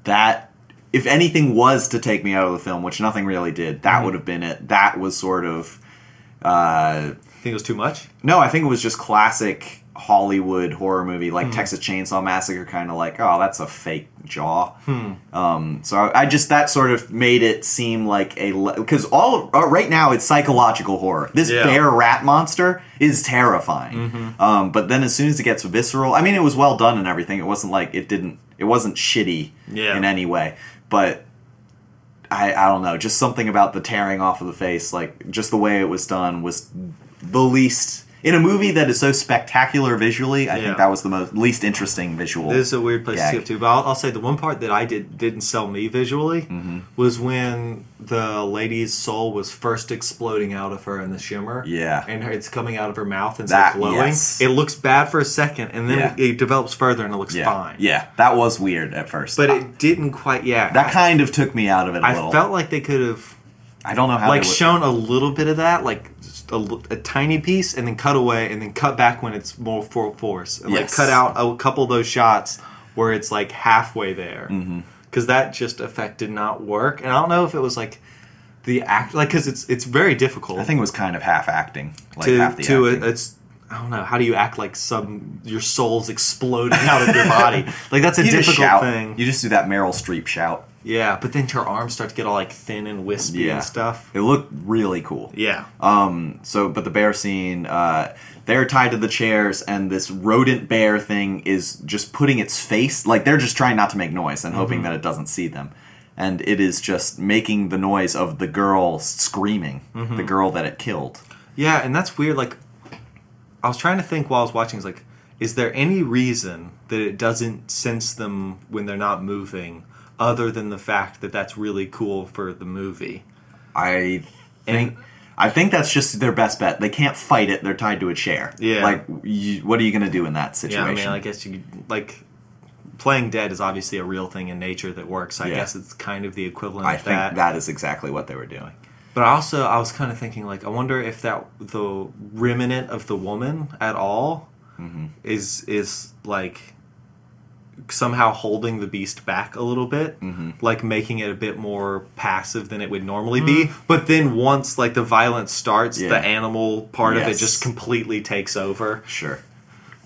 Speaker 2: that. If anything was to take me out of the film, which nothing really did, that would have been it. That was sort of. Uh,
Speaker 1: think it was too much.
Speaker 2: no, I think it was just classic Hollywood horror movie,
Speaker 1: Hmm.
Speaker 2: like Texas Chainsaw Massacre, kind of like, oh, that's a fake jaw.
Speaker 1: Hmm.
Speaker 2: Um, so I, I just that sort of made it seem like a because all uh, right now it's psychological horror. This
Speaker 1: Yeah. Mm-hmm.
Speaker 2: bear rat monster is terrifying. Um, but then as soon as it gets visceral, I mean, it was well done and everything. It wasn't like it didn't. It wasn't shitty
Speaker 1: Yeah.
Speaker 2: in any way, but I, I don't know, just something about the tearing off of the face, like just the way it was done was the least in a movie that is so spectacular visually. I
Speaker 1: Yeah.
Speaker 2: think that was the most least interesting visual.
Speaker 1: This is a weird place
Speaker 2: Gag.
Speaker 1: to skip to, but I'll, I'll say the one part that I did didn't sell me visually was when the lady's soul was first exploding out of her in the shimmer.
Speaker 2: Yeah.
Speaker 1: and her, it's coming out of her mouth and it's
Speaker 2: That-
Speaker 1: glowing.
Speaker 2: yes.
Speaker 1: It looks bad for a second, and then
Speaker 2: Yeah.
Speaker 1: it, it develops further and it looks
Speaker 2: yeah,
Speaker 1: fine.
Speaker 2: yeah, that was weird at first,
Speaker 1: but
Speaker 2: I-
Speaker 1: it didn't quite. Yeah,
Speaker 2: that kind of took me out of it a
Speaker 1: I,
Speaker 2: little.
Speaker 1: I felt like they could have
Speaker 2: I don't know how
Speaker 1: like
Speaker 2: they would-
Speaker 1: shown a little bit of that, like just a, l- a tiny piece, and then cut away, and then cut back when it's more full force, and like
Speaker 2: Yes.
Speaker 1: cut out a couple of those shots where it's like halfway there, because
Speaker 2: Mm-hmm.
Speaker 1: that just effect did not work. And I don't know if it was like the act, like because it's it's very difficult
Speaker 2: I think it was kind of half acting, like
Speaker 1: to
Speaker 2: half the
Speaker 1: to
Speaker 2: acting.
Speaker 1: a, it's I don't know. How do you act like some your soul's exploding out of your body? Like that's a
Speaker 2: You just
Speaker 1: difficult
Speaker 2: shout.
Speaker 1: thing.
Speaker 2: You just do that Meryl Streep shout.
Speaker 1: yeah, but then your arms start to get all like thin and wispy
Speaker 2: Yeah.
Speaker 1: and stuff.
Speaker 2: It looked really cool.
Speaker 1: Yeah,
Speaker 2: Um, so, but the bear scene, uh, they're tied to the chairs, and this rodent bear thing is just putting its face, like they're just trying not to make noise and
Speaker 1: Mm-hmm.
Speaker 2: hoping that it doesn't see them. And it is just making the noise of the girl screaming,
Speaker 1: Mm-hmm.
Speaker 2: the girl that it killed.
Speaker 1: yeah, and that's weird. Like, I was trying to think while I was watching. It's like, is there any reason that it doesn't sense them when they're not moving, other than the fact that that's really cool for the movie?
Speaker 2: I think.
Speaker 1: And-
Speaker 2: I think that's just their best bet. They can't fight it. They're tied to a chair.
Speaker 1: Yeah.
Speaker 2: Like, you, what are you going to do in that situation?
Speaker 1: Yeah, I mean, I guess you could- like playing dead is obviously a real thing in nature that works. I
Speaker 2: Yeah.
Speaker 1: guess it's kind of the equivalent
Speaker 2: I
Speaker 1: of
Speaker 2: think
Speaker 1: that.
Speaker 2: that is exactly what they were doing.
Speaker 1: But also, I was kind of thinking like, I wonder if that the remnant of the woman at all
Speaker 2: Mm-hmm.
Speaker 1: is is like somehow holding the beast back a little bit
Speaker 2: Mm-hmm.
Speaker 1: like making it a bit more passive than it would normally be but then once like the violence starts
Speaker 2: Mm-hmm. Yeah.
Speaker 1: the animal part of it
Speaker 2: Yes.
Speaker 1: just completely takes over
Speaker 2: Sure.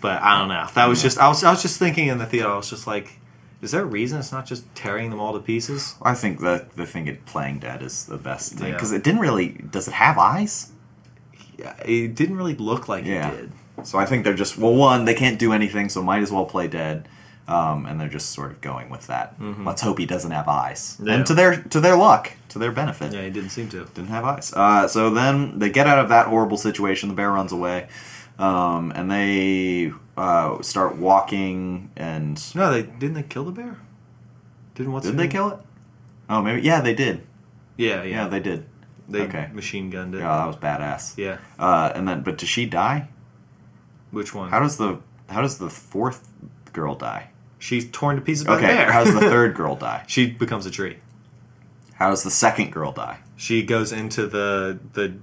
Speaker 1: but I don't know. That was just I was I was just thinking in the theater. I was just like, is there a reason it's not just tearing them all to pieces?
Speaker 2: I think the the thing it playing dead is the best thing
Speaker 1: Yeah.
Speaker 2: because it didn't really. Does it have eyes?
Speaker 1: Yeah, it didn't really look like
Speaker 2: Yeah.
Speaker 1: it did.
Speaker 2: So I think they're just well, one they can't do anything, so might as well play dead, um, and they're just sort of going with that. Let's hope he doesn't have eyes.
Speaker 1: Mm-hmm. Yeah.
Speaker 2: And to their to their luck, to their benefit,
Speaker 1: Yeah, it didn't seem to.
Speaker 2: didn't have eyes. Uh, so then they get out of that horrible situation. The bear runs away, um, and they uh, start walking. And
Speaker 1: No, they didn't. They kill the bear. Didn't what's
Speaker 2: did
Speaker 1: her
Speaker 2: they
Speaker 1: name-
Speaker 2: kill it? Oh, maybe yeah, they did.
Speaker 1: Yeah,
Speaker 2: Yeah,
Speaker 1: yeah.
Speaker 2: they did.
Speaker 1: they
Speaker 2: okay.
Speaker 1: machine gunned it.
Speaker 2: Yeah, that was badass.
Speaker 1: Yeah.
Speaker 2: Uh, and then, but does she die?
Speaker 1: Which one?
Speaker 2: How does the how does the fourth girl die?
Speaker 1: She's torn to pieces by the
Speaker 2: Okay,
Speaker 1: bear.
Speaker 2: how does the third girl die?
Speaker 1: she becomes a tree.
Speaker 2: How does the second girl die?
Speaker 1: She goes into the the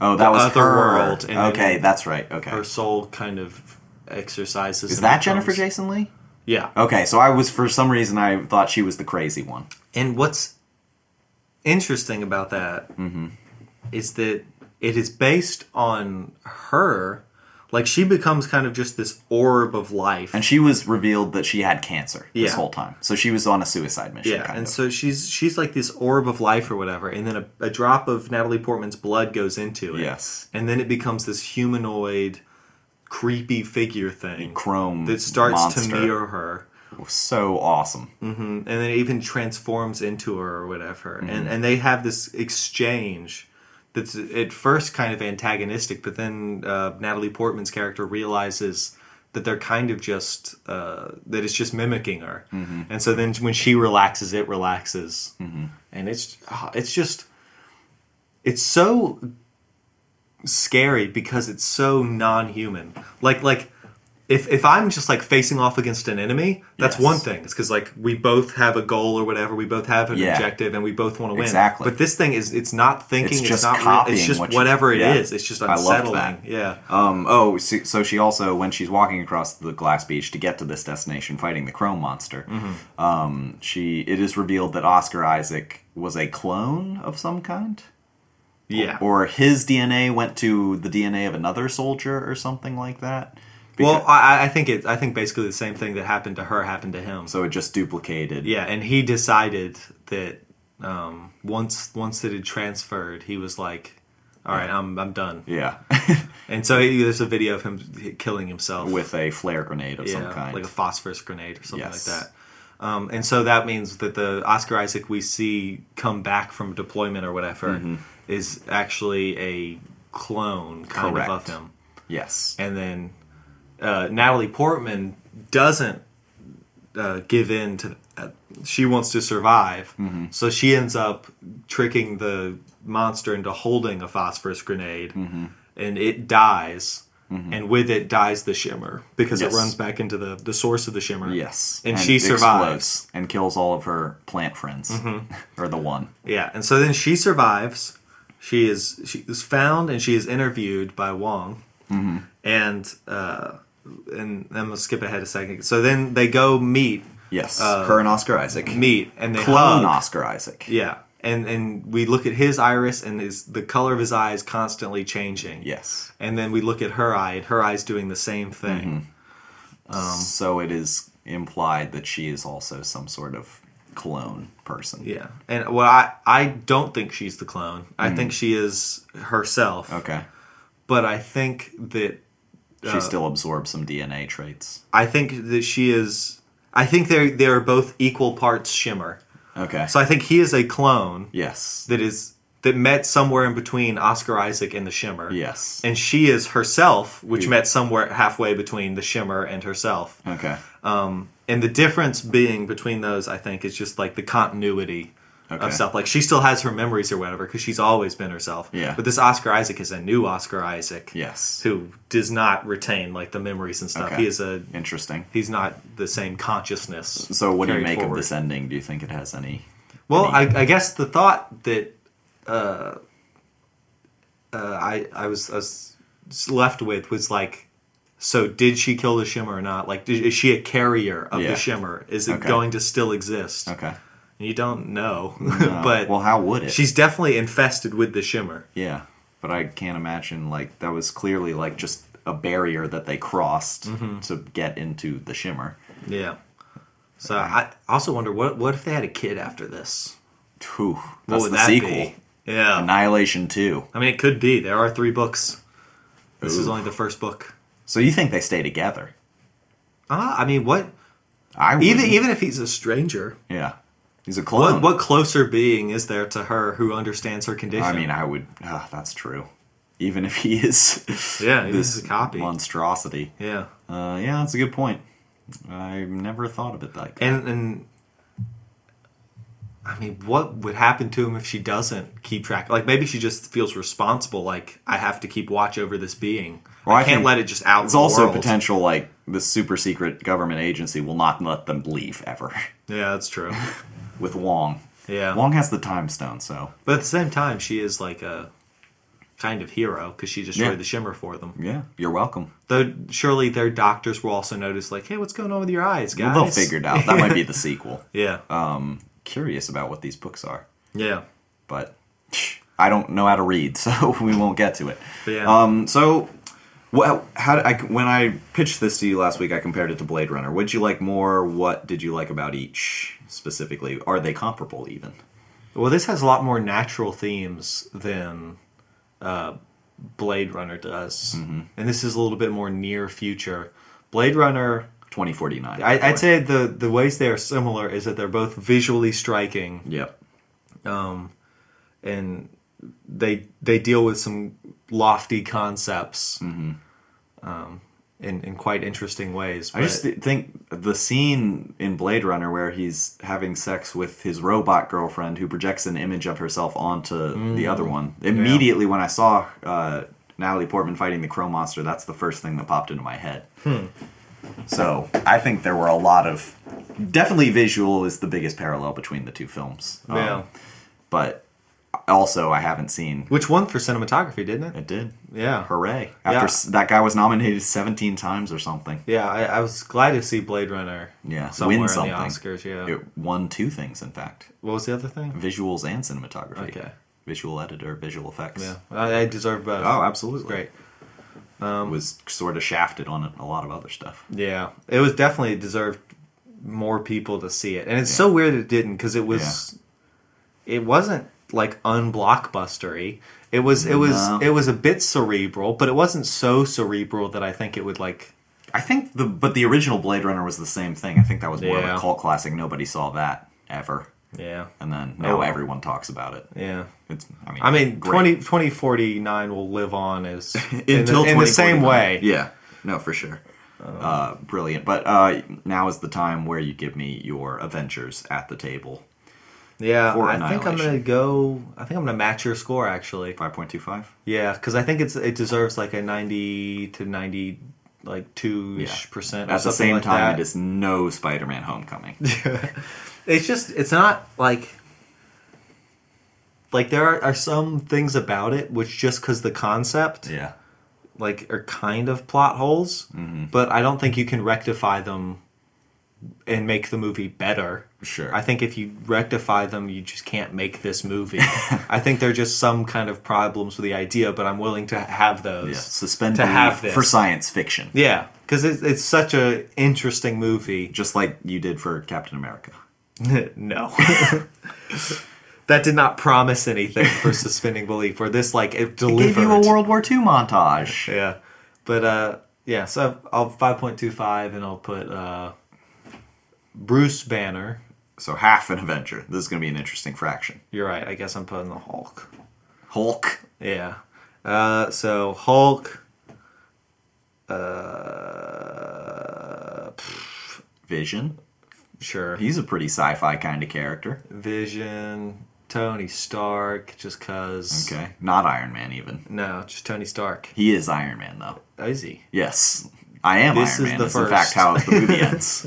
Speaker 2: Oh, that
Speaker 1: The
Speaker 2: was
Speaker 1: other
Speaker 2: her.
Speaker 1: world, and
Speaker 2: okay,
Speaker 1: then-
Speaker 2: that's right. Okay,
Speaker 1: her soul kind of exercises.
Speaker 2: is
Speaker 1: and
Speaker 2: that Jennifer
Speaker 1: becomes-
Speaker 2: Jason Lee?
Speaker 1: Yeah.
Speaker 2: Okay, so I was for some reason I thought she was the crazy one.
Speaker 1: And what's interesting about that is
Speaker 2: Mm-hmm.
Speaker 1: that it is based on her. Like she becomes kind of just this orb of life.
Speaker 2: And she was revealed that she had cancer
Speaker 1: Yeah.
Speaker 2: this whole time, so she was on a suicide mission.
Speaker 1: yeah,
Speaker 2: kind
Speaker 1: and
Speaker 2: of.
Speaker 1: so she's she's like this orb of life or whatever, and then a, a drop of Natalie Portman's blood goes into it.
Speaker 2: Yes.
Speaker 1: and then it becomes this humanoid, creepy figure thing
Speaker 2: chrome
Speaker 1: that starts
Speaker 2: monster.
Speaker 1: to mirror her.
Speaker 2: So awesome.
Speaker 1: and then it even transforms into her or whatever and and they have this exchange that's at first kind of antagonistic but then uh, natalie portman's character realizes that they're kind of just uh, that it's just mimicking her and so then when she relaxes it relaxes and it's ah, it's just it's so scary because it's so non-human like like if if i'm just like facing off against an enemy that's
Speaker 2: Yes.
Speaker 1: one thing it's because like we both have a goal or whatever we both have an
Speaker 2: Yeah.
Speaker 1: objective and we both want to win
Speaker 2: Exactly.
Speaker 1: but this thing is it's not thinking
Speaker 2: It's
Speaker 1: it's,
Speaker 2: just
Speaker 1: not real,
Speaker 2: copying
Speaker 1: it's just
Speaker 2: what you-
Speaker 1: whatever it is.
Speaker 2: yeah.
Speaker 1: it's just
Speaker 2: I loved
Speaker 1: unsettling
Speaker 2: that.
Speaker 1: yeah
Speaker 2: Um, oh, so, so she also, when she's walking across the glass beach to get to this destination, fighting the Chrome Monster,
Speaker 1: Mm-hmm.
Speaker 2: um, she it is revealed that Oscar Isaac was a clone of some kind,
Speaker 1: yeah
Speaker 2: or his DNA went to the DNA of another soldier or something like that.
Speaker 1: well
Speaker 2: Because-
Speaker 1: I, I think it i think basically the same thing that happened to her happened to him
Speaker 2: so it just duplicated.
Speaker 1: Yeah, and he decided that um, once once it had transferred, he was like, "All right, I'm I'm done."
Speaker 2: yeah,
Speaker 1: And so he, there's a video of him killing himself
Speaker 2: with a flare grenade of
Speaker 1: yeah,
Speaker 2: some kind.
Speaker 1: like a phosphorus grenade or something
Speaker 2: Yes.
Speaker 1: like that. Um, and so that means that the Oscar Isaac we see come back from deployment or whatever
Speaker 2: Mm-hmm.
Speaker 1: is actually a clone kind of
Speaker 2: Correct.
Speaker 1: of him
Speaker 2: yes,
Speaker 1: and then uh, Natalie Portman doesn't uh, give in to. Uh, she wants to survive,
Speaker 2: Mm-hmm.
Speaker 1: so she ends up tricking the monster into holding a phosphorus grenade,
Speaker 2: Mm-hmm.
Speaker 1: and it dies. And with it dies the shimmer because
Speaker 2: Yes.
Speaker 1: it runs back into the, the source of the shimmer.
Speaker 2: yes,
Speaker 1: and, she survives. Mm-hmm.
Speaker 2: explodes and kills all of her plant friends, or the one.
Speaker 1: Yeah, and so then she survives. She is she is found and she is interviewed by Wong,
Speaker 2: Mm-hmm.
Speaker 1: and uh, and I'm gonna skip ahead a second. So then they go meet Uh,
Speaker 2: Yes, her and Oscar Isaac.
Speaker 1: meet and they
Speaker 2: clone
Speaker 1: hug.
Speaker 2: Oscar Isaac.
Speaker 1: Yeah, and and we look at his iris and his the color of his eye is constantly changing.
Speaker 2: Yes.
Speaker 1: And then we look at her eye and her eye's doing the same thing.
Speaker 2: Mm-hmm.
Speaker 1: Um,
Speaker 2: so it is implied that she is also some sort of clone person.
Speaker 1: Yeah. And well I I don't think she's the clone. I think she is herself.
Speaker 2: Mm-hmm. Okay.
Speaker 1: But I think that Uh,
Speaker 2: She still absorbs some DNA traits.
Speaker 1: I think that she is I think they they are both equal parts shimmer.
Speaker 2: Okay.
Speaker 1: So I think he is a clone
Speaker 2: yes.
Speaker 1: that is that met somewhere in between Oscar Isaac and the Shimmer.
Speaker 2: yes.
Speaker 1: And she is herself, which
Speaker 2: Yeah.
Speaker 1: met somewhere halfway between the Shimmer and herself.
Speaker 2: okay.
Speaker 1: And the difference being between those, I think, is just like the continuity
Speaker 2: Okay.
Speaker 1: of stuff. Like she still has her memories or whatever because she's always been herself.
Speaker 2: Yeah.
Speaker 1: But this Oscar Isaac is a new Oscar Isaac.
Speaker 2: Yes.
Speaker 1: Who does not retain like the memories and stuff.
Speaker 2: Okay.
Speaker 1: He is a
Speaker 2: Interesting.
Speaker 1: he's not the same consciousness.
Speaker 2: So what do you
Speaker 1: carried
Speaker 2: make of
Speaker 1: forward.
Speaker 2: this ending? Do you think it has any?
Speaker 1: Well, I,
Speaker 2: any-
Speaker 1: I guess the thought that uh, uh, I I was, I was left with was like, so did she kill the shimmer or not? Like, did, is she a carrier of
Speaker 2: Yeah.
Speaker 1: the shimmer? Is it
Speaker 2: Okay.
Speaker 1: going to still exist?
Speaker 2: Okay.
Speaker 1: You don't know,
Speaker 2: Uh,
Speaker 1: but
Speaker 2: well, how would it?
Speaker 1: she's definitely infested with the shimmer.
Speaker 2: Yeah, but I can't imagine like that was clearly like just a barrier that they crossed
Speaker 1: Mm-hmm.
Speaker 2: to get into the shimmer.
Speaker 1: Yeah. So I also wonder what what if they had a kid after this?
Speaker 2: Phew,
Speaker 1: What
Speaker 2: that's
Speaker 1: would
Speaker 2: the
Speaker 1: that
Speaker 2: sequel.
Speaker 1: be? Yeah.
Speaker 2: Annihilation 2.
Speaker 1: I mean, it could be. There are three books. This is
Speaker 2: Ooh.
Speaker 1: only the first book.
Speaker 2: So you think they stay together?
Speaker 1: Ah, I mean, what
Speaker 2: I
Speaker 1: Even
Speaker 2: wouldn't.
Speaker 1: even if he's a stranger,
Speaker 2: yeah. He's a
Speaker 1: what
Speaker 2: clone.
Speaker 1: what closer being is there to her who understands her condition?
Speaker 2: I mean, I would ah, that's true. Even if he is
Speaker 1: Yeah, he's a copy.
Speaker 2: monstrosity.
Speaker 1: yeah,
Speaker 2: Uh, yeah, that's a good point. I never thought of it like that.
Speaker 1: and and I mean, what would happen to him if she doesn't keep track? Like maybe she just feels responsible. Like I have to keep watch over this being.
Speaker 2: Well,
Speaker 1: I,
Speaker 2: I
Speaker 1: can't
Speaker 2: think
Speaker 1: let it just out.
Speaker 2: It's
Speaker 1: in the
Speaker 2: also
Speaker 1: world.
Speaker 2: potential like this super secret government agency will not let them leave ever.
Speaker 1: Yeah, that's true.
Speaker 2: with Wong.
Speaker 1: Yeah.
Speaker 2: Wong has the time stone, so
Speaker 1: But at the same time, she is like a kind of hero because she destroyed
Speaker 2: Yeah.
Speaker 1: the shimmer for them.
Speaker 2: yeah, you're welcome.
Speaker 1: Though surely their doctors will also notice, like, hey, what's going on with your eyes, guys?
Speaker 2: They'll figure it out. That might be Uh, the sequel.
Speaker 1: Yeah,
Speaker 2: Curious about what these books are,
Speaker 1: yeah.
Speaker 2: but I don't know how to read, so we won't get to it.
Speaker 1: But yeah.
Speaker 2: Um, so well, how did I when I pitched this to you last week, I compared it to Blade Runner. What'd you like more? What did you like about each specifically? Are they comparable even?
Speaker 1: Well, this has a lot more natural themes than uh, Blade Runner does,
Speaker 2: Mm-hmm.
Speaker 1: and this is a little bit more near future. Blade Runner,
Speaker 2: Twenty forty nine.
Speaker 1: I, I'd say the the ways they are similar is that they're both visually striking,
Speaker 2: Yep.
Speaker 1: and they they deal with some lofty concepts
Speaker 2: Mm-hmm.
Speaker 1: um, in in quite interesting ways.
Speaker 2: I just
Speaker 1: but-
Speaker 2: th- think the scene in Blade Runner where he's having sex with his robot girlfriend who projects an image of herself onto the
Speaker 1: Mm.
Speaker 2: other one. Immediately when I saw uh, Natalie Portman fighting the Crow Monster, that's the first thing that popped into my head.
Speaker 1: Hmm.
Speaker 2: So I think there were a lot of. Definitely visual is the biggest parallel between the two films. Um,
Speaker 1: yeah.
Speaker 2: But also, I haven't seen.
Speaker 1: Which won for cinematography, didn't it?
Speaker 2: It did.
Speaker 1: Yeah.
Speaker 2: Hooray. After
Speaker 1: Yeah.
Speaker 2: s- that guy was nominated 17 times or something.
Speaker 1: Yeah, I, I was glad to see Blade Runner.
Speaker 2: Yeah,
Speaker 1: somewhere
Speaker 2: win
Speaker 1: in
Speaker 2: something.
Speaker 1: the Oscars. Yeah.
Speaker 2: It won two things, in fact.
Speaker 1: What was the other thing?
Speaker 2: visuals and cinematography.
Speaker 1: Okay.
Speaker 2: Visual editor, visual effects.
Speaker 1: Yeah, I, I deserve both.
Speaker 2: Oh, absolutely.
Speaker 1: great.
Speaker 2: was sort of shafted on a lot of other stuff.
Speaker 1: Yeah, it was definitely deserved more people to see it, and it's so weird it didn't because it was, it wasn't like unblockbustery. It was it was
Speaker 2: No.
Speaker 1: it was a bit cerebral, but it wasn't so cerebral that I think it would like.
Speaker 2: I think the but the original Blade Runner was the same thing. I think that was more of
Speaker 1: Yeah.
Speaker 2: a cult classic. Nobody saw that ever,
Speaker 1: Yeah,
Speaker 2: and then now
Speaker 1: well.
Speaker 2: everyone talks about it.
Speaker 1: yeah.
Speaker 2: It's I mean
Speaker 1: Oh, I mean,
Speaker 2: great.
Speaker 1: 20, 2049 will live on as in,
Speaker 2: until
Speaker 1: the, in the same
Speaker 2: 2049.
Speaker 1: way. Um,
Speaker 2: Yeah, no, for sure. Uh, brilliant. But uh, now is the time where you give me your Avengers at the table.
Speaker 1: Yeah,
Speaker 2: For
Speaker 1: I think I'm
Speaker 2: Annihilation.
Speaker 1: gonna go. I think I'm gonna match your score actually.
Speaker 2: Five point two five.
Speaker 1: Yeah, because I think it's it deserves like a ninety to ninety, like two ish percent.
Speaker 2: At the same time, it
Speaker 1: it's
Speaker 2: is no Spider-Man: Homecoming.
Speaker 1: it's just it's not like like there are, are some things about it which just because the concept
Speaker 2: yeah. Mm-hmm.
Speaker 1: like are kind of plot holes, but I don't think you can rectify them and make the movie better.
Speaker 2: Sure.
Speaker 1: I think if you rectify them, you just can't make this movie. I think they're just some kind of problems with the idea, but I'm willing to have those.
Speaker 2: Yeah, suspend
Speaker 1: to have this.
Speaker 2: belief for science fiction,
Speaker 1: Yeah, because it's, it's such a interesting movie.
Speaker 2: just like you did for Captain America.
Speaker 1: no. that did not promise anything for suspending belief, or this, like, it delivered.
Speaker 2: Gave you a World War II montage.
Speaker 1: Yeah. But, uh, yeah, so I'll 5.25 and I'll put uh, Bruce Banner.
Speaker 2: So half an Avenger. This is going to be an interesting fraction.
Speaker 1: You're right. I guess I'm putting the Hulk.
Speaker 2: Hulk.
Speaker 1: Yeah. Uh, so Hulk. Uh,
Speaker 2: Vision.
Speaker 1: sure.
Speaker 2: He's a pretty sci-fi kind of character.
Speaker 1: Vision. Tony Stark. Just cause.
Speaker 2: Okay. Not Iron Man even.
Speaker 1: No, just Tony Stark.
Speaker 2: He is Iron Man though.
Speaker 1: Is he?
Speaker 2: Yes. I am
Speaker 1: This
Speaker 2: Iron
Speaker 1: is
Speaker 2: Man.
Speaker 1: the
Speaker 2: That's in
Speaker 1: first.
Speaker 2: fact how the movie ends.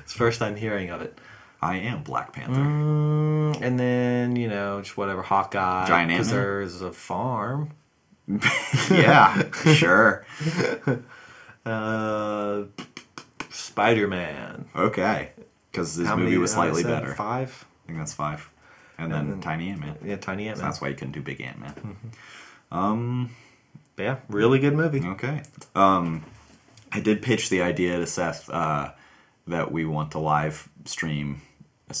Speaker 1: It's the first time hearing of it.
Speaker 2: I am Black Panther.
Speaker 1: Mm, and then you know just whatever Hawkeye.
Speaker 2: Giant
Speaker 1: Because
Speaker 2: Ant-Man?
Speaker 1: there's a farm. Mm.
Speaker 2: Yeah, sure.
Speaker 1: Uh, Spider Man.
Speaker 2: Okay. Because this movie was slightly better. I
Speaker 1: Five.
Speaker 2: think that's five. And then Tiny Ant Man.
Speaker 1: Yeah, Tiny Ant Man.
Speaker 2: That's why you couldn't do Big Ant Man.
Speaker 1: Yeah, really good movie.
Speaker 2: Okay. Um, I did pitch the idea to Seth uh, that we want to live stream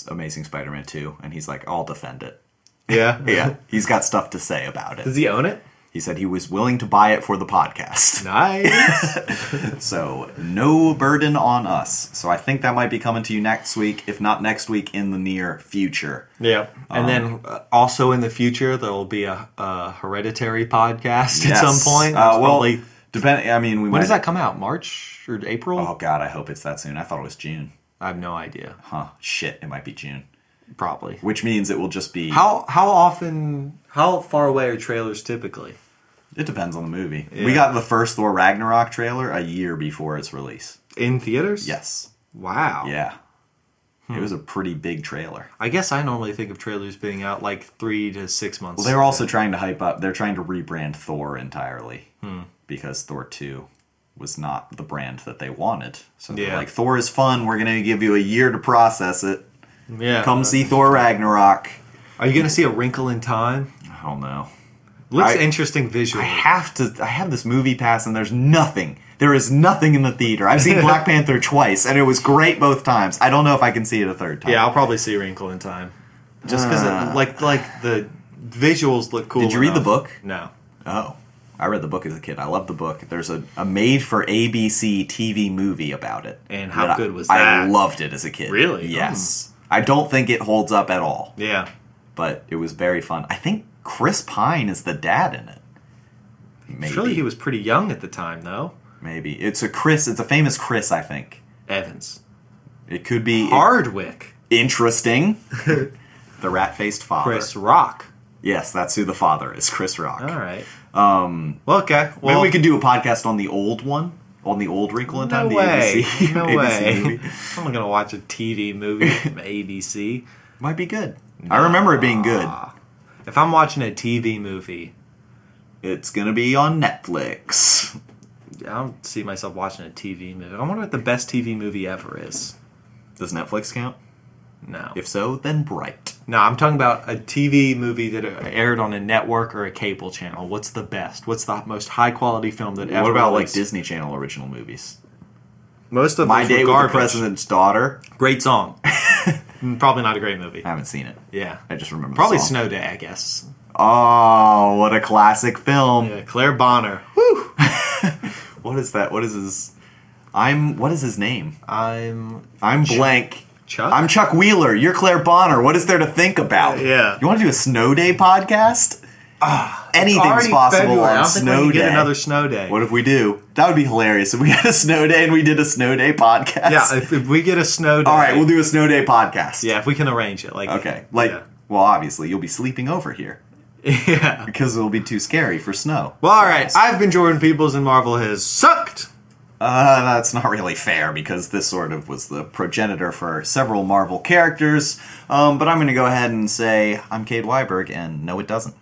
Speaker 2: Amazing Spider Man 2, and he's like, I'll defend it.
Speaker 1: Yeah.
Speaker 2: Mm-hmm. Yeah. he's got stuff to say about
Speaker 1: Does
Speaker 2: it.
Speaker 1: he own it?
Speaker 2: He said he was willing to buy it for the podcast.
Speaker 1: Nice.
Speaker 2: So, no burden on us. So, I think that might be coming to you next week, if not next week, in the near future.
Speaker 1: yeah. And
Speaker 2: Um,
Speaker 1: then uh, also in the future, there will be a, a hereditary podcast at
Speaker 2: Yes.
Speaker 1: some point.
Speaker 2: Uh,
Speaker 1: It's
Speaker 2: well,
Speaker 1: probably-
Speaker 2: depending. I mean, we
Speaker 1: when
Speaker 2: might,
Speaker 1: does that come out? March or April?
Speaker 2: Oh God, I hope it's that soon. I thought it was June.
Speaker 1: I have no idea.
Speaker 2: Huh? Shit, it might be June,
Speaker 1: Probably.
Speaker 2: which means it will just be.
Speaker 1: How how often? How far away are trailers typically?
Speaker 2: It depends on the movie.
Speaker 1: Yeah.
Speaker 2: We got the first Thor Ragnarok trailer a year before its release.
Speaker 1: In theaters?
Speaker 2: Yes.
Speaker 1: Wow.
Speaker 2: Yeah. It was a pretty big trailer.
Speaker 1: I guess I normally think of trailers being out like three to six months.
Speaker 2: Well, they're also trying to hype up. They're trying to rebrand Thor entirely because Thor two was not the brand that they wanted. So they're
Speaker 1: Yeah.
Speaker 2: like Thor is fun. We're gonna give you a year to process it.
Speaker 1: yeah.
Speaker 2: Come see Thor Ragnarok.
Speaker 1: Are you gonna see a Wrinkle in Time?
Speaker 2: I don't know.
Speaker 1: Looks
Speaker 2: I-
Speaker 1: interesting
Speaker 2: I
Speaker 1: visually.
Speaker 2: have to. I have this movie pass, and there's nothing. There is nothing in the theater. I've seen Black Panther twice, and it was great both times. I don't know if I can see it a third time.
Speaker 1: yeah, I'll probably see Wrinkle in Time. Just because
Speaker 2: Uh.
Speaker 1: like like the visuals look cool.
Speaker 2: Did you read the
Speaker 1: enough.
Speaker 2: book?
Speaker 1: No.
Speaker 2: Oh, I read the book as a kid. I love the book. There's a, a made for ABC TV movie about it.
Speaker 1: And how
Speaker 2: that I-
Speaker 1: good was
Speaker 2: I
Speaker 1: that?
Speaker 2: loved it as a kid.
Speaker 1: Really? Oh.
Speaker 2: Yes. I don't think it holds up at all,
Speaker 1: Yeah.
Speaker 2: but it was very fun. I think Chris Pine is the dad in it. Maybe.
Speaker 1: Surely he was pretty young at the time, though.
Speaker 2: Maybe it's a Chris. It's a famous Chris. I think
Speaker 1: Evans.
Speaker 2: it could be
Speaker 1: Hardwick.
Speaker 2: interesting. the rat faced father.
Speaker 1: Chris Rock.
Speaker 2: Yes, that's who the father is, Chris Rock.
Speaker 1: All right. Um. Well, okay. Well,
Speaker 2: Maybe we could do a podcast on the old one, on the old Wrinkle in
Speaker 1: No
Speaker 2: Time, the
Speaker 1: way.
Speaker 2: ABC,
Speaker 1: No
Speaker 2: ABC
Speaker 1: way.
Speaker 2: movie.
Speaker 1: I'm not gonna watch a TV movie from ABC.
Speaker 2: Might be good. I remember it being good.
Speaker 1: If I'm watching a TV movie,
Speaker 2: It's gonna be on Netflix.
Speaker 1: I don't see myself watching a TV movie. I wonder what the best TV movie ever is.
Speaker 2: Does Netflix count?
Speaker 1: No.
Speaker 2: If so, then Bright.
Speaker 1: No, I'm talking about a TV movie that aired on a network or a cable channel. What's the best? What's the most high quality film that ever?
Speaker 2: what about like
Speaker 1: released?
Speaker 2: Disney Channel original movies?
Speaker 1: Most of
Speaker 2: My
Speaker 1: those
Speaker 2: Day
Speaker 1: were
Speaker 2: with the
Speaker 1: garbage.
Speaker 2: President's Daughter.
Speaker 1: Great song. Mm, Probably not a great movie.
Speaker 2: I haven't seen it.
Speaker 1: Yeah.
Speaker 2: I just remember.
Speaker 1: Probably
Speaker 2: the song.
Speaker 1: Snow Day, I guess.
Speaker 2: Oh, what a classic film!
Speaker 1: Yeah, Claire Bonner. Woo!
Speaker 2: What is that? What is his? I'm. What is his name?
Speaker 1: I'm.
Speaker 2: I'm blank.
Speaker 1: Chuck?
Speaker 2: I'm Chuck Wheeler. You're Claire Bonner. What is there to think about?
Speaker 1: Uh, yeah. Ah,
Speaker 2: You want to do a snow day podcast? Anything's
Speaker 1: Already
Speaker 2: possible
Speaker 1: February. I
Speaker 2: on
Speaker 1: don't think we
Speaker 2: snow
Speaker 1: can
Speaker 2: day.
Speaker 1: Get another snow day.
Speaker 2: what if we do? That would be hilarious if we had a snow day and we did a snow day podcast.
Speaker 1: yeah, if, if we get a snow day.
Speaker 2: All right, we'll do a snow day podcast.
Speaker 1: Yeah, if we can arrange it. Like.
Speaker 2: Okay. Like,
Speaker 1: Yeah.
Speaker 2: well, obviously you'll be sleeping over here
Speaker 1: yeah.
Speaker 2: because it'll be too scary for snow.
Speaker 1: Well, all right. I've been Jordan Peoples, and Marvel has sucked.
Speaker 2: Uh, that's not really fair because this sort of was the progenitor for several Marvel characters. Um, but I'm going to go ahead and say I'm Cade Weiberg, and no, it doesn't.